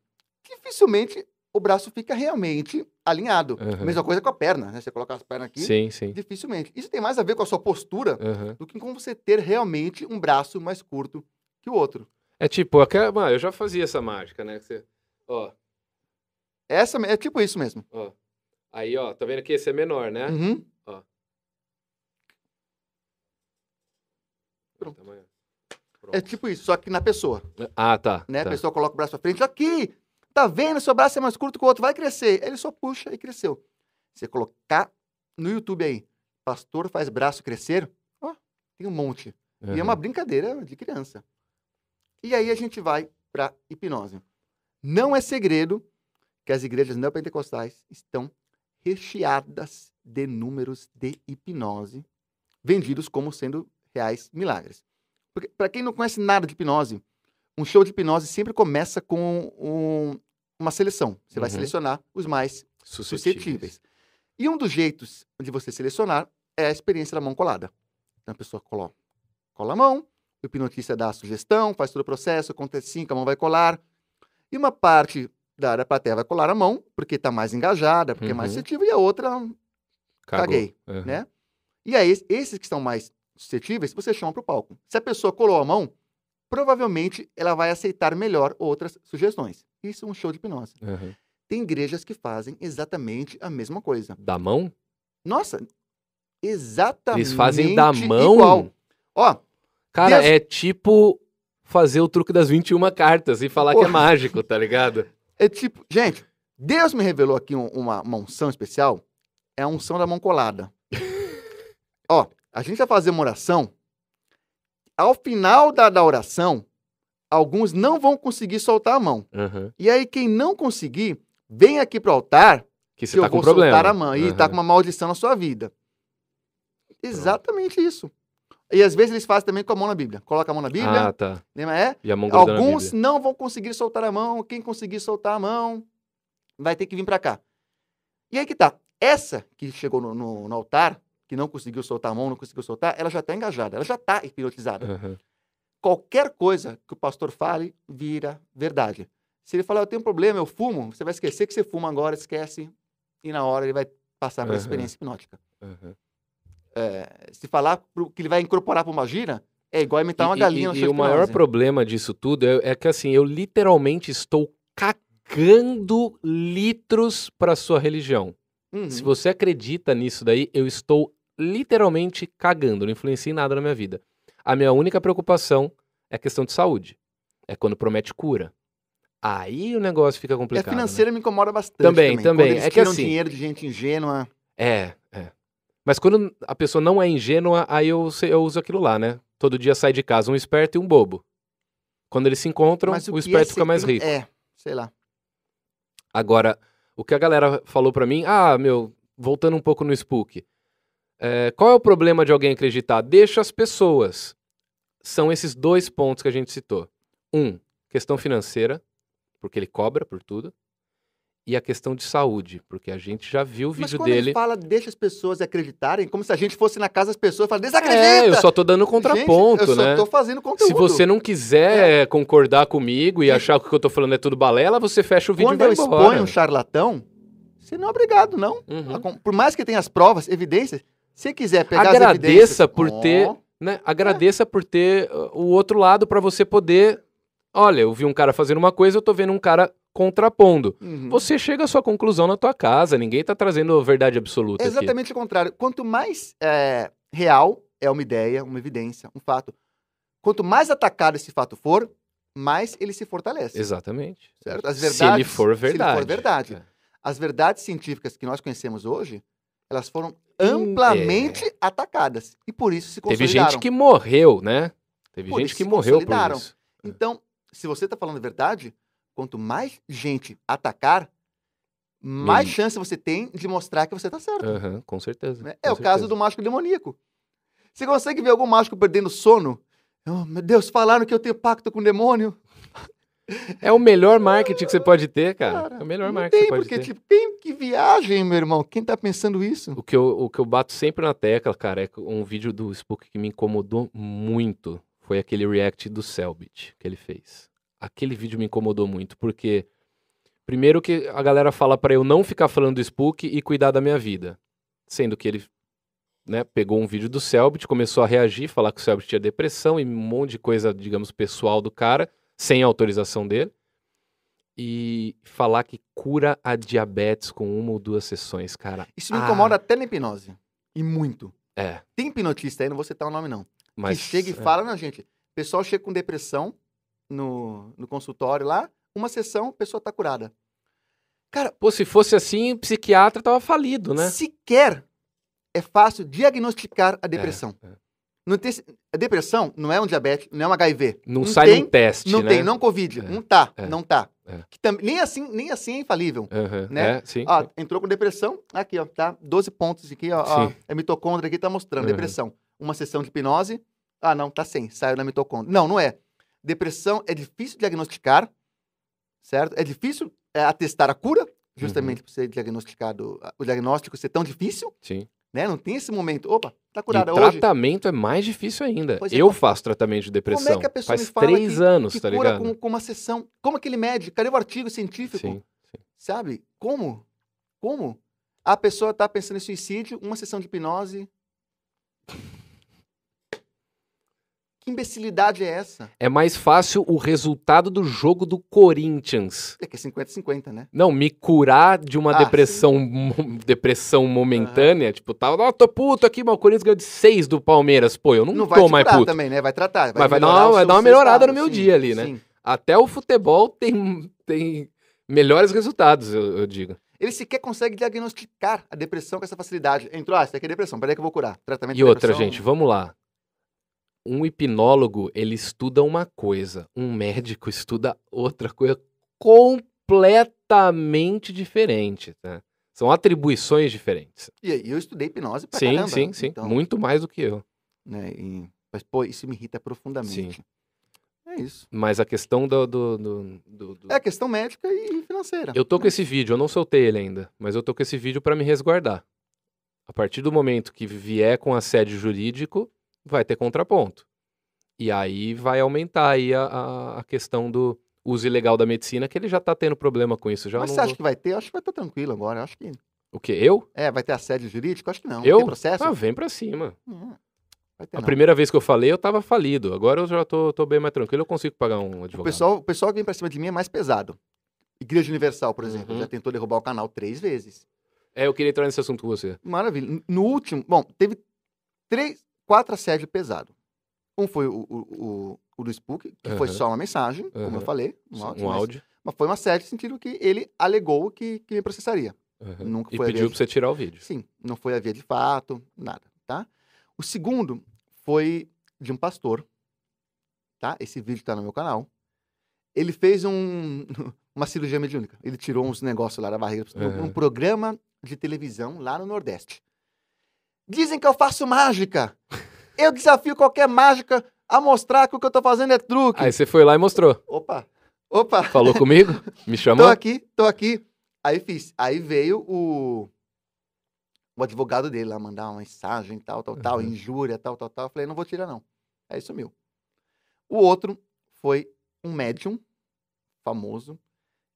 dificilmente o braço fica realmente alinhado. Aham. Mesma coisa com a perna, né? Você coloca as pernas aqui, Sim, sim. dificilmente. Isso tem mais a ver com a sua postura Aham. do que com você ter realmente um braço mais curto que o outro. É tipo, aquela... mano, eu já fazia essa mágica, né? que você- Ó, Essa é tipo isso mesmo. ó. Aí, ó, tá vendo que esse é menor, né? Uhum. pronto. Tamanho. É tipo isso, só que na pessoa, Tá, Ah, tá. né? tá. A pessoa coloca o braço pra frente, aqui, tá vendo? Seu braço é mais curto que o outro, vai crescer. Ele só puxa e cresceu. Você colocar no YouTube aí, pastor faz braço crescer, ó, tem um monte. E é Aham. uma brincadeira de criança. E aí a gente vai para hipnose. Não é segredo que as igrejas neopentecostais estão recheadas de números de hipnose vendidos como sendo reais milagres. Porque para quem não conhece nada de hipnose, um show de hipnose sempre começa com um- uma seleção. Você vai Uhum. selecionar os mais suscetíveis. Suscetíveis. E um dos jeitos de você selecionar é a experiência da mão colada. Então a pessoa cola, cola a mão, o hipnotista dá a sugestão, faz todo o processo, conta cinco, a mão vai colar. E uma parte da, da plateia vai colar a mão, porque está mais engajada, porque é mais Uhum. suscetível, e a outra, hum, Cagou. caguei, Uhum. né? E aí, es- esses que estão mais suscetíveis, você chama para o palco. Se a pessoa colou a mão, provavelmente ela vai aceitar melhor outras sugestões. Isso é um show de hipnose. Uhum. Tem igrejas que fazem exatamente a mesma coisa. Da mão? Nossa, exatamente. Eles fazem da mão? Tá Igual. Ó, Cara, Deus- é tipo fazer o truque das 21 cartas e falar que é Porra. mágico, tá ligado? é tipo. Gente, Deus me revelou aqui um- uma, uma unção especial. É a unção da mão colada. Ó, a gente vai fazer uma oração. Ao final da, da oração, alguns não vão conseguir soltar a mão. Uhum. E aí, quem não conseguir, vem aqui pro altar Que você que tá eu com vou problema. soltar a mão. E Uhum. tá com uma maldição na sua vida. Exatamente isso. E às vezes eles fazem também com a mão na Bíblia. Coloca a mão na Bíblia, Ah, tá. lembra? É? E a mão grudando na Alguns Bíblia. não vão conseguir soltar a mão. Quem conseguir soltar a mão vai ter que vir para cá. E aí que tá. Essa que chegou no, no- no altar, que não conseguiu soltar a mão, não conseguiu soltar, ela já tá engajada, ela já tá hipnotizada. Uhum. Qualquer coisa que o pastor fale vira verdade. Se ele falar, eu tenho um problema, eu fumo, você vai esquecer que você fuma agora, esquece, e na hora ele vai passar pela Aham. experiência hipnótica. Eh, Uhum. Se falar pro- que ele vai incorporar para uma gira, é igual imitar uma E- galinha e, no e show de o maior hipnose. problema disso tudo é, é que assim, eu literalmente estou cagando litros pra sua religião. Uhum. Se você acredita nisso daí, eu estou literalmente cagando, não influencia em nada na minha vida. A minha única preocupação é questão de saúde. É quando promete cura. Aí o negócio fica É complicado. né? financeira me incomoda bastante. Também, Também, também. Quando eles É que tiram assim- dinheiro de gente ingênua. É, é. Mas quando a pessoa não é ingênua, aí eu, se- eu uso aquilo lá, né? Todo dia sai de casa um esperto e um bobo. Quando eles se encontram, mas um o, que esperto é fica mais ser- rico. É, sei lá. Agora, o que a galera falou pra mim, ah, meu, voltando um pouco no Spook, é, qual é o problema de alguém acreditar? Deixa as pessoas. São esses dois pontos que a gente citou. Um, questão financeira, porque ele cobra por tudo. E a questão de saúde, porque a gente já viu o Mas vídeo quando dele. ele fala, deixa as pessoas acreditarem, como se a gente fosse na casa das pessoas e fala, desacredita! É, eu só tô dando gente, contraponto, eu né? só tô É. fazendo conteúdo. Se você não quiser concordar comigo e achar que o que eu tô falando é tudo balela, você fecha o vídeo Quando e eu vai embora. exponho um charlatão, você não é obrigado, não. Uhum. Por mais que tenha as provas, evidências, se quiser pegar as evidências... Agradeça por Ó, ter- né? Agradeça por ter uh, o outro lado pra você poder. Olha, eu vi um cara fazendo uma coisa, eu tô vendo um cara contrapondo. uhum. Você chega à sua conclusão na tua casa, ninguém tá trazendo a verdade absoluta É exatamente o contrário. Quanto mais é, real é uma ideia, uma evidência, um fato, quanto mais atacado esse fato for, mais ele se fortalece. aqui. Exatamente. Certo? As se ele verdades- for se ele for verdade. verdade. É. As verdades científicas que nós conhecemos hoje, elas foram Hum, amplamente atacadas. E por isso se é. Teve consolidaram. gente que morreu, né? Teve Pô, gente eles que se morreu por consolidaram. isso. Então, se você está falando a verdade, quanto mais gente atacar, mais Mesmo. chance você tem de mostrar que você está certo. Aham, com certeza. né? com É o caso certeza. do mágico demoníaco. Você consegue ver algum mágico perdendo sono? Oh, meu Deus, falaram que eu tenho pacto com o demônio. É o melhor marketing que você pode ter, cara. Cara, é o melhor não marketing tem, que você pode porque, ter. tipo, tem que viagem, meu irmão. Quem tá pensando isso? O que, eu, o que eu bato sempre na tecla, cara, é que um vídeo do Spook que me incomodou muito. Foi aquele react do Selbit que ele fez. Aquele vídeo me incomodou muito, porque. Primeiro que a galera fala pra eu não ficar falando do Spook e cuidar da minha vida. Sendo que ele né, pegou um vídeo do Selbit, começou a reagir, falar que o Selbit tinha depressão e um monte de coisa, digamos, pessoal do cara, sem autorização dele. E falar que cura a diabetes com uma ou duas sessões, cara. Isso me Ah. incomoda até na hipnose. E muito. É. Tem hipnotista aí, não vou citar o nome, não. Mas, que chega e é. fala, não, gente. O pessoal chega com depressão no, no consultório lá, uma sessão, a pessoa tá curada. Cara, Pô, se fosse assim, o psiquiatra tava falido, né? sequer é fácil diagnosticar a depressão. é. Não tem, a depressão não é um diabetes, não é um HIV. Não, sai tem, num teste, Não né? tem, não Covid. É. Não tá, É. não tá. É. Que tam- nem, assim, nem assim é infalível. Aham, né? É, sim. Ó, entrou com depressão, aqui, ó, tá? 12 pontos aqui, ó. ó Sim. a mitocôndria aqui tá mostrando, Uhum. depressão. Uma sessão de hipnose, ah, não, tá sem, saiu da mitocôndria. Não, não é. Depressão é difícil diagnosticar, certo? É difícil é, atestar a cura, justamente Uhum. por ser diagnosticado, o diagnóstico ser tão difícil, sim. né? Não tem esse momento, opa, tá E curada hoje. tratamento é mais difícil ainda. Pois é, Eu como- é faço tratamento de depressão. que a pessoa Faz me fala três anos, que tá cura ligado? Com, um com uma sessão. Como aquele médico? Cadê o artigo científico? Sim. Sabe? Como? Como? A pessoa tá pensando em suicídio, uma sessão de hipnose. Que imbecilidade é essa? É mais fácil o resultado do jogo do Corinthians. É que é 50-50, né? Não, me curar de uma Ah, depressão mo- depressão momentânea. Tipo, tava, ó, tô puto aqui, mas o Corinthians ganhou de seis do Palmeiras. Pô, eu não, Não vai tô te mais curar puto. também, né? Vai tratar. Mas vai dar melhorar uma- o vai seu dar uma melhorada no estado, meu dia ali, né? sim. Até o futebol tem, tem melhores resultados, eu, eu digo. Ele sequer consegue diagnosticar a depressão com essa facilidade. Entrou, ah, isso aqui é depressão, peraí que eu vou curar. Tratamento E de outra, depressão- gente, vamos lá. Um hipnólogo, ele estuda uma coisa. Um médico estuda outra coisa completamente diferente, tá? São atribuições diferentes. E aí, eu estudei hipnose pra sim, caramba. sim, sim. então, Muito mais do que eu. né? E- Mas, pô, isso me irrita profundamente. É isso. Mas a questão do. do- do- do- do- É questão médica e financeira. Eu tô com esse vídeo, eu não soltei ele ainda, mas eu tô com esse vídeo pra me resguardar. A partir do momento que vier com assédio jurídico, vai ter contraponto. E aí vai aumentar aí a, a- a questão do uso ilegal da medicina, que ele já tá tendo problema com isso. Já Mas não você acha vou- que vai ter? Eu acho que vai estar tranquilo agora. eu acho que. O quê? Eu? É, vai ter assédio jurídico? Eu Acho que não. Eu? Tem processo? Ah, vem pra cima. Não, Vai ter A É não. primeira vez que eu falei, eu tava falido. Agora eu já tô, tô bem mais tranquilo, eu consigo pagar um advogado. O pessoal, o pessoal que vem pra cima de mim é mais pesado. Igreja Universal, por exemplo, Uhum. já tentou derrubar o canal três vezes. É, eu queria entrar nesse assunto com você. Maravilha. N- No último, bom, teve três, quatro assédios pesados. Um foi o, o, o, o do Spook, que foi Aham. só uma mensagem, como eu Aham. falei. Um Só áudio. Um mas- áudio. Mas foi um assédio no sentido que ele alegou que, que me processaria. Aham. Nunca E foi a pediu vez. pra você tirar o vídeo. Sim, não foi a via de fato, nada, tá? O segundo foi de um pastor, tá? Esse vídeo tá no meu canal. Ele fez um, uma cirurgia mediúnica. Ele tirou uns negócios lá da barriga, num Aham. num programa de televisão lá no Nordeste. Dizem que eu faço mágica. Eu desafio qualquer mágica a mostrar que o que eu tô fazendo é truque. Aí você foi lá e mostrou. Opa, opa. Falou comigo? Me Tô chamou? aqui, tô aqui. Aí fiz. Aí veio o, o advogado dele lá mandar uma mensagem, tal, tal, tal, Uhum. injúria, tal, tal, tal. Eu falei, não vou tirar, não. Aí sumiu. O outro foi um médium famoso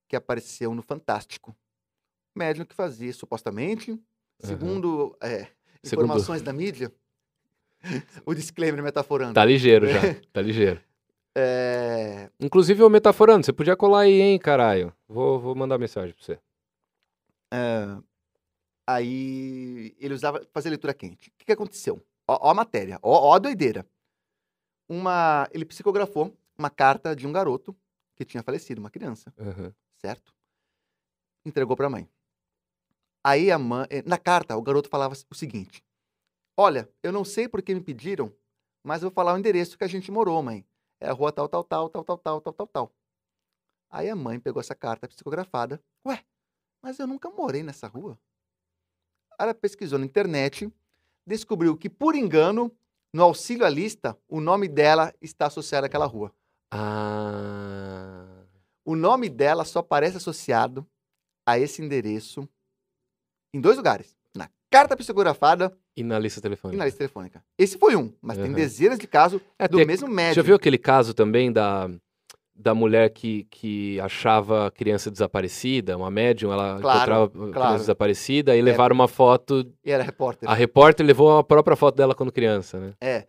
que apareceu no Fantástico. Médium que fazia, supostamente, segundo é, Segundo. informações da mídia, o disclaimer metaforando. Tá ligeiro já. Tá ligeiro. É, Inclusive, eu metaforando, você podia colar aí, hein, caralho. Vou, vou mandar mensagem pra você. Aí ele usava fazer leitura quente. O que, que aconteceu? Ó, ó a matéria, ó, ó a doideira. Uma, ele psicografou uma carta de um garoto que tinha falecido, uma criança, Aham. certo? Entregou para a mãe. Aí a mãe, eh, na carta, o garoto falava o seguinte: Olha, eu não sei por que me pediram, mas eu vou falar o endereço que a gente morou, mãe. É a rua tal, tal, tal, tal, tal, tal, tal, tal, tal. Aí a mãe pegou essa carta psicografada. Ué, mas eu nunca morei nessa rua. Ela pesquisou na internet, descobriu que, por engano, no auxílio à lista, o nome dela está associado àquela rua. Ah. O nome dela só aparece associado a esse endereço em dois lugares. Na carta psicografada E na lista e telefônica. na lista telefônica. Esse foi um, mas tem Aham. dezenas de casos É, do tem- mesmo Já médico. viu aquele caso também da, da mulher que, que achava a criança desaparecida, uma médium, ela Claro, encontrava a criança claro. É. desaparecida e levaram uma foto. E era repórter. A repórter levou a própria foto dela quando criança, né?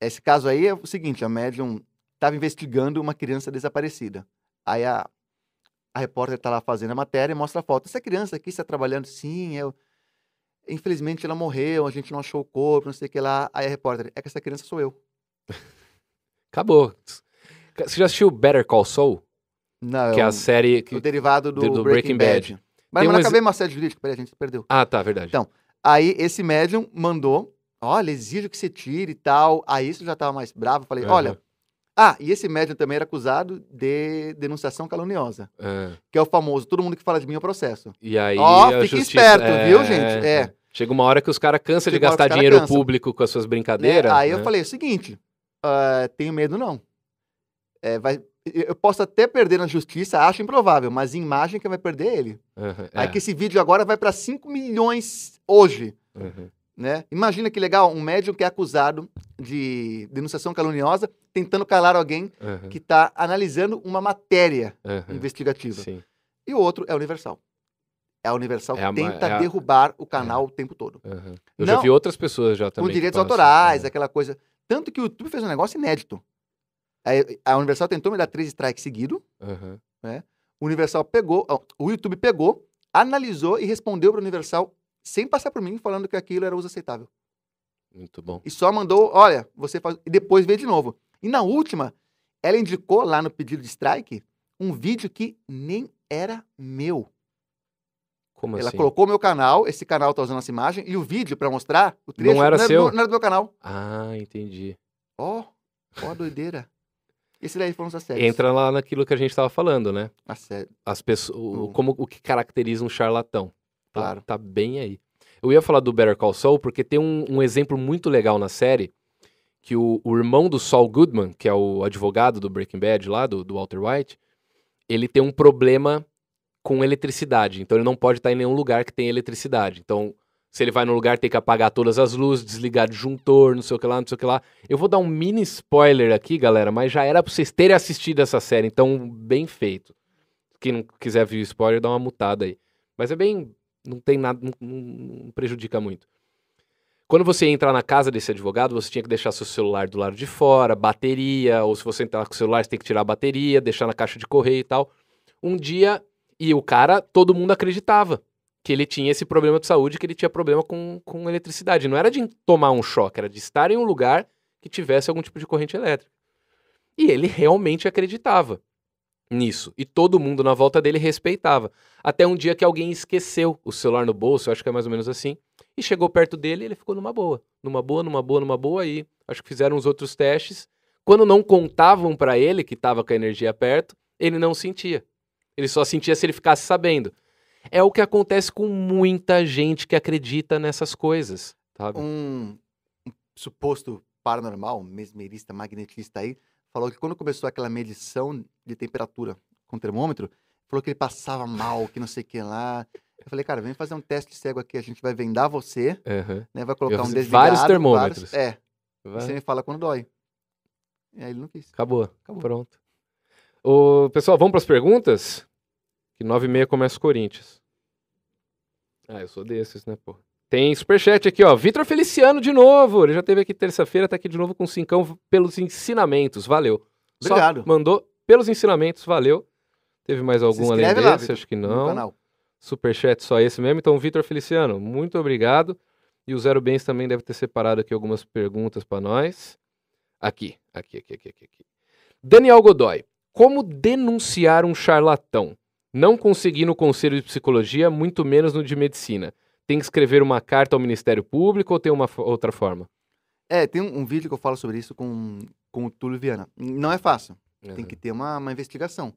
Esse caso aí é o seguinte: a médium estava investigando uma criança desaparecida. Aí a, a repórter está lá fazendo a matéria e mostra a foto. Essa criança aqui está trabalhando? Sim, eu. Infelizmente ela morreu, a gente não achou o corpo, não sei o que lá. Aí a repórter, é que essa criança sou eu. Acabou. Você já assistiu Better Call Saul? Não, que é é a um- série que. o derivado do, de- do Breaking, Breaking Bad. Mas, Tem mas um não ex- acabei uma série jurídica, peraí, a gente se perdeu. Ah, tá, verdade. Então, Aí esse médium mandou olha, exijo que você tire e tal. Aí isso eu já estava mais bravo, falei, Aham. olha. Ah, e esse médium também era acusado de denunciação caluniosa, Ah, que é o famoso, todo mundo que fala de mim é processo. E aí. Ó, a fica justiça- esperto, é, viu, gente? É. Chega uma hora que os caras cansam de Chega uma hora que gastar os cara dinheiro cansa. público com as suas né? brincadeiras. Aí né? eu falei o seguinte: ah, tenho medo, não. É, vai, eu eu posso até perder na justiça, acho improvável, mas em imagem que vai perder é ele. Aham, Aí é, que esse vídeo agora vai para 5 milhões hoje. aham. Né? Imagina que legal, um médium que é acusado de denunciação caluniosa tentando calar alguém Aham, que está analisando uma matéria aham. investigativa. Sim. E o outro é a Universal. É a Universal É a que ma- tenta é a- derrubar o canal o tempo todo. aham. Eu já Não. vi outras pessoas já também. com que direitos passam, autorais, é. aquela coisa. Tanto que o YouTube fez um negócio inédito. Aí, A Universal tentou me dar três strikes seguido. Aham. O Universal pegou, ó, o YouTube pegou, analisou e respondeu para Universal sem passar por mim, falando que aquilo era uso aceitável. Muito bom. E só mandou, olha, você faz. E depois veio de novo. E na última, ela indicou lá no pedido de strike um vídeo que nem era meu. Como ela assim? colocou meu canal, esse canal tá usando essa imagem, e o vídeo para mostrar, o trecho, era seu? do- não era do meu canal. Ah, entendi. Ó, ó a doideira. Esse daí um foram os assédios. Entra lá naquilo que a gente estava falando, né? Assédio. As pessoas, o- Hum. como o que caracteriza um charlatão. Tá, Claro. Tá bem aí. Eu ia falar do Better Call Saul porque tem um, um exemplo muito legal na série que o, o irmão do Saul Goodman, que é o advogado do Breaking Bad lá, do, do Walter White, ele tem um problema com eletricidade. Então ele não pode estar em nenhum lugar que tem eletricidade. Então, se ele vai num lugar, tem que apagar todas as luzes, desligar disjuntor, não sei o que lá, não sei o que lá. Eu vou dar um mini spoiler aqui, galera, mas já era pra vocês terem assistido essa série, então bem feito. Quem não quiser ver o spoiler, dá uma mutada aí. Mas é bem. Não tem nada. Não, não- não prejudica muito. Quando você ia entrar na casa desse advogado, você tinha que deixar seu celular do lado de fora, bateria, ou se você entrar com o celular, você tem que tirar a bateria, deixar na caixa de correio e tal. Um dia, e o cara, todo mundo acreditava que ele tinha esse problema de saúde, que ele tinha problema com, com eletricidade. Não era de tomar um choque, era de estar em um lugar que tivesse algum tipo de corrente elétrica. E ele realmente acreditava nisso. E todo mundo na volta dele respeitava. Até um dia que alguém esqueceu o celular no bolso, eu acho que é mais ou menos assim, e chegou perto dele e ele ficou numa boa. Numa boa, numa boa, numa boa. E acho que fizeram os outros testes. Quando não contavam pra ele que estava com a energia perto, ele não sentia. Ele só sentia se ele ficasse sabendo. É o que acontece com muita gente que acredita nessas coisas, sabe? Um, um suposto paranormal, um mesmerista, magnetista aí, falou que quando começou aquela medição de temperatura com termômetro, falou que ele passava mal, que não sei o que lá. Eu falei, cara, vem fazer um teste cego aqui, a gente vai vendar você, Aham. né? Vai colocar Eu um fiz desligado. vários vários- termômetros. é, e Vai. você me fala quando dói. E aí ele não quis. Acabou. Acabou. Pronto. Ô, pessoal, vamos para as perguntas? Que 9 e meia começa o Corinthians. Ah, eu sou desses, né, pô? Tem superchat aqui, ó. Vitor Feliciano de novo. Ele já teve aqui terça-feira, tá aqui de novo com cincão pelos ensinamentos. Valeu. Só Obrigado. mandou pelos ensinamentos, valeu. Teve mais algum além inscreve lá, desse? Vitor, Acho que No não. canal. Superchat só esse mesmo. Então, Vitor Feliciano, muito obrigado. E o Zero Bens também deve ter separado aqui algumas perguntas para nós. Aqui, aqui, aqui, aqui, aqui, aqui. Daniel Godoy, como denunciar um charlatão? Não consegui no conselho de psicologia, muito menos no de medicina. Tem que escrever uma carta ao Ministério Público ou tem uma fo- outra forma? É, tem um, um vídeo que eu falo sobre isso com, com o Túlio Viana. Não é fácil. tem Aham. que ter uma, uma investigação.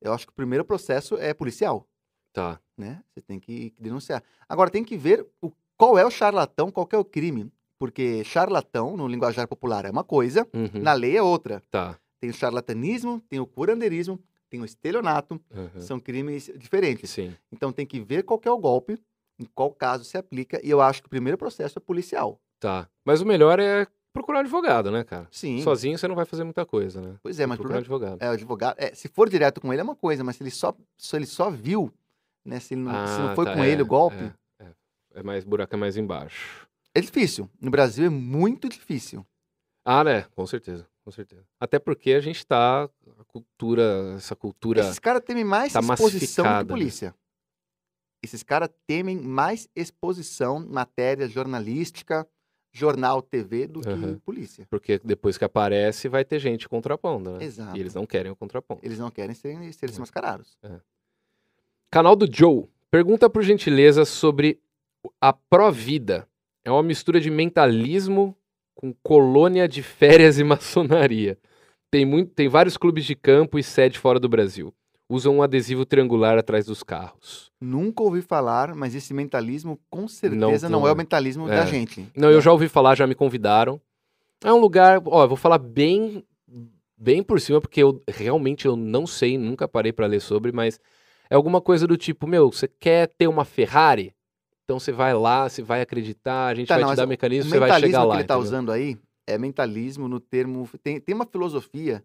Eu acho que o primeiro processo é policial, Tá. né? Você tem que denunciar. Agora, tem que ver o, qual é o charlatão, qual que é o crime. Porque charlatão, no linguajar popular, é uma coisa, Uhum. na lei é outra. Tá. Tem o charlatanismo, tem o curanderismo, tem o estelionato, Aham. são crimes diferentes. É. Sim. Então, tem que ver qual que é o golpe, em qual caso se aplica, e eu acho que o primeiro processo é policial. Tá. Mas o melhor é procurar um advogado, né, cara? Sim, Sozinho você não vai fazer muita coisa, né? pois é, mas o procurar um problema advogado. é o advogado. é, se for direto com ele é uma coisa, mas se ele só, se ele só viu, né? Se, ele não, se não Ah, foi tá, com é, ele o golpe, É, é. É mais buraco é mais embaixo. É difícil. No Brasil é muito difícil. Ah, né? Com certeza, com certeza. Até porque a gente tá. A cultura, essa cultura. Esses caras temem mais tá exposição do que massificada, né? polícia. Esses caras temem mais exposição, matéria jornalística, jornal, TV, do Aham. que polícia. Porque depois que aparece, vai ter gente contrapondo, né? Exato. E eles não É. querem o contraponto. Eles não querem ser, ser desmascarados. Canal do Joe. Pergunta por gentileza sobre a pró-vida. É uma mistura de mentalismo com colônia de férias e maçonaria. Tem, muito, tem vários clubes de campo e sede fora do Brasil. Usam um adesivo triangular atrás dos carros. Nunca ouvi falar, mas esse mentalismo com certeza Não, não, não é é. o mentalismo É. da gente. Não, eu já ouvi falar, já me convidaram. É um lugar, ó, eu vou falar bem bem por cima porque eu realmente eu não sei, nunca parei pra ler sobre, mas é alguma coisa do tipo, meu, você quer ter uma Ferrari? Então você vai lá, você vai acreditar, a gente Tá, vai não, te mas dar o mecanismo, o você vai mentalismo chegar lá. que ele está entendeu? usando aí é mentalismo no termo. Tem, tem uma filosofia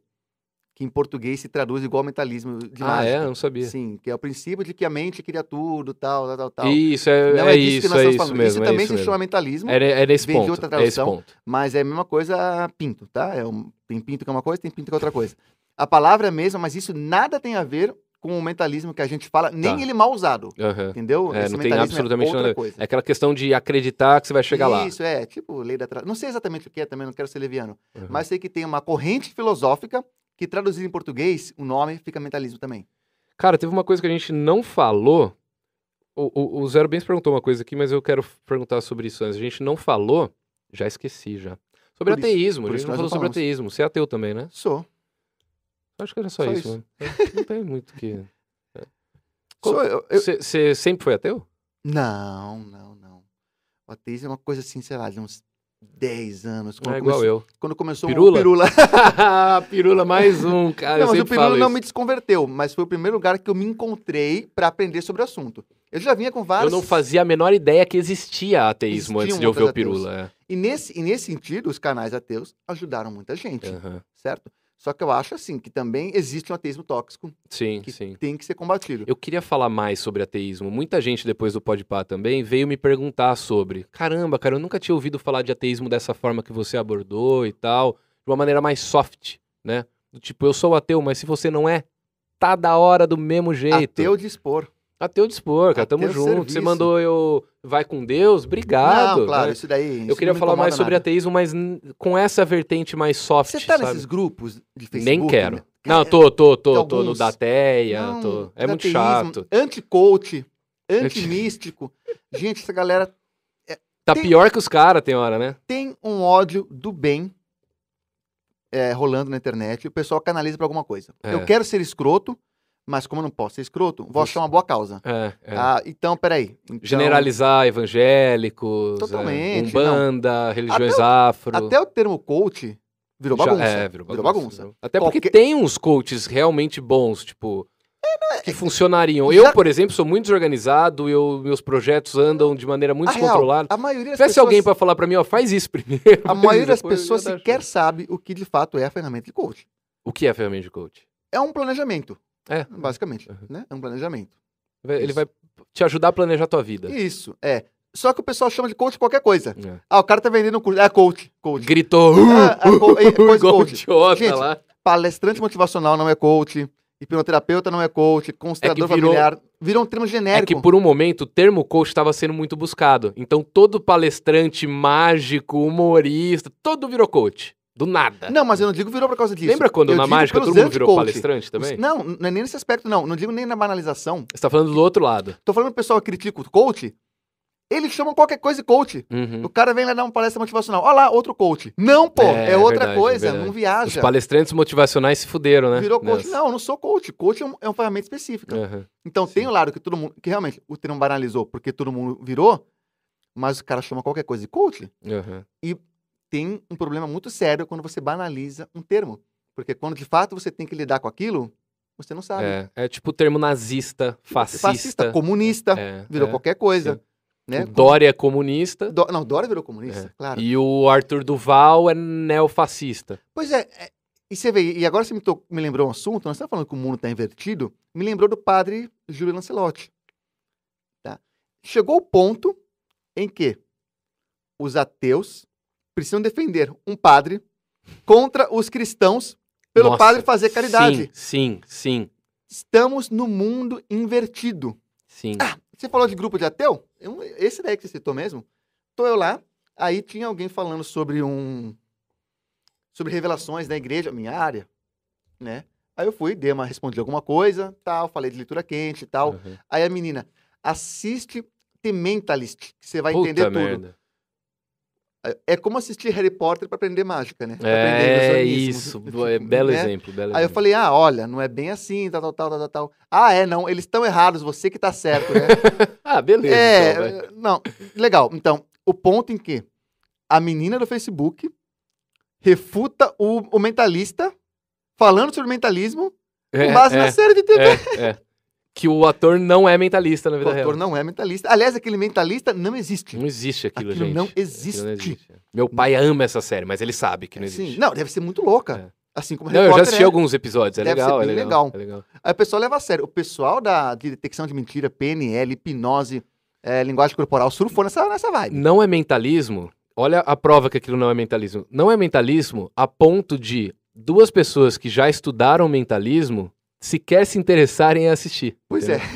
que em português se traduz igual mentalismo de ah, mágica. é? Eu não sabia. Sim, que é o princípio de que a mente cria tudo, tal, tal, tal, tal. Isso, é, não é, disso que isso, nós é estamos isso falando. mesmo. isso é também isso se mesmo. chama mentalismo, Era, era esse Vem de ponto. outra é esse tradução. ponto. mas é a mesma coisa pinto, tá? É um- tem pinto que é uma coisa, tem pinto que é outra coisa. A palavra é a mesma, mas isso nada tem a ver com o mentalismo que a gente fala, nem Tá. ele mal usado. Aham. Entendeu? É, Esse não tem mentalismo absolutamente é outra nada a ver. coisa. É aquela questão de acreditar que você vai chegar lá. Isso, é, tipo lei da atração. Não sei exatamente o que é também, não quero ser leviano. Uhum. Mas sei que tem uma corrente filosófica que, traduzida em português, o nome fica mentalismo também. Cara, teve uma coisa que a gente não falou. O, o- o Zero Bens perguntou uma coisa aqui, mas eu quero f- perguntar sobre isso antes. A gente não falou, já esqueci já. Sobre Por isso- ateísmo, por a isso gente que não nós falou não sobre falamos. ateísmo. Você é ateu também, né? Sou. Acho que era só, Só isso, isso. mano. Não tem muito o que. Qual- Sou eu, eu- Você sempre foi ateu? Não, não, não. O ateísmo é uma coisa assim, sei lá, de uns 10 anos. é igual eu. Quando começou Pirula? o Pirula. pirula, mais um, cara. não, eu mas o sempre falo Pirula não isso. me desconverteu, mas foi o primeiro lugar que eu me encontrei para aprender sobre o assunto. Eu já vinha com Eu vários. não fazia a menor ideia que existia ateísmo Existiam antes de ouvir o outros ateus. pirula. E nesse, e nesse sentido, os canais ateus ajudaram muita É. gente, Aham. certo? Só que eu acho assim que também existe um ateísmo tóxico Sim, que sim. tem que ser combatido. Eu queria falar mais sobre ateísmo. Muita gente depois do Podpah também veio me perguntar sobre. Caramba, cara, eu nunca tinha ouvido falar de ateísmo dessa forma que você abordou e tal, de uma maneira mais soft, né? Do Tipo, eu sou ateu, mas se você não é, tá da hora do mesmo jeito. Ateu dispor. Ateu dispor, cara, tamo Ateu junto. Você serviço. mandou eu vai com Deus, obrigado. não, claro, né? isso daí. Eu queria falar mais sobre ateus. ateísmo, mas n- com essa vertente mais soft, Você tá sabe? nesses grupos de Facebook? Nem quero. né? Não, tô, tô, tô, tem tô no alguns- Dateia, Não, tô. É muito ateísmo, chato. Anti-coach, anti-místico. Gente, essa galera Tá Tem- pior que os caras, tem hora, né? tem um ódio do bem é, rolando na internet. O pessoal canaliza pra alguma coisa. É. Eu quero ser escroto, mas como eu não posso ser escroto, vou Você- achar uma boa causa. É, é. Ah, então, peraí. Então, Generalizar evangélicos, é, Totalmente, umbanda, religiões afro. Até o termo coach virou Já- bagunça. é, virou bagunça. virou- Até porque Qualquer- tem uns coaches realmente bons, tipo, que funcionariam. Já- Eu, por exemplo, sou muito desorganizado, eu, meus projetos andam de maneira muito A Ah, real, descontrolada. A maioria das Se tivesse pessoas... alguém pra falar pra mim, ó, faz isso primeiro. A faz maioria isso das depois, pessoas eu já sequer acho. sabe o que de fato é a ferramenta de coach. O que é a ferramenta de coach? É um planejamento, É. basicamente. Uhum. Né? É um planejamento. vai- Ele Isso. vai te ajudar a planejar tua vida. Isso, é. Só que o pessoal chama de coach qualquer coisa. É. Ah, o cara tá vendendo um curso. É coach, coach. Gritou. "Uh, Ah, ah, co- é, coisa igual um coach. idiota Gente, lá. Palestrante motivacional não é coach. Hipnoterapeuta não é coach. Constelador É que virou- familiar. Virou um termo É genérico. que por um momento o termo coach estava sendo muito buscado. Então todo palestrante, mágico, humorista, todo virou coach. Do nada. Não, mas eu não digo virou por causa disso. Lembra quando Eu na digo mágica pelos todo mundo virou anti-coach. palestrante também? Os- Não, não é nem nesse aspecto, não. Não digo nem na banalização. Você tá falando do outro lado. Tô falando que o pessoal critica o coach. Eles chamam qualquer coisa de coach. Uhum. O cara vem lá dar uma palestra motivacional. Olha lá, outro coach. Não, pô, É, é, é outra verdade, coisa, é verdade. não Os viaja. palestrantes motivacionais se fuderam, né? Virou coach. Nessa. Não, eu não sou coach. Coach é, um- é uma ferramenta específica. Aham. Então Sim. tem o lado que todo mundo. Que realmente o termo banalizou porque todo mundo virou, mas o cara chama qualquer coisa de coach. aham. Tem um problema muito sério quando você banaliza um termo. Porque quando de fato você tem que lidar com aquilo, você não sabe. é É, é tipo o termo nazista, fascista. Fascista, comunista, É, virou é. qualquer coisa. Né? O Dória é comunista Dó- Não, Dória virou comunista, claro. É, e o Arthur Duval é neofascista. Pois é, é, e você vê, e agora você me, to- me lembrou um assunto, nós estamos falando que o mundo está invertido, me lembrou do padre Júlio Lancelotti. Tá? Chegou o ponto em que os ateus precisam defender um padre contra os cristãos pelo Nossa, padre fazer caridade. Sim, sim, Estamos no mundo invertido. sim. sim. Você falou de grupo de ateu? Eu- esse daí que você citou mesmo. Tô eu lá, aí tinha alguém falando sobre um. sobre revelações da igreja, minha área, né? Aí eu fui, dei uma, respondi alguma coisa, tal, falei de leitura quente e tal. Aham. Aí a menina, assiste The Mentalist, que você vai entender Puta tudo. merda. É como assistir Harry Potter para aprender mágica, né? Pra aprender É, ilusionismo, isso. tipo, Bo- é belo né? exemplo, belo Aí eu exemplo. falei, ah, olha, não é bem assim, tal, tal, tal, tal, tal, tal. Ah, é, não, eles estão errados, você que tá certo, né? Ah, beleza. é, então, vai. não, legal. Então, o ponto em que a menina do Facebook refuta o, o mentalista falando sobre mentalismo É, com base é, na série de TV. é, é. Que o ator não é mentalista na o vida autor real. não é mentalista. Aliás, aquele mentalista não existe. Não existe aquilo, Aquilo gente. não Aquilo existe. Meu pai ama essa série, mas ele sabe que não existe. É. Sim, não, deve ser muito louca. Assim como Não, Harry eu já Potter assisti é. alguns episódios, é Deve ser legal, é bem legal, legal. é legal. Aí o pessoal leva a sério. O pessoal da de detecção de mentira, PNL, hipnose, é, linguagem corporal, surfou nessa, nessa vibe. Não é mentalismo. Olha a prova que aquilo não é mentalismo. Não é mentalismo a ponto de duas pessoas que já estudaram mentalismo sequer se interessarem em assistir. Pois é.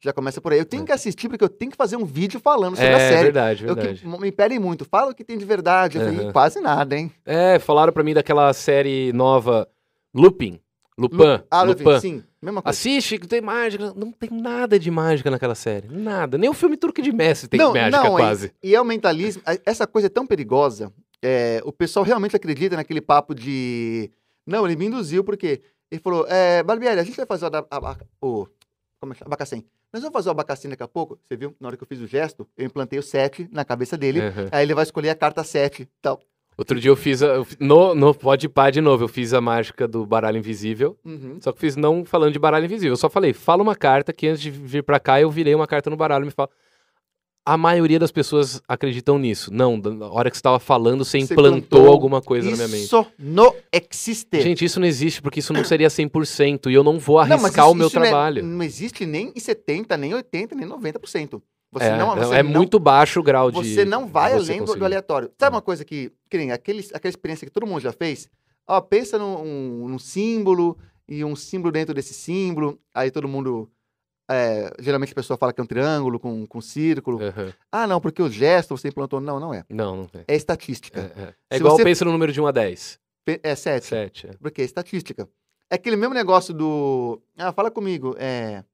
Já começa por aí. Eu tenho que assistir porque eu tenho que fazer um vídeo falando sobre é a série. verdade, Eu que- verdade. me pedem muito, fala o que tem de verdade. Eu falei, Aham. quase nada, hein? É, falaram pra mim daquela série nova Lupin, Lupin, Lu- Ah, eu vi, Lupin. Assim, sim, mesma coisa. Assiste, que tem mágica. Não tem nada de mágica naquela série. Nada. Nem o filme Turco de Mestre tem Não, mágica, não, é- quase. E é o mentalismo, a- essa coisa é tão perigosa. é, o pessoal realmente acredita naquele papo de. Não, ele me induziu, porque ele falou: é, Barbieri, a gente vai fazer o, ada- a- a- o- como é que chama? abacacém. Nós vamos fazer o abacacém daqui a pouco. Você viu? Na hora que eu fiz o gesto, eu implantei o 7 na cabeça dele. Aham. Aí ele vai escolher a carta 7. Tal. Outro dia eu fiz. A, eu fi- no, no Pode Pá de novo, eu fiz a mágica do baralho invisível. Uhum. Só que fiz não falando de baralho invisível. Eu só falei, fala uma carta que antes de vir pra cá eu virei uma carta no baralho. Me fala. A maioria das pessoas acreditam nisso. Não, da- na hora que você tava falando, você Você implantou plantou alguma coisa na minha mente. Isso não existe. Gente, isso não existe, porque isso não seria 100%. E eu não vou Não, arriscar mas o isso- meu isso não é- trabalho. Não, existe nem em 70, nem 80, nem 90%. Você É, não, não, você é não- muito baixo o grau de. Você não vai você além do- do, conseguir. Hum. aleatório. Sabe uma coisa que, que nem aquele, aquela experiência que todo mundo já fez? Ó, pensa num, um- num símbolo e um símbolo dentro desse símbolo. Aí todo mundo. é, geralmente a pessoa fala que é um triângulo com, com um círculo. Aham. Ah, não, porque o gesto você implantou. Não, não é. Não, não tem. É estatística. É, é. É Se igual você- pensa no número de 1 a 10. Pe- É, sete. 7. é. Porque é estatística. É aquele mesmo negócio do. Ah, fala comigo. É.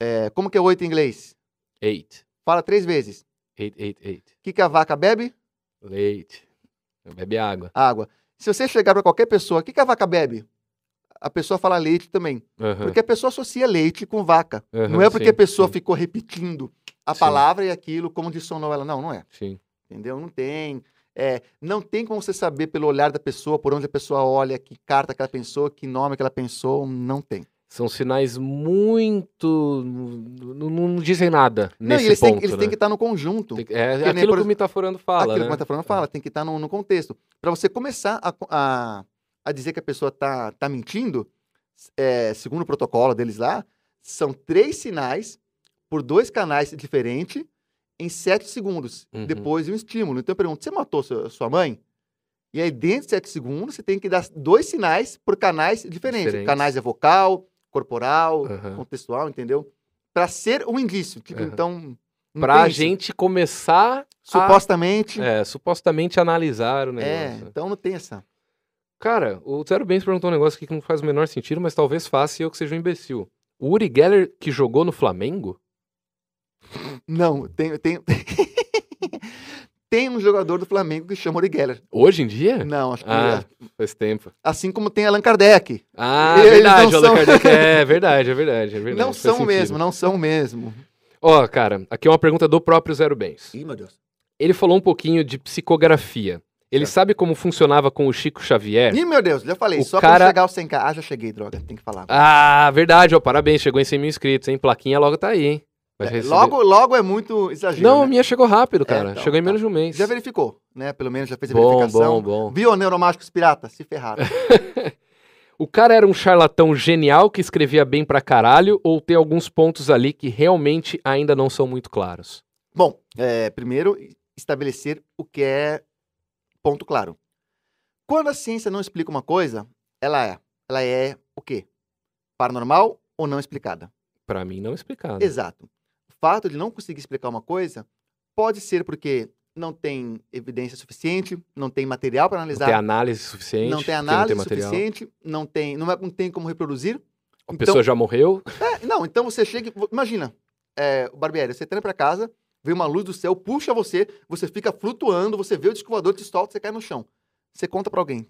é, como que é oito em inglês? 8. Fala três vezes. O 8, 8, 8. que, que a vaca bebe? Leite. Bebe água. Água. Se você chegar para qualquer pessoa, o que, que a vaca bebe? A pessoa fala leite também. Aham, Porque a pessoa associa leite com vaca. É. aham, não é porque sim, a pessoa sim, ficou repetindo a Sim. palavra e aquilo, como dicionou ela. Não, não é. Sim. Entendeu? Não tem. É, não tem como você saber pelo olhar da pessoa, por onde a pessoa olha, que carta que ela pensou, que nome que ela pensou. Não tem. São sinais muito. Não, não- não dizem nada Não, e nesse eles, têm, ponto. que- eles né? têm que estar no conjunto. Tem que- É nem, aquilo por que o exemplo, metaforando fala. Aquilo né? que o Matafrano fala, tem que estar no, no contexto. Para você começar a, co- a, a dizer que a pessoa tá, tá mentindo, s- é, segundo o protocolo deles lá, são três sinais por dois canais diferentes em sete segundos, Uhum. depois de um estímulo. Então eu pergunto, você matou sua, sua mãe? E aí, dentro de sete segundos, você tem que dar dois sinais por canais diferentes. Diferentes. É. Canais é vocal, corporal, Aham. contextual, entendeu? Para ser um indício. Tipo, Aham. então. É. não Pra tem isso. gente começar, Supostamente. é, né? supostamente, a analisar o É, negócio. então não tem essa. Cara, o Zero Bens perguntou um negócio aqui que não faz o menor sentido, mas talvez faça e eu que seja um imbecil. O Uri Geller que jogou no Flamengo? Não, tem. Tem, tem um jogador do Flamengo que chama Uri Geller. Hoje em dia? Não, acho que. é Ah, faz tempo. Assim como tem Allan Kardec. Ah, Eles verdade, não Allan são- Kardec. É verdade, é verdade, é verdade. não faz são sentido. mesmo, não são mesmo. Ó, cara, aqui é uma pergunta do próprio Zero Bens. Ih, meu Deus. Ele falou um pouquinho de psicografia. Ele Certo. sabe como funcionava com o Chico Xavier? Ih, meu Deus, já falei. É. O só cara- pra chegar ao 100k. Ah, já cheguei, droga, tem que falar. Ah, verdade, ó, parabéns, chegou em 100 mil inscritos, hein? Plaquinha logo tá aí, hein? Vai É, receber- logo, logo é muito exagero. Não, a né? minha chegou rápido, É, cara. então, chegou em tá. menos de um mês. Já verificou, né? Pelo menos já fez a bom, bom, verificação. bom. Viu, neuromágicos pirata? Se ferraram. O cara era um charlatão genial que escrevia bem pra caralho ou tem alguns pontos ali que realmente ainda não são muito claros? Bom, é, primeiro, estabelecer o que é ponto claro. Quando a ciência não explica uma coisa, ela é. Ela é o quê? Paranormal ou não explicada? Pra mim, não explicado. Exato. O fato de não conseguir explicar uma coisa pode ser porque não tem evidência suficiente, não tem material para Não tem analisar, análise suficiente. não tem porque análise material. suficiente, não tem, não, é- não tem como reproduzir. A Então- pessoa já morreu. É, não, então você chega. e- Imagina, é, o Barbieri, você entra pra casa, vem uma luz do céu, puxa você, você fica flutuando, você vê o descovador, te solta, você cai no chão. Você conta pra alguém.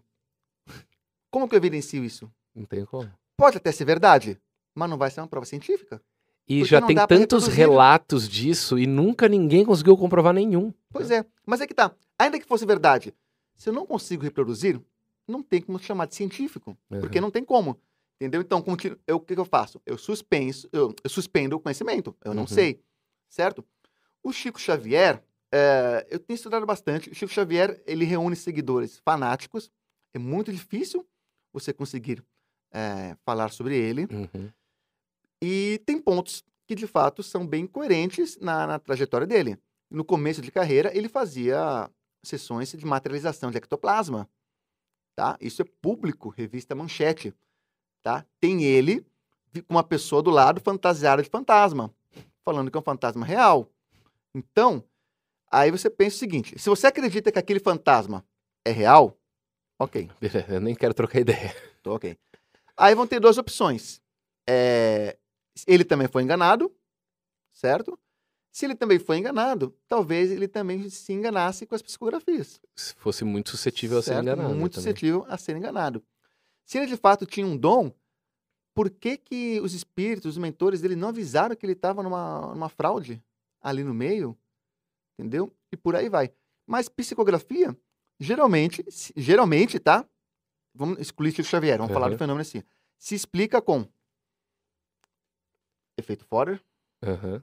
Como que eu evidencio isso? Não tem como. Pode até ser verdade, mas não vai ser uma prova científica. E Porque já não tem dá pra tantos reproduzir. né? relatos disso e nunca ninguém conseguiu comprovar nenhum. Pois é. Mas é que tá. Ainda que fosse verdade, se eu não consigo reproduzir, não tem como chamar de científico. Uhum. Porque não tem como. Entendeu? Então, continu... eu, o que, que eu faço? Eu, suspenso, eu, eu suspendo o conhecimento. Eu não Uhum. sei. Certo? O Chico Xavier, eh, eu tenho estudado bastante. O Chico Xavier, ele reúne seguidores fanáticos. É muito difícil você conseguir eh, falar sobre ele. Uhum. E tem pontos que, de fato, são bem coerentes na, na trajetória dele. No começo de carreira, ele fazia sessões de materialização de ectoplasma. Tá? Isso é público, revista Manchete. Tá? Tem ele vi- com uma pessoa do lado fantasiada de fantasma, falando que é um fantasma real. Então, aí você pensa o seguinte: se você acredita que aquele fantasma é real, ok. Beleza, Uhum. Eu nem quero trocar ideia. Tô ok. Aí vão ter duas opções. É, Ele também foi enganado, certo? Se ele também foi enganado, talvez ele também se enganasse com as psicografias. Se fosse muito suscetível a certo? ser enganado. Muito também. suscetível a ser enganado. Se ele de fato tinha um dom, por que, que os espíritos, os mentores dele não avisaram que ele estava numa, numa fraude ali no meio? Entendeu? E por aí vai. Mas psicografia, geralmente, se- geralmente, tá? Vamos excluir Chico Xavier, vamos falar do Aham. fenômeno assim. Se explica com efeito Forer, Aham.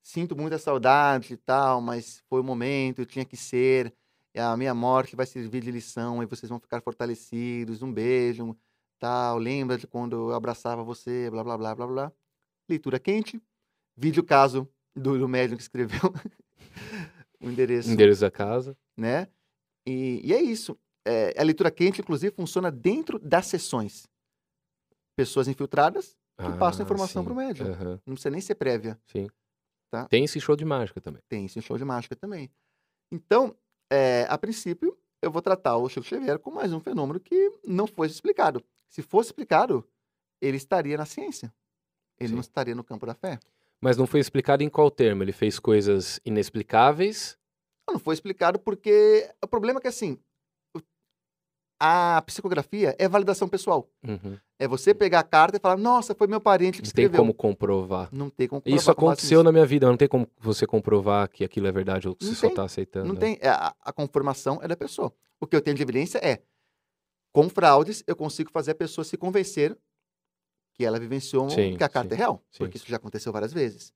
sinto muita saudade e tal, mas foi o momento, tinha que ser. e A minha morte vai servir de lição e vocês vão ficar fortalecidos. Um beijo, um- tal. Lembra de quando eu abraçava você, blá, blá, blá, blá, blá. Leitura quente. Vídeo caso do, do médium que escreveu o endereço, Endereço da casa. né? E, e é isso. É, a leitura quente, inclusive, funciona dentro das sessões. Pessoas infiltradas, Ah, passa a informação sim. pro médium. Aham, não precisa nem ser prévia. Sim. Tá. Tem esse show de mágica também. Tem esse show de mágica também. Então, é, a princípio, eu vou tratar o Chico Xavier com mais um fenômeno que não foi explicado. Se fosse explicado, ele estaria na ciência. Ele Sim. não estaria no campo da fé. Mas não foi explicado em qual termo. Ele fez coisas inexplicáveis. Não foi explicado porque o problema é que, assim, o- a psicografia é validação pessoal. Uhum. É você pegar a carta e falar, nossa, foi meu parente que Não tem escreveu. como comprovar. Não tem como Isso comprovar com base aconteceu nisso. na minha vida, mas não tem como você comprovar que aquilo é verdade ou que Não você só tem, tá aceitando. Não né? tem. é, A, a conformação é da pessoa. O que eu tenho de evidência é: com fraudes, eu consigo fazer a pessoa se convencer que ela vivenciou um- Sim, que a carta sim, é real. sim. Porque isso já aconteceu várias vezes.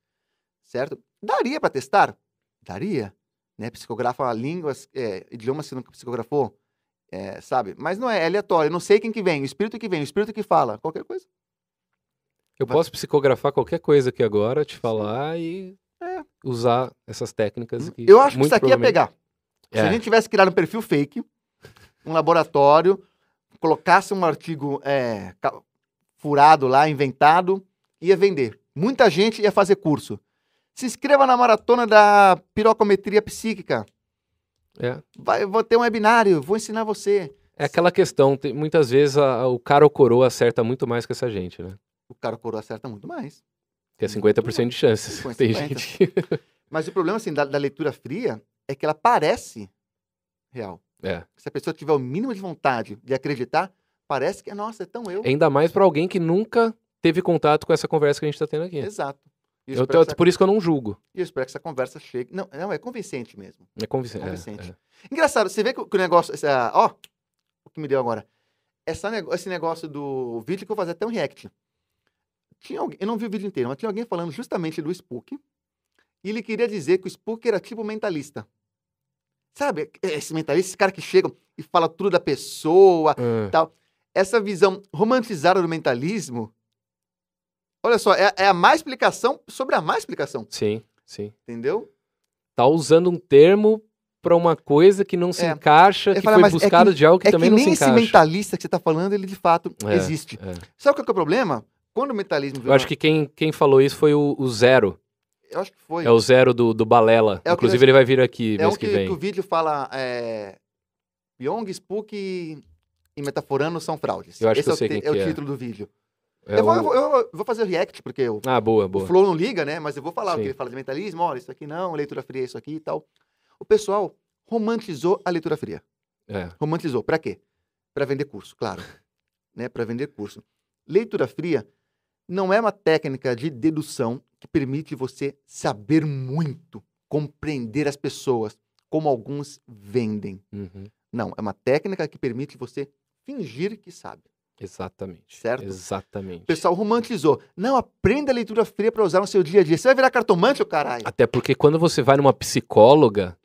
Certo? Daria para testar? Daria. Né? Psicografa línguas, é, idiomas que nunca psicografou. é, sabe? Mas não é, é aleatório. Eu não sei quem que vem, o espírito que vem, o espírito que fala, qualquer coisa. Eu Vai- posso psicografar qualquer coisa aqui agora, te falar e É. usar essas técnicas aqui. Hum, eu acho que muito isso aqui ia provavelmente- pegar. É. Se a gente tivesse criado um perfil fake, um laboratório, colocasse um artigo é, ca- furado lá, inventado, ia vender. Muita gente ia fazer curso. Se inscreva na maratona da pirocometria psíquica. É, é. Vai, vou ter um webinário, vou ensinar você. É aquela questão, tem- muitas vezes a- a- o cara ou coroa acerta muito mais que essa gente, né? O cara coroa acerta muito mais. Hum, Que é 50% de chances. 50, Tem 50. gente que... Mas o problema assim, da, da leitura fria é que ela parece real. É. Se a pessoa tiver o mínimo de vontade de acreditar, parece que, nossa, é tão eu. Ainda mais pra alguém que nunca teve contato com essa conversa que a gente tá tendo aqui. Exato. E Eu espero tô- que essa- Por isso que eu não julgo. E eu espero que essa conversa chegue. Não, não é convincente mesmo. É convincente. é, Convincente. é. Engraçado, você vê que, o- que o negócio. essa- ó, o que me deu agora. Essa nego- esse negócio do vídeo que eu fazia até um react. Tinha alguém, eu não vi o vídeo inteiro, mas tinha alguém falando justamente do Spook. E ele queria dizer que o Spook era tipo mentalista. Sabe, é, esse mentalista, esse cara que chega e fala tudo da pessoa, Ah, essa visão romantizada do mentalismo. Olha só, é, é a má explicação sobre a má explicação, Sim, sim. entendeu? Tá usando um termo pra uma coisa que não se É. encaixa, Eu que falo, foi mas é que- buscado de algo que é que também não nem se esse encaixa. mentalista que você está falando, ele de fato É, existe. é. Sabe qual que é o problema? Quando o mentalismo... Eu acho que quem, quem falou isso foi o, o Zero. Eu acho que foi. É o Zero do, do Balela. É o que Inclusive, nós- ele vai vir aqui É o mês que, que vem. que o vídeo fala... É... Pyong, Spook e... e Metaforano são fraudes. Eu acho Esse que eu é, o sei te- quem é que o é. título do vídeo. É eu, vou, o- eu vou- eu vou fazer o react, porque eu, Ah, boa, o boa. Flow não liga, né? Mas eu vou falar o Sim. que ele fala de mentalismo, olha, isso aqui não, leitura fria, é isso aqui e tal. O pessoal romantizou a leitura fria. É. Romantizou. Pra quê? Pra vender curso, claro. né? Para vender curso. Leitura fria não é uma técnica de dedução que permite você saber muito, compreender as pessoas, como alguns vendem. Uhum. Não, é uma técnica que permite você fingir que sabe. Exatamente. Certo? Exatamente. O pessoal romantizou. Não, aprenda a leitura fria pra usar no seu dia a dia. Você vai virar cartomante, ô caralho? Até porque quando você vai numa psicóloga,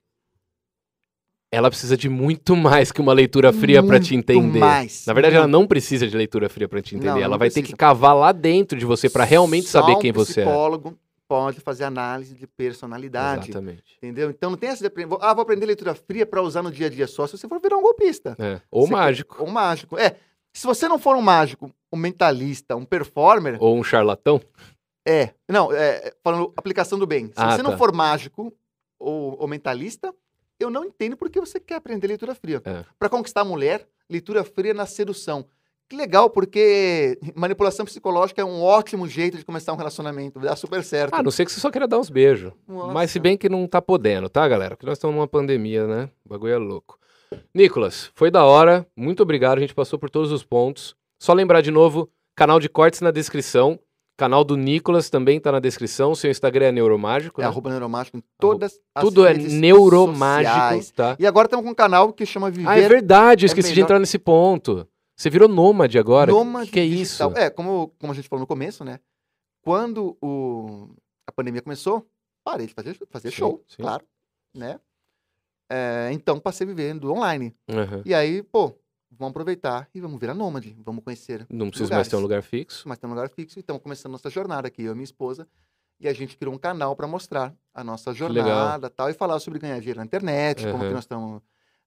ela precisa de muito mais que uma leitura fria pra te Muito entender. Mais. Na verdade, ela não precisa de leitura fria pra te entender. Não, ela não vai ter precisa. que cavar lá dentro de você pra realmente Só saber um quem você é. psicólogo pode fazer análise de personalidade. Exatamente. Entendeu? Então não tem essa de aprender. Ah, vou aprender leitura fria pra usar no dia a dia só se você for virar um golpista. É. Ou Você- mágico. Ou um mágico. É. Se você não for um mágico, um mentalista, um performer, Ou um charlatão. é. Não, é. Falando aplicação do bem. Se Ah, você não tá. for mágico ou, ou mentalista, eu não entendo por que você quer aprender leitura fria. É. Pra conquistar a mulher, leitura fria na sedução. Que legal, porque manipulação psicológica é um ótimo jeito de começar um relacionamento. Dá super certo. Ah, não sei que você só queira dar uns beijos. Mas se Nossa. bem que não tá podendo, tá, galera? Porque nós estamos numa pandemia, né? O bagulho é louco. Nicolas, foi da hora. Muito obrigado. A gente passou por todos os pontos. Só lembrar de novo, canal de cortes na descrição. Canal do Nicolas também tá na descrição. Seu Instagram é neuromágico, É né? arroba neuromágico em todas as Tudo é redes neuromágico, sociais. tá? E agora estamos com um canal que chama Viver Ah, é verdade. Eu esqueci de melhor. entrar nesse ponto. Você virou nômade agora. Nômade que que é Digital. isso? É, como, como a gente falou no começo, né? Quando o, a pandemia começou, parei de fazer, fazer Sim, show, sim. claro, né? É, então passei vivendo online. Aham. E aí, pô, vamos aproveitar e vamos virar nômade, vamos conhecer. Não precisa mais ter um lugar fixo. Mas tem um lugar fixo, então começando nossa jornada aqui, eu e minha esposa. E a gente criou um canal para mostrar a nossa legal. jornada tal, e falar sobre ganhar dinheiro na internet, como Aham. que nós estamos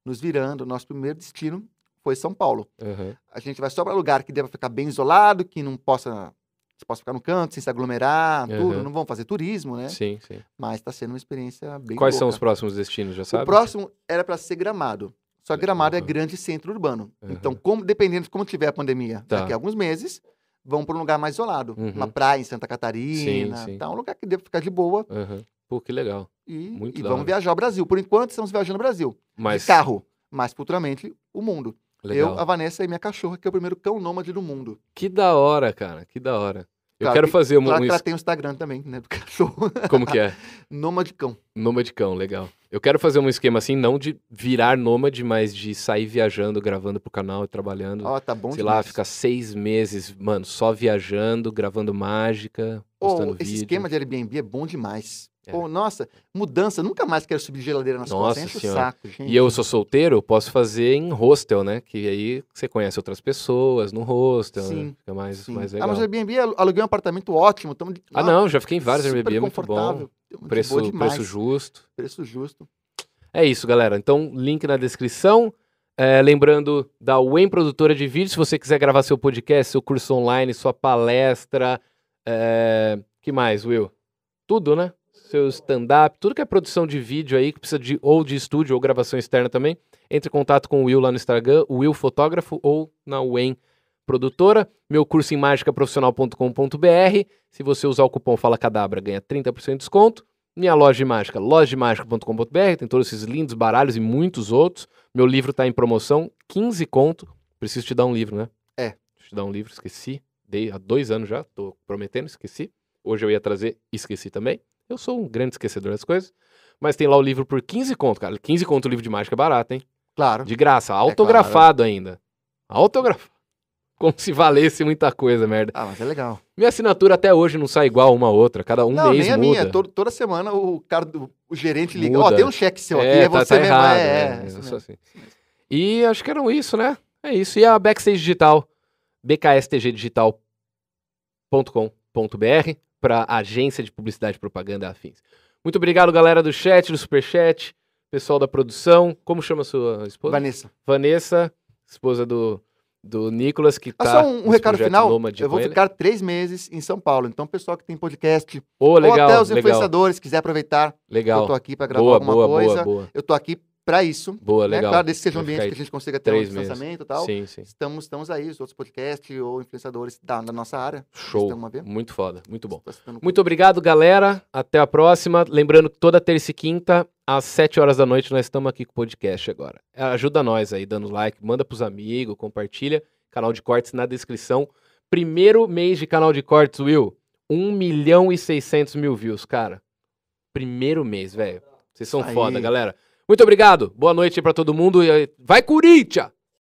nos virando. Nosso primeiro destino foi São Paulo. Aham. A gente vai só para lugar que deva ficar bem isolado, que não possa. Você possa ficar no canto, sem se aglomerar, Aham. tudo. Não vão fazer turismo, né? Sim, sim. Mas está sendo uma experiência bem Quais são os louca. próximos destinos, já sabe? O próximo era para ser Gramado. Só que Gramado é Aham. grande centro urbano. Aham. Então, como- dependendo de como tiver a pandemia, Tá. daqui a alguns meses, vão para um lugar mais isolado. Uhum. Uma praia em Santa Catarina, sim. tá? um lugar que deva ficar de boa Aham. Pô, que legal. e, Muito e da hora. vamos viajar ao Brasil. Por enquanto, estamos viajando ao Brasil. Mas De carro, mas futuramente, o mundo. legal. Eu, a Vanessa e minha cachorra, que é o primeiro cão nômade do mundo. Que da hora, cara. Que da hora. Eu Claro quero que- fazer um, Claro um que ela es- tem o Instagram também, né? Do cachorro. como que é? Nômade cão. Nomadicão, legal. Eu quero fazer um esquema assim, não de virar nômade, mas de sair viajando, gravando pro canal e trabalhando. Ó, tá bom Sei lá, demais. ficar seis meses, mano, só viajando, gravando mágica, Ô, postando esse vídeo. esquema de Airbnb é bom demais. É. Ô, nossa, mudança. Nunca mais quero subir geladeira nas Nossa costas. Enche o Senhora. saco, gente. E eu sou solteiro, eu posso fazer em hostel, né? Que aí você conhece outras pessoas no hostel, né? Sim, Fica mais, Sim. mais Ah, legal. mas o Airbnb alu- aluguei um apartamento ótimo. Tamo de... Ah, não, já fiquei em vários super Airbnb, é muito bom. confortável, muito Preço, boa demais, preço justo. preço justo. É isso, galera. Então, link na descrição. É, lembrando da WEM Produtora de Vídeo, se você quiser gravar seu podcast, seu curso online, sua palestra. É... que mais, Will? Tudo, né? Seu stand-up, tudo que é produção de vídeo aí, que precisa de ou de estúdio ou gravação externa também, entre em contato com o Will lá no Instagram, o Will Fotógrafo ou na WEM Produtora. Meu curso em mágicaprofissional.com.br. Se você usar o cupom Fala Cadabra, ganha 30% de desconto. Minha loja de mágica, lojademagica.com.br, tem todos esses lindos baralhos e muitos outros. Meu livro tá em promoção, 15 conto. Preciso te dar um livro, né? É. Preciso te dar um livro, esqueci. Dei há dois anos já, tô prometendo, esqueci. Hoje eu ia trazer, esqueci também. Eu sou um grande esquecedor das coisas. Mas tem lá o livro por 15 conto, cara. 15 conto o livro de mágica é barato, hein? Claro. De graça, autografado ainda. Autografado. Como se valesse muita coisa, merda. Ah, mas é legal. Minha assinatura até hoje não sai igual uma a outra. Cada um não, mês nem a muda. minha. Todo- toda semana o cara, do- o gerente liga. Ó, Muda. tem um cheque seu aqui, É, é tá, você tá mesmo. errado, é, né? é, isso Eu sou mesmo. assim. E acho que eram isso, né? É isso. E a Backstage Digital, bkstgdigital.com.br, para agência de publicidade e propaganda afins. Muito obrigado, galera do chat, do superchat, pessoal da produção. Como chama sua esposa? Vanessa. Vanessa, esposa do, do Nicolas, que Ah, tá só um, um nesse recado projeto final. Nômade Eu vou com ele. ficar três meses em São Paulo. Então, pessoal que tem podcast, Ô, legal, ou até os legal, influenciadores, quiser aproveitar, eu legal. tô aqui pra gravar Boa, alguma boa, coisa. boa, boa. Eu tô aqui para isso. Boa, né? legal. Claro, desde que seja um Vai ambiente ficar que a gente consiga ter um três meses. distanciamento e tal. Sim, sim. Estamos, estamos aí, os outros podcasts ou influenciadores da, da nossa área. Show. Estamos a ver. Muito foda, muito bom. Estamos- Muito obrigado, galera. Até a próxima. Lembrando que toda terça e quinta, às 7 horas da noite, nós estamos aqui com o podcast agora. É, Ajuda nós aí, dando like, manda pros amigos, compartilha. Canal de cortes na descrição. Primeiro mês de canal de cortes, Will. 1 milhão e 600 mil views, cara. Primeiro mês, velho. Vocês são Aí. foda, galera. Muito obrigado. Boa noite aí pra todo mundo. e aí- Vai, Corinthians!